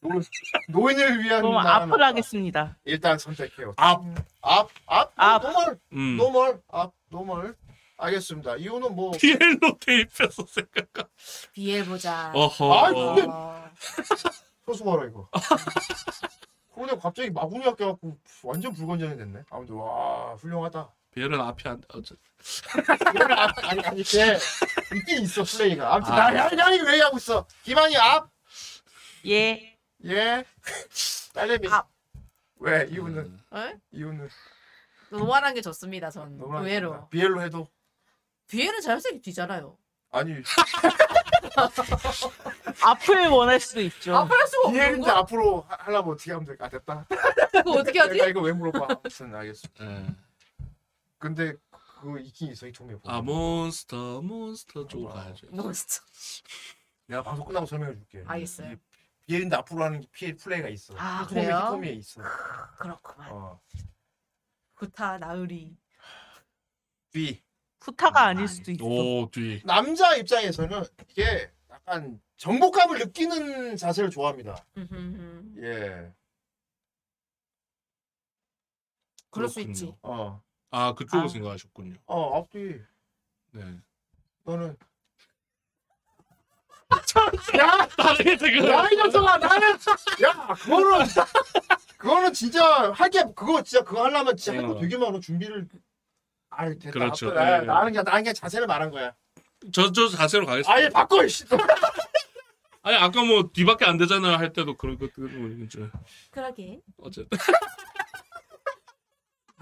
Speaker 1: 노- 노인을 위한
Speaker 3: 그럼
Speaker 1: 나라는
Speaker 3: 앞을 하겠습니다.
Speaker 1: 일단 선택해요.
Speaker 4: 앞.
Speaker 1: 앞, 앞,
Speaker 3: 앞.
Speaker 1: 노멀,
Speaker 4: 음.
Speaker 1: 노멀, 앞, 노멀. 알겠습니다. 이유는 뭐
Speaker 4: 옐로 테이프에서 생각가.
Speaker 2: 비엘 보자.
Speaker 4: 어허.
Speaker 1: 아이,
Speaker 4: 어.
Speaker 1: 근데-
Speaker 2: 어.
Speaker 1: 소수 봐라 이거. 그런데 갑자기 마구니 학교 갖고 완전 불건전이 됐네. 아무튼 와 훌륭하다.
Speaker 4: 비엘은 앞이 안. 어째-
Speaker 1: 이거는 앞, 아니 아니 이게 있긴 있어 플레이가. 아무튼
Speaker 4: 아.
Speaker 1: 나 야이 왜 하고 있어? 기만이 앞,
Speaker 3: 예.
Speaker 1: 예, 딸내미
Speaker 2: 앞.
Speaker 1: 왜 이유는
Speaker 2: 에?
Speaker 1: 이유는
Speaker 2: 노멀한 게 좋습니다. 전
Speaker 1: 노멀하니까.
Speaker 2: 의외로
Speaker 1: 비엘로 해도
Speaker 2: 비엘은 자연스럽게 뒤잖아요.
Speaker 1: 아니
Speaker 2: 어,
Speaker 3: 앞을 원할 아, 수도 있죠.
Speaker 2: 앞을 할 수가 없는
Speaker 1: 비엘인데
Speaker 2: 거.
Speaker 1: 앞으로 하- 하려면 어떻게 하면 될까? 아, 됐다.
Speaker 2: 그거 어떻게 하지?
Speaker 1: 내가 이거 왜 물어봐? 아무튼 알겠어.
Speaker 4: 예.
Speaker 1: 근데 그거 있긴 있어 이 통에.
Speaker 4: 아 몬스터 몬스터 쪽으로 가야죠.
Speaker 2: 몬스터.
Speaker 1: 내가 방송 끝나고 설명해 줄게.
Speaker 2: 알겠어요.
Speaker 1: 이 비엘인데 앞으로 하는 게 피해 플레이가 있어.
Speaker 2: 아,
Speaker 1: 이 톰이,
Speaker 2: 그래요?
Speaker 1: 이 톰이 있어.
Speaker 2: 그렇구만.
Speaker 1: 어.
Speaker 2: 구타 나으리.
Speaker 1: B.
Speaker 3: 후타가 아닐 수도 있어.
Speaker 4: 오 뒤.
Speaker 1: 남자 입장에서는 이게 약간 정복감을 느끼는 자세를 좋아합니다.
Speaker 2: 음흠흠.
Speaker 1: 예.
Speaker 2: 그럴 수
Speaker 4: 그렇군요.
Speaker 2: 있지.
Speaker 1: 어.
Speaker 4: 아 그쪽을
Speaker 2: 아.
Speaker 4: 생각하셨군요.
Speaker 1: 어, 앞뒤.
Speaker 4: 네.
Speaker 1: 너는
Speaker 4: 야 다르게
Speaker 1: 야,
Speaker 4: 생각.
Speaker 1: 이 녀석아, 나는 야, 그거는 그거는 진짜 할게 그거 진짜 그거 하려면 진짜 할 거
Speaker 4: 어.
Speaker 1: 되게 많아. 준비를 아, 됐다.
Speaker 4: 그렇죠.
Speaker 1: 앞으로 나,
Speaker 4: 예.
Speaker 1: 나는 그냥 나는 그냥 자세를 말한 거야.
Speaker 4: 저저 자세로 가겠습니다. 네.
Speaker 1: 아예 바꿔 씨.
Speaker 4: 아니 아까 뭐 뒤밖에 안 되잖아 할 때도 그런 것 때문에 이제
Speaker 2: 그러게.
Speaker 4: 어쨌든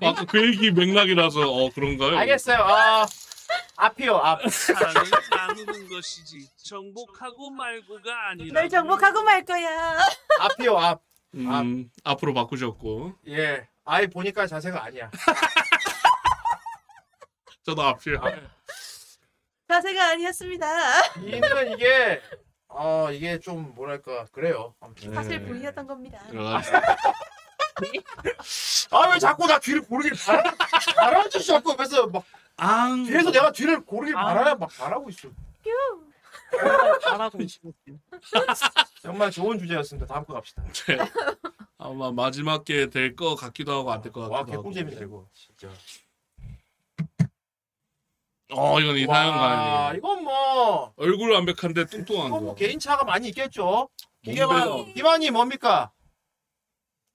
Speaker 4: 아까 그 얘기 맥락이라서 어 그런가요?
Speaker 1: 알겠어요. 어, 앞이요, 앞.
Speaker 5: 사랑은 나누는 것이지 정복하고 말고가 아니라
Speaker 2: 널 정복하고 말 거야.
Speaker 1: 앞이요, 앞.
Speaker 4: 음, 앞으로 바꾸셨고
Speaker 1: 예. 아예 보니까 자세가 아니야.
Speaker 4: 저도 앞이
Speaker 1: 네.
Speaker 2: 자세가 아니었습니다.
Speaker 1: 이는 이게 어 이게 좀 뭐랄까 그래요.
Speaker 2: 사실 불리였던 겁니다.
Speaker 1: 아 왜 자꾸 나 뒤를 고르길 바라 바라지 자꾸 그래서 막
Speaker 4: 앙
Speaker 1: 뒤에서 내가 뒤를 고르길
Speaker 3: 음. 아.
Speaker 1: 바라야 막 바라고 있어.
Speaker 3: 잘하고 있어.
Speaker 1: 정말 좋은 주제였습니다. 다음 거 갑시다.
Speaker 4: 아마 마지막 게 될 것 같기도 하고 안 될 것 같기도
Speaker 1: 와
Speaker 4: 하고
Speaker 1: 개꿀잼이다 이거 진짜.
Speaker 4: 어 이건 이상한 거
Speaker 1: 와,
Speaker 4: 아니에요
Speaker 1: 이건 뭐
Speaker 4: 얼굴 완벽한데 뚱뚱한
Speaker 1: 이건 뭐
Speaker 4: 거
Speaker 1: 개인 차가 많이 있겠죠. 이게 뭐
Speaker 4: 뭔데요?
Speaker 1: 기반이 뭡니까?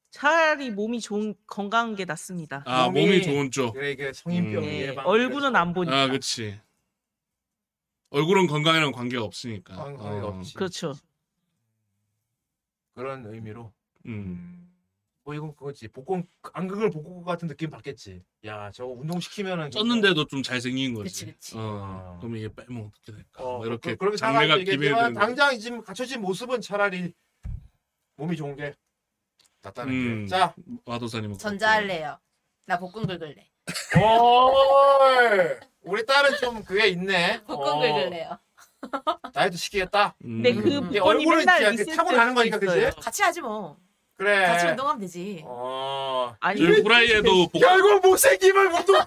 Speaker 3: 차라리 몸이 좋은 건강한 게 낫습니다.
Speaker 4: 아
Speaker 1: 몸이-
Speaker 4: 몸이, 좋은 쪽
Speaker 1: 그래 이게 성인병
Speaker 4: 음.
Speaker 3: 예.
Speaker 1: 예방.
Speaker 3: 얼굴은 안 보니까.
Speaker 4: 아, 그치 얼굴은 건강이랑 관계가 없으니까
Speaker 1: 건강이
Speaker 4: 어,
Speaker 1: 없지.
Speaker 3: 그렇죠.
Speaker 1: 그런 의미로.
Speaker 4: 음.
Speaker 1: 뭐 이건 그거지. 복권 안극을 복구 같은 느낌 받겠지. 야 저거 운동 시키면은
Speaker 4: 쪘는데도 좀 잘생긴 거지
Speaker 2: 그치, 그치.
Speaker 4: 어, 그럼 이게 빼면 어떻게 될까 뭐 이렇게
Speaker 1: 그, 그렇게
Speaker 4: 장래가
Speaker 1: 장래가
Speaker 4: 기대되는
Speaker 1: 기대되는
Speaker 4: 거.
Speaker 1: 당장 지금 갖춰진 모습은 차라리 몸이 좋은 게 낫다는
Speaker 4: 음.
Speaker 1: 게. 자,
Speaker 4: 와도사님
Speaker 2: 전자할래요. 나 복근 긁을래.
Speaker 1: 오, 우리 딸은 좀 그게 있네.
Speaker 2: 복근
Speaker 1: 어,
Speaker 2: 긁을래요.
Speaker 1: 다이어트 시키겠다.
Speaker 3: 근데 그
Speaker 2: 음.
Speaker 1: 이
Speaker 3: 복권이
Speaker 1: 얼굴은
Speaker 3: 맨날
Speaker 1: 진짜
Speaker 3: 있을
Speaker 1: 이렇게 타고
Speaker 3: 때
Speaker 1: 나는 거니까,
Speaker 3: 있어요.
Speaker 1: 그지?
Speaker 2: 같이 하지 뭐.
Speaker 1: 그래.
Speaker 2: 같이 운동하면 되지.
Speaker 1: 네. 어.
Speaker 3: 아니
Speaker 4: 그 후라이에도 복
Speaker 1: 결국 못생김을 모두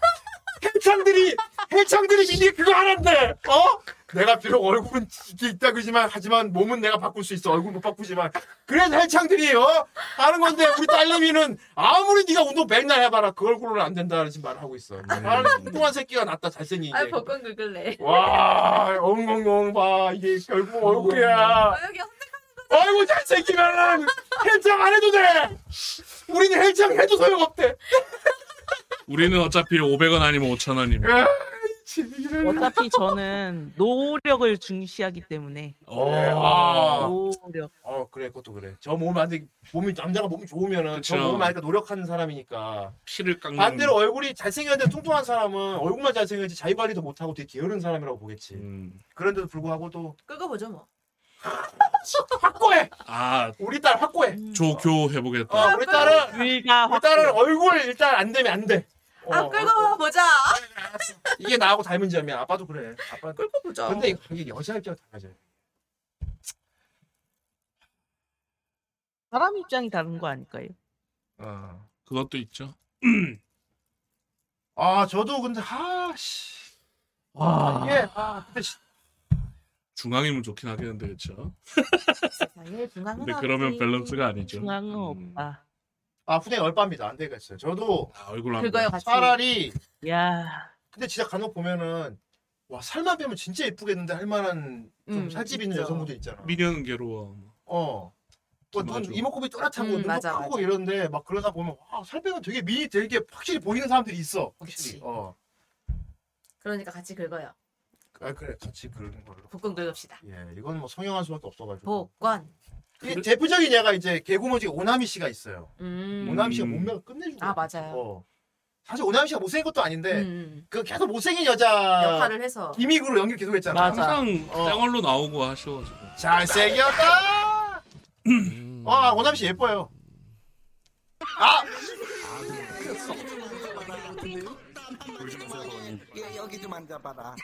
Speaker 1: 해창들이 해창들이 이게 그거 하는데 어? 내가 비록 얼굴은 이게 있다 그지만 하지만 몸은 내가 바꿀 수 있어 얼굴 못 바꾸지만 그래서 해창들이 어 하는 건데 우리 딸내미는 아무리 네가 운동 맨날 해봐라 그 얼굴로는 안 된다 지금 말하고 있어 나는 뚱뚱한 새끼가 낫다 잘생긴
Speaker 2: 아,
Speaker 1: 게
Speaker 2: 복근 긁을래.
Speaker 1: 와, 엉엉엉 봐. 이게 결국 얼굴이야.
Speaker 2: 어, 여기
Speaker 1: 아이고, 잘생기면은 헬창 안 해도 돼! 우리는 헬창 해도 소용없대.
Speaker 4: 우리는 어차피 500원 아니면 5,000원입니다.
Speaker 1: 아, 지기를.
Speaker 3: 어차피 저는 노력을 중시하기 때문에
Speaker 1: 네, 아.
Speaker 3: 노력.
Speaker 1: 어 그래 그것도 그래 저 몸을 만들 몸이 남자가 몸이 좋으면은 저
Speaker 4: 그쵸.
Speaker 1: 몸을 만들 노력하는 사람이니까
Speaker 4: 피를 깎는
Speaker 1: 반대로 얼굴이 잘생겼는데 뚱뚱한 사람은 얼굴만 잘생겼지 자기 관리도 못하고 되게 게으른 사람이라고 보겠지
Speaker 4: 음.
Speaker 1: 그런데도 불구하고 또
Speaker 2: 긁어보죠 뭐.
Speaker 1: 확고해
Speaker 4: 아
Speaker 1: 우리 딸 확고해
Speaker 4: 조교 해보겠다.
Speaker 1: 어 우리 딸은
Speaker 3: 불가
Speaker 1: 우리 딸은 얼굴 일단 안 되면 안돼 어,
Speaker 2: 아, 긁어보자.
Speaker 1: 이게 나하고 닮은 점이야 아빠도 그래 아빠
Speaker 2: 긁어보자.
Speaker 1: 근데 이게 여자 입장 달라져요
Speaker 3: 사람 입장이 다른 거 아닐까요?
Speaker 1: 어.
Speaker 4: 그것도 있죠.
Speaker 1: 아 저도 근데 하씨
Speaker 4: 와.
Speaker 1: 이게 아 근데 시-
Speaker 4: 중앙이면 좋긴 하겠는데 그렇죠.
Speaker 2: 예, 중앙은
Speaker 4: 근데 그러면
Speaker 2: 없지.
Speaker 4: 밸런스가 아니죠.
Speaker 3: 중앙은
Speaker 4: 음.
Speaker 3: 오빠.
Speaker 1: 아 후대 열빠입니다. 안 되겠어요. 저도
Speaker 4: 아, 얼굴 안
Speaker 2: 그거요
Speaker 4: 보여.
Speaker 2: 같이.
Speaker 1: 차라리
Speaker 3: 야.
Speaker 1: 근데 진짜 간혹 보면은 와 살만 빼면 진짜 예쁘겠는데 할 만한 좀
Speaker 2: 음,
Speaker 1: 살집 있는
Speaker 2: 있죠.
Speaker 1: 여성분들 있잖아.
Speaker 4: 미녀는 괴로워. 뭐.
Speaker 1: 어. 또
Speaker 4: 맞아.
Speaker 1: 눈, 이목구비 또렷하고
Speaker 2: 음,
Speaker 1: 눈도
Speaker 2: 맞아,
Speaker 1: 크고
Speaker 2: 맞아.
Speaker 1: 이런데 막 그러다 보면 와, 살 빼면 되게 미이 되게 확실히 보이는 사람들이 있어. 확실히.
Speaker 2: 그치.
Speaker 1: 어.
Speaker 2: 그러니까 같이 긁어요.
Speaker 1: 아 그래 같이 그런 걸로.
Speaker 2: 복권 긁읍시다.
Speaker 1: 예, 이건 뭐 성형할 수밖에 없어가지고.
Speaker 2: 복권. 그
Speaker 1: 이게 대표적인 얘가 이제 개구먼지 오나미 씨가 있어요.
Speaker 2: 음.
Speaker 1: 오나미 씨가
Speaker 4: 음.
Speaker 1: 몸매가 끝내주고.
Speaker 2: 아, 맞아요.
Speaker 1: 어. 사실 오나미 씨가 못생긴 것도 아닌데
Speaker 2: 음.
Speaker 1: 그 계속 못생긴 여자
Speaker 2: 역할을 해서.
Speaker 1: 기믹으로 연기 계속했잖아.
Speaker 2: 맞아.
Speaker 4: 항상
Speaker 1: 어.
Speaker 4: 땡얼로 나오고 하셔가지고.
Speaker 1: 잘생겼다.
Speaker 2: 음.
Speaker 1: 와 오나미 씨 예뻐요. 아
Speaker 6: 여기 좀 앉아봐라.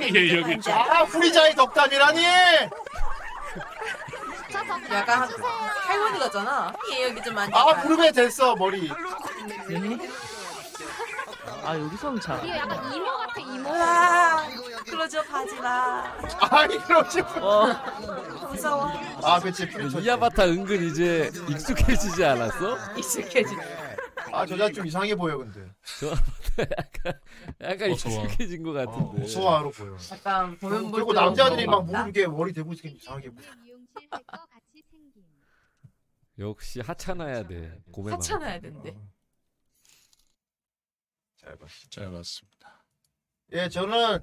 Speaker 4: 예 여기
Speaker 2: 네.
Speaker 4: 있죠.
Speaker 1: 아, 후리자의 덕담이라니!
Speaker 2: 약간 할머니 같잖아. 예, 여기 좀 많이.
Speaker 1: 아, 구름에 됐어, 머리.
Speaker 3: 아 여기서는 잘.
Speaker 9: 이거 약간 이모 같아 이모
Speaker 2: 아, 클로즈업 하지 마.
Speaker 1: 아니, 그러지. 마.
Speaker 3: 어.
Speaker 2: 무서워.
Speaker 1: 아, 그치. 그렇지.
Speaker 10: 이 아바타 은근 이제 익숙해지지 않았어?
Speaker 2: 익숙해지.
Speaker 1: 아, 저 여자 좀 이상해 보여, 근데.
Speaker 10: 저 아바타 약간 약간
Speaker 4: 어서와.
Speaker 10: 익숙해진 것
Speaker 1: 어,
Speaker 2: 네.
Speaker 10: 같은데.
Speaker 1: 무서워로 보여.
Speaker 2: 약간 보면
Speaker 1: 그리고
Speaker 2: 볼수록
Speaker 1: 남자들이 막
Speaker 2: 너무 많다.
Speaker 1: 모르게 머리 대고 있으니까 이상하게 보여.
Speaker 9: 이용실 할거 같이 생긴
Speaker 10: 역시 하찮아야 돼. 고매만.
Speaker 2: 하찮아야 된대.
Speaker 1: 어. 잘 봤어.
Speaker 4: 잘 봤습니다.
Speaker 1: 예, 저는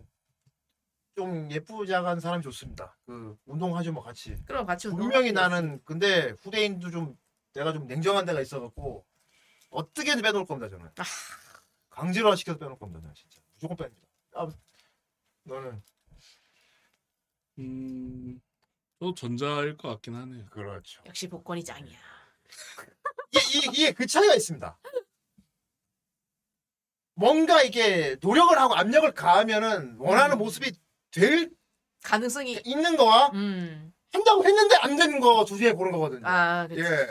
Speaker 1: 좀 예쁘장한 사람이 좋습니다. 그, 운동하죠, 뭐, 같이.
Speaker 2: 그럼 같이 운동.
Speaker 1: 분명히 나는, 근데 후대인도 좀, 내가 좀 냉정한 데가 있어갖고, 어떻게든 빼놓을 겁니다, 저는.
Speaker 2: 아.
Speaker 1: 강제로 시켜서 빼놓을 겁니다, 저는 진짜. 무조건 뺍니다. 아, 너는.
Speaker 4: 음, 또 전자일 것 같긴 하네요.
Speaker 1: 그렇죠.
Speaker 2: 역시 복권이 짱이야.
Speaker 1: 이게, 이게 그 차이가 있습니다. 뭔가 이게 노력을 하고 압력을 가하면은 원하는
Speaker 2: 음.
Speaker 1: 모습이 될
Speaker 2: 가능성이.
Speaker 1: 있는 거와
Speaker 2: 음.
Speaker 1: 한다고 했는데 안 되는 거 두 중에 고른 거거든요.
Speaker 2: 아, 그렇지.
Speaker 1: 예.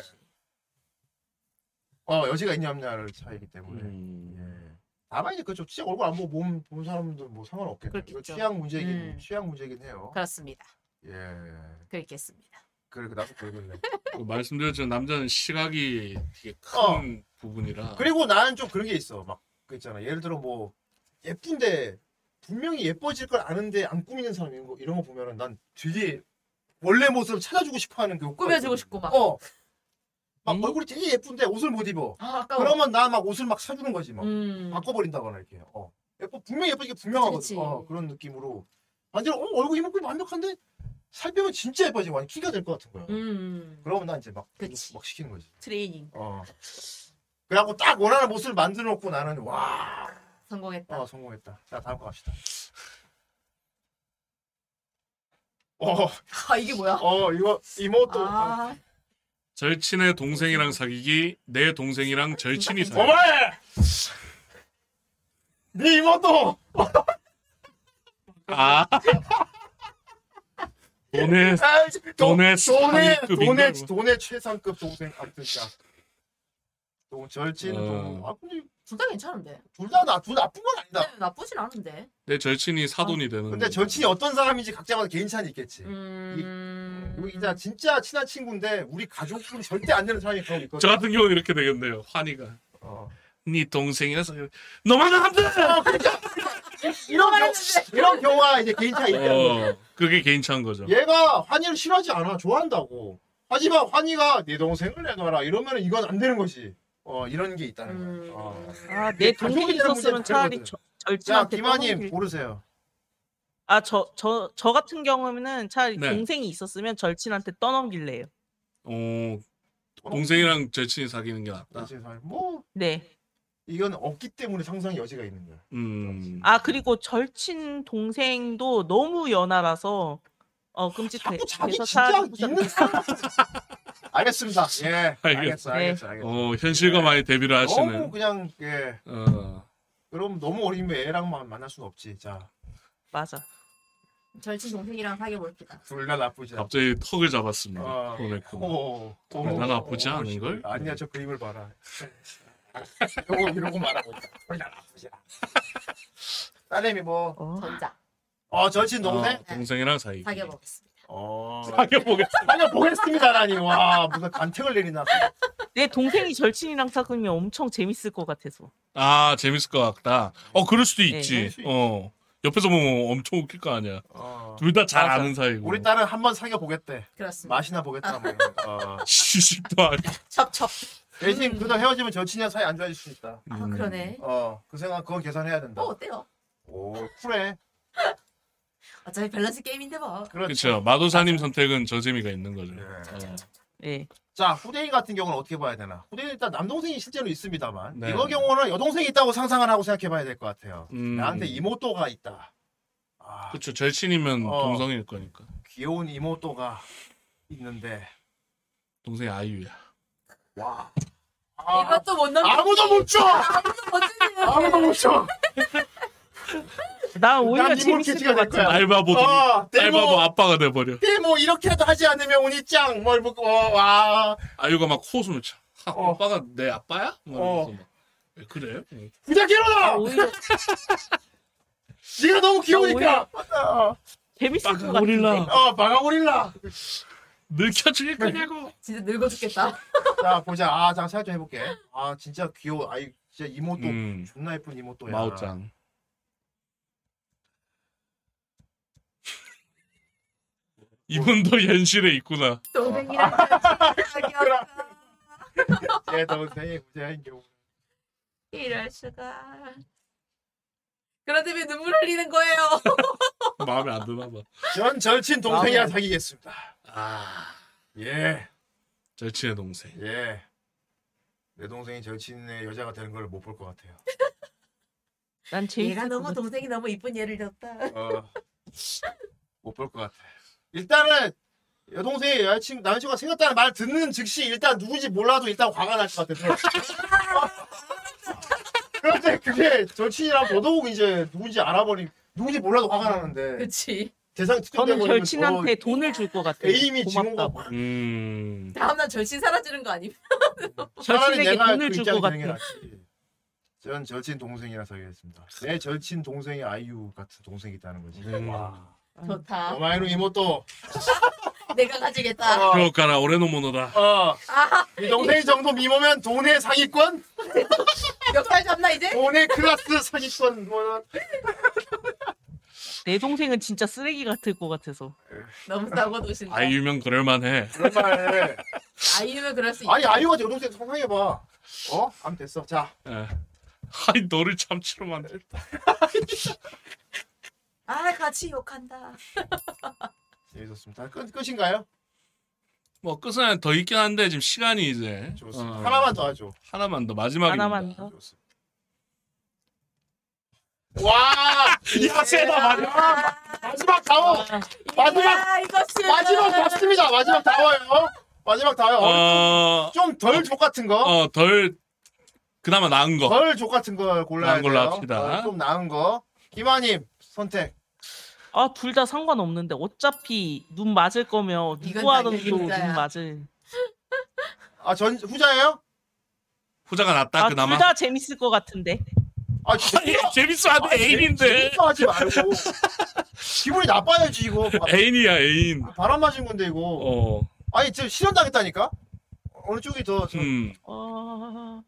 Speaker 1: 어 여지가 있냐 없냐를 차이기 때문에.
Speaker 4: 음.
Speaker 1: 예. 아마 이제 그죠. 진짜 얼굴 안 보고 몸 보는 사람들 뭐 상관없겠네요. 이거
Speaker 2: 그렇겠죠.
Speaker 1: 취향 문제긴
Speaker 2: 음.
Speaker 1: 취향 문제긴 해요.
Speaker 2: 그렇습니다.
Speaker 1: 예.
Speaker 2: 그렇겠습니다.
Speaker 1: 그래 그 나도 그러길래.
Speaker 4: 말씀드렸지만 남자는 시각이 되게 큰
Speaker 1: 어.
Speaker 4: 부분이라.
Speaker 1: 그리고 나는 좀 그런 게 있어. 막 그 있잖아. 예를 들어 뭐 예쁜데 분명히 예뻐질 걸 아는데 안 꾸미는 사람 이런 거 이런 거 보면은 난 되게 원래 모습을 찾아주고 싶어하는 그 효과가
Speaker 2: 꾸며주고
Speaker 1: 있거든.
Speaker 2: 음. 싶고 막.
Speaker 1: 어. 막 얼굴이 되게 예쁜데 옷을 못 입어.
Speaker 2: 아, 아까워.
Speaker 1: 그러면 나 막 옷을 막 사주는 거지 막
Speaker 2: 음.
Speaker 1: 바꿔버린다거나 이렇게. 어. 예뻐 분명 히 예쁘게 분명하거든.
Speaker 2: 그치.
Speaker 1: 어, 그런 느낌으로 완전 어, 얼굴 이목구비 완벽한데 살 빼면 진짜 예뻐지 완전 키가 될 것 같은 거야.
Speaker 2: 음.
Speaker 1: 그러면 나 이제 막 막
Speaker 2: 그치.
Speaker 1: 시키는 거지.
Speaker 2: 트레이닝
Speaker 1: 어. 그래갖고 딱 원하는 모습을 만들어 놓고 나는 와,
Speaker 2: 성공했다.
Speaker 1: 어, 성공했다. 자, 다음 거 갑시다. 어,
Speaker 2: 아 이게 뭐야?
Speaker 1: 어, 이거 이모 또 아,
Speaker 2: 아,
Speaker 4: 절친의 동생이랑 사귀기, 내 동생이랑 절친이 사귀기.
Speaker 1: 어머니! 네 이모 또
Speaker 4: 아. 돈의
Speaker 1: 아, 도- 돈의
Speaker 4: 돈의 상급인가,
Speaker 1: 돈의
Speaker 4: 이거?
Speaker 1: 돈의 최상급 동생 아무튼 자. 동 절친
Speaker 4: 어.
Speaker 1: 동. 아, 근데
Speaker 2: 둘 다 괜찮은데.
Speaker 1: 둘다나둘 나쁜 건 아니다.
Speaker 2: 근데 나쁘진 않은데.
Speaker 4: 내 절친이 사돈이 되는.
Speaker 1: 아, 근데
Speaker 4: 거.
Speaker 1: 절친이 어떤 사람인지 각자마다 개인 차는 있겠지.
Speaker 2: 음.
Speaker 1: 우리 진짜 진짜 친한 친구인데 우리 가족끼리 절대 안 되는 사람이 그런 거 있거든.
Speaker 4: 저 같은 경우 는 이렇게 되겠네요. 환희가
Speaker 1: 어.
Speaker 4: 네 동생이라서 너만 안 돼.
Speaker 1: 어, 그러니까 이런 경우 이런 경우가 이제 개인 차이 있다는 거지.
Speaker 4: 어, 그게 개인차인
Speaker 1: 예.
Speaker 4: 거죠.
Speaker 1: 얘가 환희를 싫어하지 않아 좋아한다고. 하지만 환희가 네 동생을 내놔라 이러면 이건 안 되는 거지. 어 이런 게 있다는 거야.
Speaker 2: 음.
Speaker 1: 어.
Speaker 3: 아내 동생이
Speaker 1: 가족이라는
Speaker 3: 있었으면
Speaker 1: 문제는
Speaker 3: 차라리
Speaker 1: 그거거든.
Speaker 3: 저-
Speaker 1: 자
Speaker 3: 절친한테
Speaker 1: 김하님 고르세요.
Speaker 3: 아저 저 저 같은 경우는 차라리
Speaker 4: 네.
Speaker 3: 동생이 있었으면 절친한테 떠넘길래요.
Speaker 4: 어, 동생이랑 절친이 사귀는 게 낫다.
Speaker 1: 그렇지, 사실 뭐
Speaker 3: 네.
Speaker 1: 이건 없기 때문에 상상의 여지가 있는 거야.
Speaker 4: 음.
Speaker 3: 아 그리고 절친 동생도 너무 연하라서 어 끔찍해.
Speaker 1: 아, 자꾸 자기
Speaker 3: 그래서
Speaker 1: 진짜
Speaker 3: 차라리
Speaker 1: 있는 네, 사람. 알겠습니다. 예, 알겠어,
Speaker 4: 알겠어.
Speaker 1: 알겠어, 알겠어.
Speaker 4: 어, 현실과 많이 대비를
Speaker 1: 너무
Speaker 4: 하시는.
Speaker 1: 예. 어, 그냥 예.
Speaker 4: 어.
Speaker 1: 그럼 너무 어리면 애랑만 만날 수는 없지. 자,
Speaker 3: 맞아.
Speaker 2: 절친 동생이랑 사귀어 봅시다.
Speaker 1: 둘 다 나쁘지 않아.
Speaker 4: 갑자기 턱을 잡았습니다.
Speaker 1: 어.
Speaker 4: 오늘 거.
Speaker 1: 오,
Speaker 4: 둘다 나쁘지 않은 걸? 네.
Speaker 1: 아니야, 저 그림을 봐라. 요거 이러고 말하고 있다. 둘 다 나쁘지 않아. 딸내미 뭐,
Speaker 3: 어.
Speaker 2: 전자.
Speaker 1: 어, 어 절친 동생?
Speaker 4: 어, 동생이랑 사이.
Speaker 2: 사귀어 보겠습니다.
Speaker 1: 어.
Speaker 4: 사귀어보겠어.
Speaker 1: 아니요 보겠습니다라니 와 무슨 간택을 내리나.
Speaker 3: 내 동생이 절친이랑 사귀면 엄청 재밌을 것 같아서.
Speaker 4: 아 재밌을 것 같다. 어 그럴 수도
Speaker 3: 네.
Speaker 4: 있지.
Speaker 1: 그럴 수 있지.
Speaker 4: 어 옆에서 보면 엄청 웃길 거 아니야.
Speaker 1: 어.
Speaker 4: 둘 다 잘
Speaker 3: 맞아.
Speaker 4: 아는 사이고.
Speaker 1: 우리 딸은 한번 사귀어 보겠대.
Speaker 2: 그렇습니다.
Speaker 1: 맛이나 보겠다. 뭐. 이런 거. 어.
Speaker 4: 시식도 아니고.
Speaker 2: 첩첩.
Speaker 1: 대신
Speaker 3: 음.
Speaker 1: 그다 헤어지면 절친이랑 사이 안 좋아질 수 있다.
Speaker 4: 음.
Speaker 2: 아 그러네.
Speaker 1: 어그 생각 그건 계산해야 된다.
Speaker 2: 어 어때요?
Speaker 1: 오 쿨해.
Speaker 2: 어차피 밸런스 게임인데 뭐.
Speaker 1: 그렇죠.
Speaker 4: 그렇죠. 마도사님 선택은 저 재미가 있는 거죠.
Speaker 1: 예.
Speaker 3: 예.
Speaker 1: 자 후대인 같은 경우는 어떻게 봐야 되나? 후대인 일단 남동생이 실제로 있습니다만
Speaker 4: 네.
Speaker 1: 이거 경우는 여동생이 있다고 상상을 하고 생각해봐야 될 것 같아요.
Speaker 4: 음.
Speaker 1: 나한테 이모또가 있다. 아
Speaker 4: 그렇죠. 절친이면
Speaker 1: 어.
Speaker 4: 동성일 거니까.
Speaker 1: 귀여운 이모또가 있는데
Speaker 4: 동생이 아이유야.
Speaker 1: 와 아,
Speaker 2: 이것도 못 넘기.
Speaker 1: 아무도 못 줘.
Speaker 2: 아무도 못 주는.
Speaker 1: 아무도 못 줘.
Speaker 3: 난 오히려
Speaker 1: 난 이모
Speaker 3: 재밌을
Speaker 1: 캐치가
Speaker 3: 것
Speaker 1: 될
Speaker 3: 같아.
Speaker 1: 거야.
Speaker 4: 알바보 동-
Speaker 1: 아, 데모.
Speaker 4: 알바보 아빠가 돼버려.
Speaker 1: 뭐 이렇게라도 하지 않으면 운이 짱. 뭐 이렇게 어, 와
Speaker 4: 아이유가 막 코웃음을 쳐. 하,
Speaker 1: 어.
Speaker 4: 오빠가 내 아빠야? 막
Speaker 1: 어.
Speaker 4: 이러면서 막. 왜 그래?
Speaker 1: 부자 괴로다.
Speaker 3: 오히려
Speaker 1: 네가 너무 귀여우니까.
Speaker 3: 오히려-
Speaker 1: 어,
Speaker 3: 재밌을 것
Speaker 4: 빠가
Speaker 3: 같아.
Speaker 4: 오릴라.
Speaker 1: 어 바가오릴라.
Speaker 4: 늙혀질 거냐고.
Speaker 2: 진짜 늙어 죽겠다.
Speaker 1: 자 보자. 아 잠깐 생각 좀 해볼게. 아 진짜 귀여워. 아이 진짜 이모또
Speaker 4: 음,
Speaker 1: 존나 예쁜 이모또야.
Speaker 4: 마오짱. 이분도 현실에 있구나.
Speaker 2: 동생이랑 사귀었어.
Speaker 1: 내 동생이 부자인 경우.
Speaker 2: 이럴 수가. 그런데 왜 눈물 흘리는 거예요?
Speaker 4: 마음에 안 드나 봐.
Speaker 1: 전 절친 동생이랑 사귀겠습니다.
Speaker 4: 아,
Speaker 1: 예
Speaker 4: 절친의 동생.
Speaker 1: 예. 내 동생이 절친의 여자가 되는 걸 못 볼 것 같아요.
Speaker 3: 난 재밌을
Speaker 2: 얘가
Speaker 3: 것
Speaker 2: 너무
Speaker 3: 같아.
Speaker 2: 동생이 너무 이쁜 예를 줬다.
Speaker 1: 어, 못 볼 것 같아. 일단은 여동생의 여자친 남자친구가 생겼다는 말 듣는 즉시 일단 누군지 몰라도 일단 화가 날 것 같아서. 그런데 그게 절친이랑 더더욱 이제 누군지 알아버리 누군지 몰라도 화가 나는데
Speaker 2: 그치.
Speaker 1: 대상
Speaker 3: 저는
Speaker 1: 특정되고
Speaker 2: 뭐
Speaker 3: 절친한테 돈을 줄 것 같아.
Speaker 1: 에임이 지금과
Speaker 3: 고맙다고.
Speaker 4: 음,
Speaker 2: 다음날 절친 사라지는 거 아님?
Speaker 1: 차라리
Speaker 3: 절친에게
Speaker 1: 내가
Speaker 3: 돈을
Speaker 1: 그
Speaker 3: 줄
Speaker 1: 입장이
Speaker 3: 것
Speaker 1: 되는 게
Speaker 3: 같아.
Speaker 1: 낫지. 전 절친 동생이라서 하겠습니다. 내 절친 동생이 아이유 같은 동생이 있다는 거지.
Speaker 4: 음.
Speaker 1: 와.
Speaker 3: 아.
Speaker 2: 좋다.
Speaker 1: 어마이로 이모또.
Speaker 2: 내가 가지겠다.
Speaker 4: 아,
Speaker 1: 어,
Speaker 4: 그렇가라 올해 노모노다.
Speaker 1: 어. 이 동생 정도 미모면 돈의 상위권?
Speaker 2: 역살 잡나 이제?
Speaker 1: 돈의 클라스 상위권. 뭐.
Speaker 3: 내 동생은 진짜 쓰레기 같을 것 같아서.
Speaker 2: 너무 싸고 도신다.
Speaker 4: 아이유면 그럴만해.
Speaker 1: 그런 말 해.
Speaker 2: 아이유면 그럴 수 있다.
Speaker 1: 아니 아이유가 저 동생 상상해봐. 어? 아무 됐어. 자.
Speaker 4: 예. 아니 너를 참치로 만들다.
Speaker 2: 아 같이 욕한다.
Speaker 1: 재밌었습니다. 끝, 끝인가요?
Speaker 4: 뭐 끝은 더 있긴 한데 지금 시간이 이제
Speaker 1: 좋습니다.
Speaker 4: 어,
Speaker 1: 하나만 더 하죠.
Speaker 4: 하나만 더 마지막입니다.
Speaker 3: 하나만 더.
Speaker 1: 좋습니다. 와!
Speaker 4: 야 세다 마지막.
Speaker 2: 아,
Speaker 1: 마지막 가오! 마지막!
Speaker 2: 야, 이것이
Speaker 1: 마지막 봤습니다. 마지막 다 와요. 마지막 다 와요.
Speaker 4: 어,
Speaker 1: 좀 덜 족 같은 거.
Speaker 4: 어, 덜 그나마 나은 거.
Speaker 1: 덜 족 같은 걸 골라야
Speaker 4: 나은 걸로
Speaker 1: 돼요.
Speaker 4: 합시다.
Speaker 1: 어, 좀 나은 거. 김아님 선택.
Speaker 3: 아, 둘 다 상관없는데 어차피 눈 맞을 거면
Speaker 2: 이건
Speaker 3: 누구 하던
Speaker 2: 당연히
Speaker 3: 또눈
Speaker 2: 후자야.
Speaker 3: 맞을.
Speaker 1: 아 전 후자예요?
Speaker 4: 후자가 낫다
Speaker 3: 아, 둘
Speaker 4: 그나마.
Speaker 3: 다 재밌을 것 같은데.
Speaker 1: 아 진짜
Speaker 4: 아니, 재밌어 안돼 애인인데.
Speaker 1: 재밌어 하지 말고 기분이 나빠야지 이거. 바,
Speaker 4: 애인이야 애인.
Speaker 1: 바람 맞은 건데 이거.
Speaker 4: 어,
Speaker 1: 아니 지금 실현 당했다니까. 어느 쪽이 더 저-
Speaker 4: 음.
Speaker 3: 아,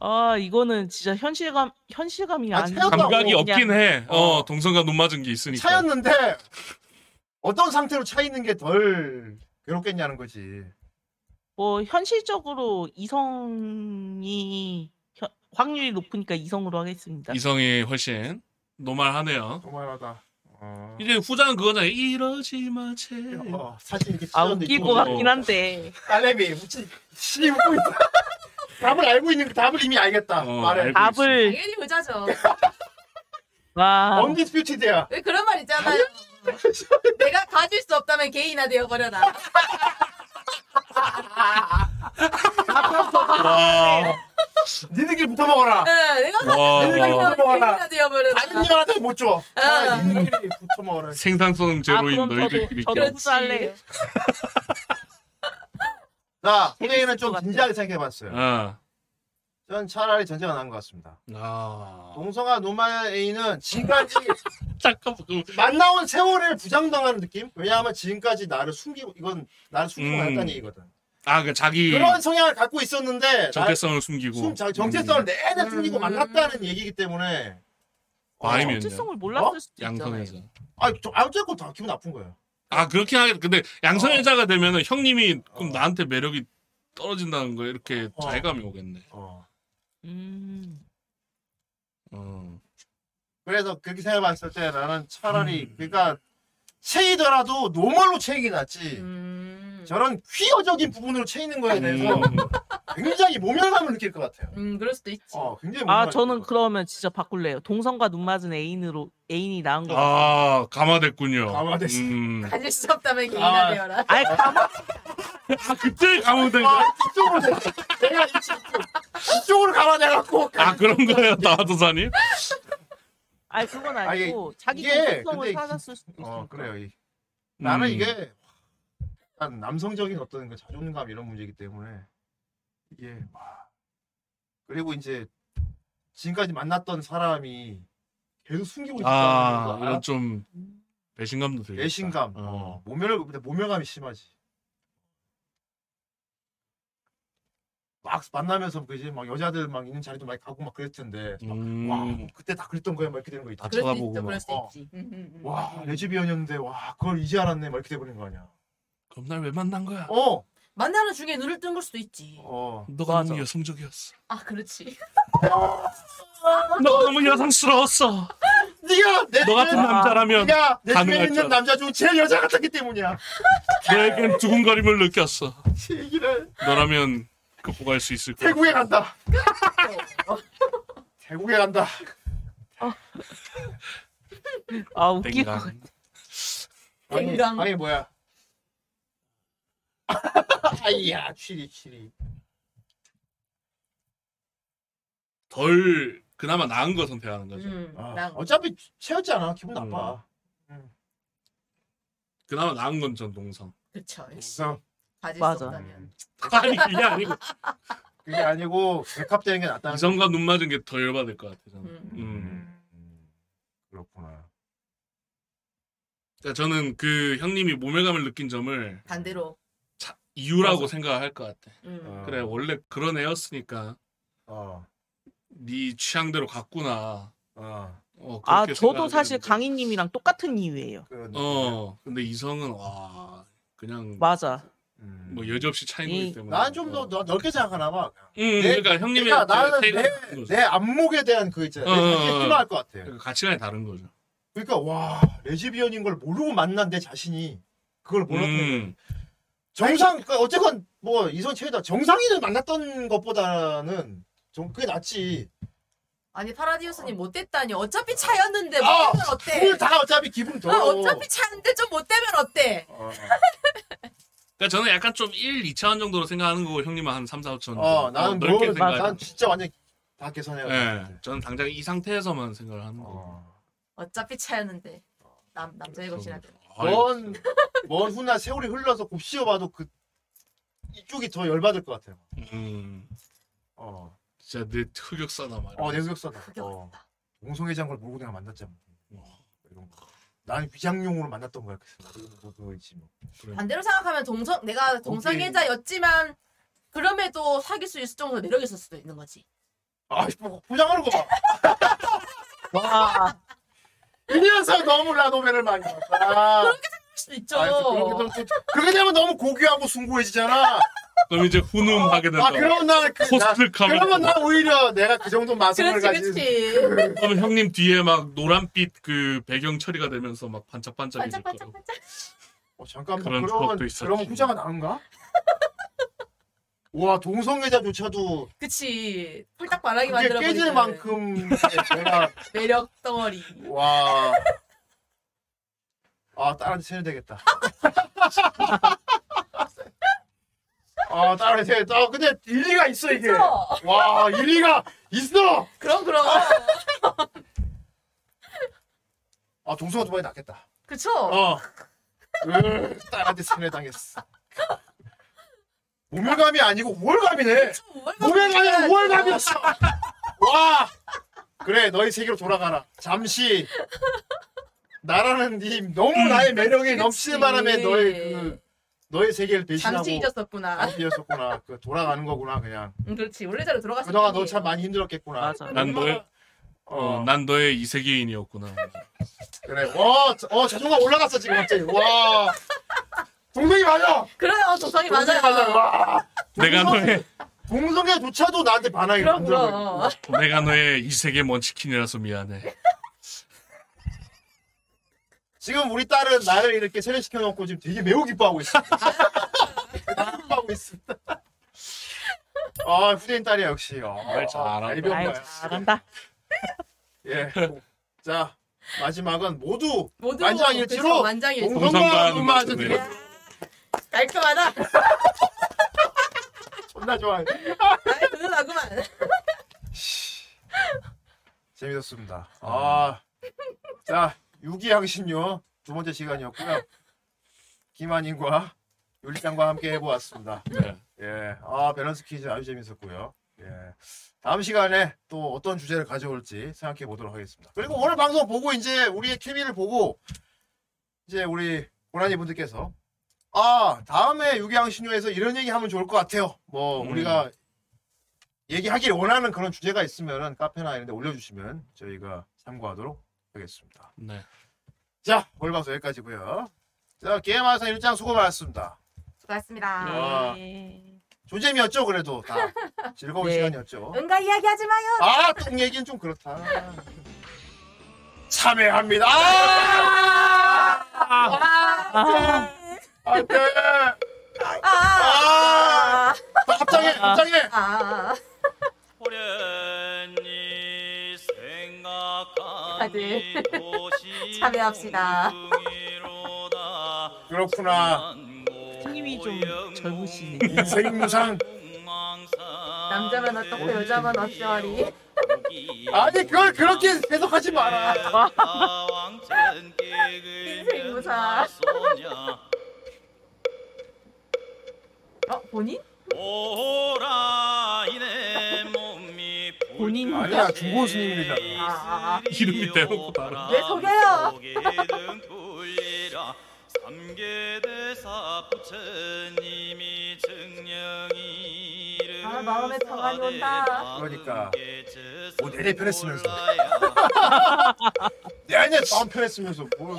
Speaker 3: 아 이거는 진짜 현실감 현실감이
Speaker 1: 아,
Speaker 3: 안.
Speaker 1: 차였다고.
Speaker 4: 감각이
Speaker 3: 그냥-
Speaker 4: 없긴 해. 어,
Speaker 1: 어.
Speaker 4: 동성과 눈 맞은 게 있으니까.
Speaker 1: 차였는데 어떤 상태로 차 있는 게 덜 괴롭겠냐는 거지.
Speaker 3: 뭐 현실적으로 이성이 현- 확률이 높으니까 이성으로 하겠습니다.
Speaker 4: 이성이 훨씬 노말하네요.
Speaker 1: 정말하다. 어.
Speaker 4: 이제 후자는 그거잖아요. 이러지 마 제.
Speaker 1: 어, 사진 이렇게
Speaker 3: 아
Speaker 1: 찢어져
Speaker 3: 웃길
Speaker 1: 있고.
Speaker 3: 것
Speaker 4: 어.
Speaker 3: 같긴 한데
Speaker 1: 딸내미 웃지 씨 웃고 있다 답을 알고 있는 그 답을 이미 알겠다
Speaker 4: 어,
Speaker 1: 말해
Speaker 4: 알고
Speaker 3: 답을
Speaker 2: 당연히 부자죠.
Speaker 3: 와
Speaker 1: 언디스퓨티드야
Speaker 2: 왜 그런 말 있잖아요. 내가 가질 수 없다면 개인화 되어버려라.
Speaker 3: 아,
Speaker 4: 와.
Speaker 1: 니들끼리 붙어먹어라
Speaker 2: 응, 내가 가질 수
Speaker 4: 와.
Speaker 2: 없다면 개인화
Speaker 1: 다른
Speaker 2: 되어버려라.
Speaker 1: 님한테 못줘
Speaker 2: 아.
Speaker 1: 니들끼리 붙어먹어라
Speaker 4: 생산성 제로인
Speaker 3: 네. 아, 그럼 저도-
Speaker 4: 너희들끼리.
Speaker 3: 저도
Speaker 4: 끼리.
Speaker 3: 후자할래요.
Speaker 1: 자 후대인은
Speaker 3: 재밌을
Speaker 1: 좀
Speaker 3: 것
Speaker 1: 진지하게 생각해봤어요
Speaker 4: 어.
Speaker 1: 전 차라리 전제가 나은 것 같습니다.
Speaker 4: 아
Speaker 1: 동성아 노마 A는 지금까지
Speaker 4: 잠깐만 그럼
Speaker 1: 만나온 세월을 부장당하는 느낌? 왜냐하면 지금까지 나를 숨기고 이건 나를 숨기고
Speaker 4: 음.
Speaker 1: 다녔다는 얘기거든.
Speaker 4: 아 그 자기
Speaker 1: 그런 성향을 갖고 있었는데 나를
Speaker 4: 정체성을 숨기고
Speaker 1: 숨, 자- 정체성을
Speaker 4: 음.
Speaker 1: 내내 숨기고
Speaker 2: 음.
Speaker 1: 만났다는 얘기이기 때문에 어.
Speaker 4: 마음이-
Speaker 3: 정체성을 몰랐을 수도 있잖아요.
Speaker 4: 양성애자
Speaker 1: 아, 저 아무튼 다 기분 나쁜 거예요.
Speaker 4: 아 그렇긴 하겠다 근데
Speaker 3: 어.
Speaker 4: 양성애자가 되면은 형님이 그럼 나한테 매력이 떨어진다는 거에 이렇게
Speaker 1: 어.
Speaker 4: 자괴감이 오겠네
Speaker 1: 어.
Speaker 3: 음.
Speaker 4: 어.
Speaker 1: 그래서 그렇게 생각해봤을 때 나는 차라리
Speaker 4: 음.
Speaker 1: 그러니까 체이더라도 노멀로 체이기 낫지.
Speaker 2: 음.
Speaker 1: 저런 퀴어적인 부분으로 체이는 거에
Speaker 3: 네,
Speaker 1: 대해서
Speaker 4: 음.
Speaker 1: 굉장히 모멸감을 느낄 것 같아요.
Speaker 2: 음, 그럴 수도 있지.
Speaker 1: 어, 굉장히
Speaker 3: 아
Speaker 1: 모멸감을
Speaker 3: 저는
Speaker 1: 느낄 것
Speaker 3: 그러면 진짜 바꿀래요. 동성과 눈 맞은 애인으로 애인이 나은 거. 아,
Speaker 4: 아 감화됐군요
Speaker 1: 감화됐어.
Speaker 4: 음.
Speaker 2: 갈릴 수
Speaker 1: 아.
Speaker 2: 없다면 개인화 되어라.
Speaker 3: 아니 가만
Speaker 4: 아 그때
Speaker 1: 같아요.
Speaker 4: 감화된 거야
Speaker 1: 아, 이쪽으로 됐어. 내가 이쪽- 이쪽으로 감아내갖고 어,
Speaker 4: 아 그런 거예요 나도사님
Speaker 3: 아니 그건
Speaker 1: 아니,
Speaker 3: 아니고 자기
Speaker 1: 이게
Speaker 3: 정체성을
Speaker 1: 근데
Speaker 3: 찾았을 수도 있어.
Speaker 1: 어 그래요. 이- 나는 이게 약간 남성적인 어떤 그 자존감 이런 문제이기 때문에 이게 와 그리고 이제 지금까지 만났던 사람이 계속 숨기고 있다는
Speaker 4: 아
Speaker 1: 거 알아?
Speaker 4: 이건 좀 배신감도 들고
Speaker 1: 배신감, 어. 모멸 근데 모멸감이 심하지. 막 만나면서 그지 막 여자들 막 있는 자리도 많이 가고 막 그랬을 텐데
Speaker 4: 음.
Speaker 1: 와 그때 다 그랬던 거야 막 이렇게 되는 거 있지.
Speaker 4: 아,
Speaker 2: 그럴 수
Speaker 4: 쳐다보고
Speaker 2: 있죠.
Speaker 4: 막.
Speaker 2: 그럴 수
Speaker 1: 어.
Speaker 2: 있지. 음, 음, 음.
Speaker 1: 와 레즈비언이었는데 와 그걸 이제 알았네 막 이렇게 돼버린 거 아니야.
Speaker 4: 그럼 날 왜 만난 거야
Speaker 1: 어
Speaker 2: 만나는 중에 눈을 뜬 걸 수도 있지.
Speaker 1: 어.
Speaker 4: 너가 너무 여성적이었어
Speaker 2: 아, 그렇지.
Speaker 4: 너가 너무 여성스러웠어 아.
Speaker 1: 네가 내
Speaker 4: 너 같은
Speaker 1: 눈에-
Speaker 4: 남자라면
Speaker 1: 네가 내 주변에
Speaker 4: 가능할 줄
Speaker 1: 있는
Speaker 4: 알았어.
Speaker 1: 남자 중 제일 여자 같았기 때문이야.
Speaker 4: 너에겐 두근거림을 느꼈어
Speaker 1: 이 얘기를
Speaker 4: 너라면 극복할 수 있을 거야
Speaker 1: 태국에 간다. 태국에 간다.
Speaker 3: 아 웃기고
Speaker 4: 땡강
Speaker 1: 아니,
Speaker 2: 땡강.
Speaker 1: 아니 뭐야? 아이야 취리 취리.
Speaker 4: 덜 그나마 나은 거 선택하는 거죠
Speaker 2: 음,
Speaker 1: 아,
Speaker 2: 나
Speaker 1: 어차피 채웠잖아. 기분
Speaker 4: 음.
Speaker 1: 나빠.
Speaker 4: 그나마 나은 건 전 동성
Speaker 2: 그쵸. 역시
Speaker 1: 그래서
Speaker 2: 가질 수
Speaker 3: 맞아.
Speaker 2: 없다면.
Speaker 4: 아니 그게 아니고
Speaker 1: 그게 아니고 백합되는 게 낫다는.
Speaker 4: 이성과 눈 맞은 게 더 열받을 것 같아 저는
Speaker 2: 음.
Speaker 4: 음.
Speaker 1: 음, 그렇구나.
Speaker 4: 그러니까 저는 그 형님이 모멸감을 느낀 점을
Speaker 2: 반대로.
Speaker 4: 자- 이유라고
Speaker 1: 맞아.
Speaker 4: 생각할 것 같아
Speaker 2: 음.
Speaker 4: 그래 원래 그런 애였으니까
Speaker 1: 어.
Speaker 4: 네 취향대로 갔구나.
Speaker 1: 어.
Speaker 4: 어, 그렇게
Speaker 3: 아 저도
Speaker 4: 생각하게
Speaker 3: 사실
Speaker 4: 되는데.
Speaker 3: 강희님이랑 똑같은 이유예요.
Speaker 1: 그,
Speaker 4: 어 근데 이성은 와 그냥
Speaker 3: 맞아.
Speaker 1: 음.
Speaker 4: 뭐 여지없이 차인
Speaker 3: 이- 어.
Speaker 4: 거기 때문에.
Speaker 1: 난좀더 넓게 생각하나 봐.
Speaker 4: 응
Speaker 1: 내-
Speaker 4: 그러니까 형님의
Speaker 1: 그러니까 나는
Speaker 4: 태도가
Speaker 1: 내-
Speaker 4: 다른 거죠.
Speaker 1: 내 안목에 대한 그 있잖아.
Speaker 4: 어,
Speaker 1: 내
Speaker 4: 어,
Speaker 1: 자신이
Speaker 4: 어.
Speaker 1: 필요할 것 같아요.
Speaker 4: 그러니까 가치관이 다른 거죠.
Speaker 3: 음.
Speaker 1: 그러니까 와 레즈비언인 걸 모르고 만난 내 자신이 그걸 몰랐네.
Speaker 4: 음
Speaker 1: 정상 그러니까 어쨌건 뭐 이성 최다 정상인을 만났던 것보다는 좀 그게 낫지.
Speaker 2: 아니, 파라디우스님 못됐다니. 어차피 차였는데 못
Speaker 1: 아,
Speaker 2: 되면
Speaker 4: 음.
Speaker 2: 어때?
Speaker 1: 둘다 어차피 기분
Speaker 2: 아,
Speaker 1: 더러.
Speaker 2: 어차피 차는데 좀 못 되면 어때?
Speaker 1: 어,
Speaker 4: 그러니까 저는 약간 좀 1, 2차원 정도로 생각하는 거고 형님은 한 3, 4, 5천
Speaker 1: 어, 어, 나는 뭐,
Speaker 4: 넓게 생각해.
Speaker 1: 난 진짜 완전 다 계산해야
Speaker 4: 예.
Speaker 1: 돼.
Speaker 4: 저는 당장 이 상태에서만 생각을 하는 거.
Speaker 1: 어.
Speaker 2: 어차피 차였는데. 남, 남자의
Speaker 1: 그렇죠.
Speaker 2: 것이라.
Speaker 1: 어. 먼, 먼 훗날 세월이 흘러서 곱씹어봐도 그 이쪽이 더 열받을 것 같아요.
Speaker 4: 음.
Speaker 1: 어,
Speaker 4: 진짜 내 흑역사다 말.
Speaker 1: 어, 내 흑역사다.
Speaker 2: 그게
Speaker 1: 어.
Speaker 2: 어렵다.
Speaker 1: 공송회장 걸 모르고 내가 만났잖아.
Speaker 4: 어.
Speaker 1: 이런 거. 난 위장용으로 만났던 거야. 그래서 그거 그거지 뭐.
Speaker 2: 반대로 생각하면 동성, 내가 동성애자였지만, 그럼에도 사귈 수 있을 정도로 매력 있을 수도 있는 거지.
Speaker 1: 아, 뭐 포장하는 거 봐.
Speaker 3: 와
Speaker 1: 이 녀석 너무 라노벨을 많이
Speaker 2: 그러니까.
Speaker 1: 봤다.
Speaker 2: 할 수도 있죠.
Speaker 1: 아, 그렇게 되면 또- 그렇게 되면 너무 고귀하고 숭고해지잖아.
Speaker 4: 그럼 이제 훈훈하게 된다.
Speaker 1: 아, 그러면 나는 그, 나,
Speaker 4: 그러니까. 코스트 카메라.
Speaker 1: 그러면 나 오히려 내가 그 정도 마성을
Speaker 2: 그렇지,
Speaker 1: 가진
Speaker 2: 그렇지.
Speaker 4: 그럼 형님 뒤에 막 노란빛 그 배경 처리가 되면서 막 반짝반짝해질 거예요.
Speaker 2: 반짝반짝반짝.
Speaker 1: 어, 잠깐만.
Speaker 4: 그런
Speaker 1: 그러면
Speaker 4: 것도 있었지.
Speaker 1: 그러면 후자가 나은가? 와, 동성애자조차도
Speaker 2: 그치. 홀딱 바라기
Speaker 1: 그게
Speaker 2: 만들어
Speaker 1: 깨질
Speaker 2: 버리는
Speaker 1: 만큼 내가
Speaker 2: 매력 덩어리.
Speaker 1: 와. 아, 딸한테 세뇌 되겠다. 아, 딸한테 세뇌. 아, 근데 일리가 있어, 이게.
Speaker 2: 그쵸?
Speaker 1: 와, 일리가 있어!
Speaker 2: 그럼 그럼.
Speaker 1: 아, 동서가 두번이 낫겠다.
Speaker 2: 그쵸?
Speaker 1: 음, 어. 으, 딸한테 세뇌 당했어. 우물감이 아니고 우월감이네.
Speaker 2: 좀 우월감.
Speaker 1: 우물감이 아니라 우월감이었어. 와. 그래 너희 세계로 돌아가라. 잠시. 나라는 네 너무
Speaker 2: 음,
Speaker 1: 나의 매력이 넘치는 바람에 너의 그 너의 세계를 배신하고
Speaker 2: 네. 잠시 잊었었구나.
Speaker 1: 잠시였었구나. 그 돌아가는 거구나 그냥.
Speaker 2: 음, 그렇지 원래 자로 돌아갔어.
Speaker 1: 그동안 너 참 많이 힘들었겠구나.
Speaker 3: 맞아.
Speaker 4: 난 너의 어, 난 너의 이 세계인이었구나.
Speaker 1: 그래. 와, 자- 어, 자존감 올라갔어, 지금 갑자기. 와. 동생이 맞아!
Speaker 2: 그래요 조성이
Speaker 1: 동생이
Speaker 2: 맞아요.
Speaker 1: 맞아. 와.
Speaker 4: 내가 너의
Speaker 1: 동성애조차도 나한테 반항이
Speaker 2: 그럼
Speaker 1: 감정을.
Speaker 2: 그럼.
Speaker 4: 내가 너의 이 세계 먼치킨이라서 미안해.
Speaker 1: 지금 우리 딸은 나를 이렇게 세례시켜놓고 지금 되게 매우 기뻐하고 있습니다. 기뻐하고 있습니다. 아, 후대인 딸이야, 역시. 아,
Speaker 4: 말 잘한다.
Speaker 1: 잘 배운
Speaker 3: 아유
Speaker 1: 거야.
Speaker 3: 잘한다.
Speaker 1: 예. 자, 마지막은 모두
Speaker 2: 모두
Speaker 1: 만장일치로
Speaker 2: 그래서 만장일치.
Speaker 1: 동성과
Speaker 4: 동성과
Speaker 1: 음악
Speaker 4: 음악
Speaker 1: 듣기.
Speaker 2: 깔끔하다.
Speaker 1: 존나 좋아해.
Speaker 2: 나의 그늘하구만.
Speaker 1: 재밌었습니다. 아, 자, 유기양신료 두 번째 시간이었고요. 김한인과 윤리장과 함께 해보았습니다.
Speaker 4: 네.
Speaker 1: 예, 아 밸런스 퀴즈 아주 재밌었고요. 예, 다음 시간에 또 어떤 주제를 가져올지 생각해 보도록 하겠습니다. 그리고 오늘 방송 보고 이제 우리의 케미를 보고 이제 우리 고난이 분들께서 아 다음에 유기양신료에서 이런 얘기 하면 좋을 것 같아요. 뭐
Speaker 4: 음.
Speaker 1: 우리가 얘기하길 원하는 그런 주제가 있으면 카페나 이런 데 올려주시면 저희가 참고하도록 하겠습니다.
Speaker 4: 네.
Speaker 1: 자, 오늘 방송 여기까지고요. 자, 게임하사 일장 수고 많았습니다.
Speaker 2: 고맙습니다.
Speaker 1: 와.
Speaker 3: 네.
Speaker 1: 조잼이었죠, 그래도 다. 즐거운
Speaker 3: 네.
Speaker 1: 시간이었죠.
Speaker 2: 응가 이야기하지 마요.
Speaker 1: 아, 똥 얘기는 좀 그렇다. 참회합니다. 아!
Speaker 3: 아,
Speaker 1: 안 돼.
Speaker 2: 아. 아.
Speaker 1: 갑자기, 갑자기.
Speaker 2: 아.
Speaker 5: 호련히
Speaker 2: 다들
Speaker 5: 생각하니 도시
Speaker 2: 아, 네. 참여합시다.
Speaker 5: 풍이로다
Speaker 1: 그렇구나.
Speaker 3: 형님이 좀 젊으시네.
Speaker 1: 인생 무상.
Speaker 2: 남자만 어떻고
Speaker 1: 아.
Speaker 2: 여자만 어찌하리.
Speaker 1: 아니, 그걸 그렇게 해석하지 마라.
Speaker 2: 인생 무사.
Speaker 1: 아.
Speaker 2: 어 본인?
Speaker 3: 본인
Speaker 1: 아니야, 중고 스님이잖아.
Speaker 2: 아, 아, 아.
Speaker 4: 이름이 대놓고 바로.
Speaker 2: 왜 속여요?
Speaker 5: 삼계대사 부처님이 증명이
Speaker 2: 아, 마음에 평안이 온다.
Speaker 1: 그러니까.
Speaker 5: 뭐
Speaker 1: 내 편에 쓰면서. 내 아니야, 마음 편했으면서. 뭘.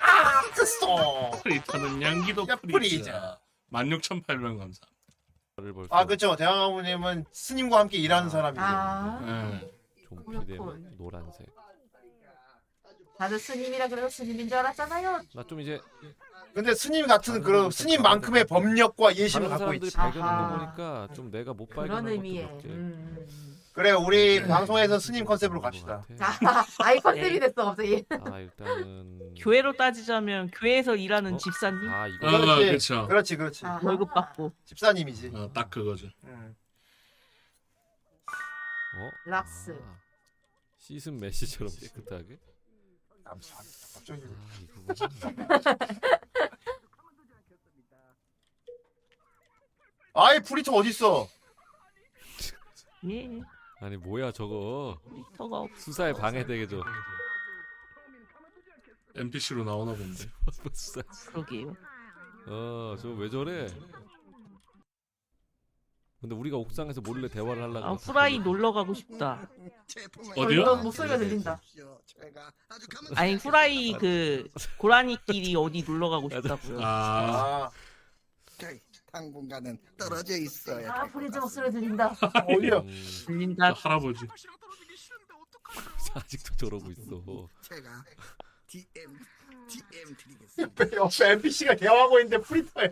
Speaker 1: 아, 됐어.
Speaker 4: 프리타는 양기도
Speaker 1: 야,
Speaker 4: 프리자. 16,800원 감사.
Speaker 1: 아, 그쵸. 대왕아버님은 스님과 함께 일하는 사람이죠. 음.
Speaker 2: 아
Speaker 4: 네.
Speaker 10: 종피되면
Speaker 2: 그렇군.
Speaker 10: 노란색.
Speaker 2: 다들 스님이라 그래서 스님인 줄 알았잖아요.
Speaker 10: 나 좀 이제
Speaker 1: 근데 스님 같은 그런 스님만큼의 법력과
Speaker 10: 아, 다른
Speaker 1: 예심을 갖고
Speaker 10: 사람들이
Speaker 1: 있지.
Speaker 10: 발견하는
Speaker 2: 아하.
Speaker 10: 거니까 좀 내가 못
Speaker 2: 그런
Speaker 10: 발견한 것도
Speaker 2: 의미에.
Speaker 10: 몇 개.
Speaker 2: 음.
Speaker 1: 그래, 우리
Speaker 10: 음.
Speaker 1: 방송에서 스님 컨셉으로 갑시다.
Speaker 10: 있는 것 같아.
Speaker 2: 아, 아이 컨셉이 됐어 갑자기.
Speaker 10: 아 일단은
Speaker 3: 교회로 따지자면 교회에서 일하는
Speaker 10: 어?
Speaker 3: 집사님
Speaker 10: 아
Speaker 4: 어,
Speaker 10: 이거
Speaker 1: 그렇지.
Speaker 4: 그렇죠.
Speaker 1: 그렇지, 그렇지.
Speaker 2: 아하.
Speaker 3: 월급 받고
Speaker 1: 집사님이지.
Speaker 4: 어, 딱 그거죠.
Speaker 1: 음.
Speaker 10: 어?
Speaker 2: 락스.
Speaker 10: 아, 씻은 메시처럼 깨끗하게.
Speaker 1: 감사합니다. 갑자기.
Speaker 10: 아 이거.
Speaker 1: 아이, 프리터 어딨어?
Speaker 3: 예
Speaker 10: 아니 뭐야 저거
Speaker 3: 터가 없.
Speaker 10: 수사에 방해되게 줘.
Speaker 4: NPC로 나오나 본데.
Speaker 10: 수사.
Speaker 3: 그러게요.
Speaker 10: 어저 왜 저래? 근데 우리가 옥상에서 몰래 대화를 하려고.
Speaker 2: 어,
Speaker 3: 아, 후라이 놀러 가고 싶다.
Speaker 4: 어디요?
Speaker 2: 어떤 목소리가 들린다.
Speaker 3: 아니 후라이 그 고라니끼리 어디 놀러 가고 싶다고요.
Speaker 1: 아,
Speaker 4: 아,
Speaker 8: 당분간은 떨어져
Speaker 10: 네.
Speaker 8: 있어야
Speaker 2: 아 브리즈 목소리 들린다.
Speaker 1: 아, 어디야?
Speaker 10: 음,
Speaker 4: 저
Speaker 3: 들린다.
Speaker 4: 할아버지.
Speaker 10: 아직도 저러고 있어.
Speaker 8: 제가 DM DM 드리겠습니다.
Speaker 1: 옆에 NPC가 대화하고 있는데 프리터야.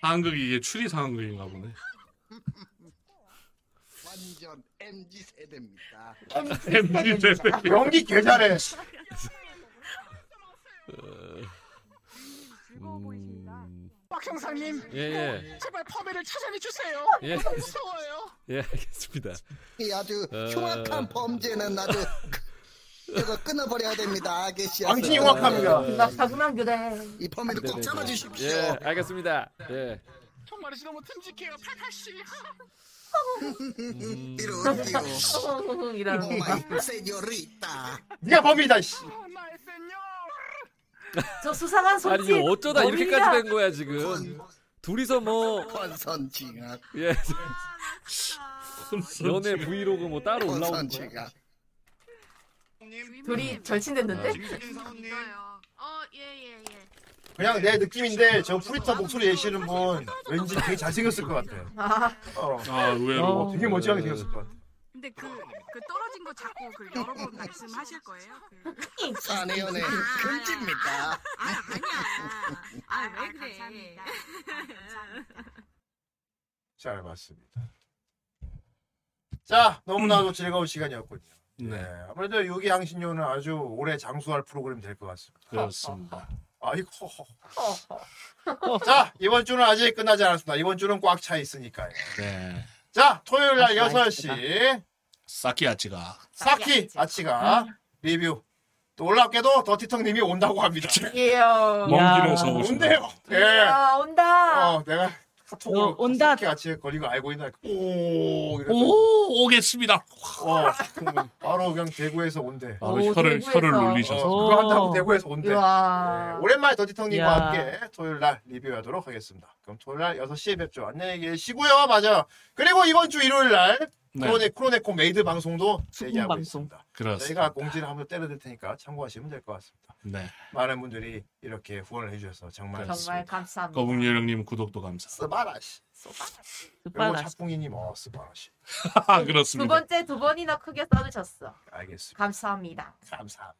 Speaker 4: 한국이 이게 추리 상황극인가 보네.
Speaker 8: 완전 MG 세대입니다.
Speaker 4: MG 대표.
Speaker 1: 연기 개 잘해.
Speaker 10: 음,
Speaker 6: 박형상님
Speaker 10: 예예
Speaker 6: 제발 펌웨를 찾아내 주세요.
Speaker 10: 예.
Speaker 6: 무서워요.
Speaker 10: 예, 알겠습니다.
Speaker 8: 이 아주
Speaker 10: 어.
Speaker 8: 흉악한 범죄는 아주 이거 끊어버려야 됩니다. 아저씨.
Speaker 1: 왕신이 흉악합니다.
Speaker 2: 나타구만 그래.
Speaker 8: 이 범위를 꼭
Speaker 10: 예, 네네네.
Speaker 8: 잡아주십시오.
Speaker 10: 예, 알겠습니다. 예.
Speaker 8: 정말이시 너무 듬직해요, 타카씨.
Speaker 10: 음.
Speaker 8: 이러지요.
Speaker 2: 이런.
Speaker 8: 오마이 세뇨리타.
Speaker 1: 네가 범인이다 씨.
Speaker 2: 저 수상한
Speaker 10: 아니
Speaker 2: 손짓.
Speaker 10: 이거 어쩌다
Speaker 2: 머리가
Speaker 10: 이렇게까지 된 거야 지금? 둘이서 뭐
Speaker 8: 권선징악.
Speaker 10: 예,
Speaker 6: 아,
Speaker 10: 연애 브이로그 뭐 따로 올라온 거야?
Speaker 8: 권선징악.
Speaker 2: 둘이 절친됐는데?
Speaker 1: 그냥 내 느낌인데 저 프리터 목소리 예시는 분 왠지 되게 잘생겼을 것 같아.
Speaker 2: 아,
Speaker 1: 어.
Speaker 4: 아 의외로
Speaker 1: 어, 되게 멋지하게 생겼을 것 같아.
Speaker 11: 근데 그, 그 떨어진 거 자꾸 그 여러 번 말씀하실 거예요? 그,
Speaker 8: 사내 연애 금지입니다.
Speaker 11: 아, 아니야. 아, 왜 그래.
Speaker 1: 잘 봤습니다. 자, 너무나도 즐거운 시간이었군요. 네.
Speaker 4: 네
Speaker 1: 아무래도 유기 향신료는 아주 오래 장수할 프로그램 될 것 같습니다.
Speaker 4: 그렇습니다.
Speaker 1: 아이 허허. 어, 자, 이번 주는 아직 끝나지 않았습니다. 이번 주는 꽉 차 있으니까요.
Speaker 4: 네
Speaker 1: 자, 토요일 날
Speaker 3: 아,
Speaker 1: 6시
Speaker 4: 사키아치가
Speaker 1: 사키 아치가
Speaker 3: 음.
Speaker 1: 리뷰. 또 놀랍게도 더티텅 님이 온다고 합니다.
Speaker 2: 예요. 어.
Speaker 10: 뭐,
Speaker 4: 먼
Speaker 3: 야.
Speaker 4: 길에서 오신
Speaker 1: 온대요. 예.
Speaker 2: 야, 온다.
Speaker 1: 어, 내가 카톡으로
Speaker 3: 어, 온다.
Speaker 1: 사키 아치에 걸린 거 알고 있나? 오, 이랬더니
Speaker 4: 오 오겠습니다.
Speaker 1: 어, 그러면 바로 그냥 대구에서 온대.
Speaker 4: 바로
Speaker 2: 오,
Speaker 4: 혀를
Speaker 2: 대구에서.
Speaker 4: 혀를
Speaker 1: 어,
Speaker 4: 놀리셔서
Speaker 1: 그거 한다고 대구에서 온대. 네,
Speaker 2: 이야.
Speaker 1: 오랜만에 더티텅님과
Speaker 3: 아. 야.
Speaker 1: 함께 토요일 날 리뷰하도록 하겠습니다. 그럼 토요일 날 6시에 뵙죠. 안녕히 계시고요. 맞아. 그리고 이번 주 일요일 날
Speaker 4: 네
Speaker 1: 크로네, 크로네코 메이드 방송도
Speaker 3: 수분
Speaker 1: 대기하고
Speaker 3: 방송.
Speaker 1: 있습니다. 저희가
Speaker 4: 그렇습니다.
Speaker 1: 공지를 한번 때려드릴 테니까 참고하시면 될 것 같습니다.
Speaker 4: 네
Speaker 1: 많은 분들이 이렇게 후원을 해주셔서 정말
Speaker 2: 정말 감사합니다.
Speaker 4: 거북이 형님 구독도 감사.
Speaker 1: 스바라시. 그리고
Speaker 3: 굿바이.
Speaker 1: 차풍이님 어 스바라시.
Speaker 4: 아
Speaker 2: 두
Speaker 4: 그렇습니다.
Speaker 2: 번째 두 번이나 크게 써주셨어.
Speaker 1: 알겠습니다.
Speaker 2: 감사합니다.
Speaker 1: 감사합니다.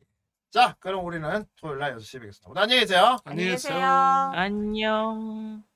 Speaker 1: 예. 자 그럼 우리는 토요일 날 6시에 뵙겠습니다. 오늘 안녕히 계세요.
Speaker 4: 안녕히 계세요.
Speaker 2: 계세요.
Speaker 3: 안녕.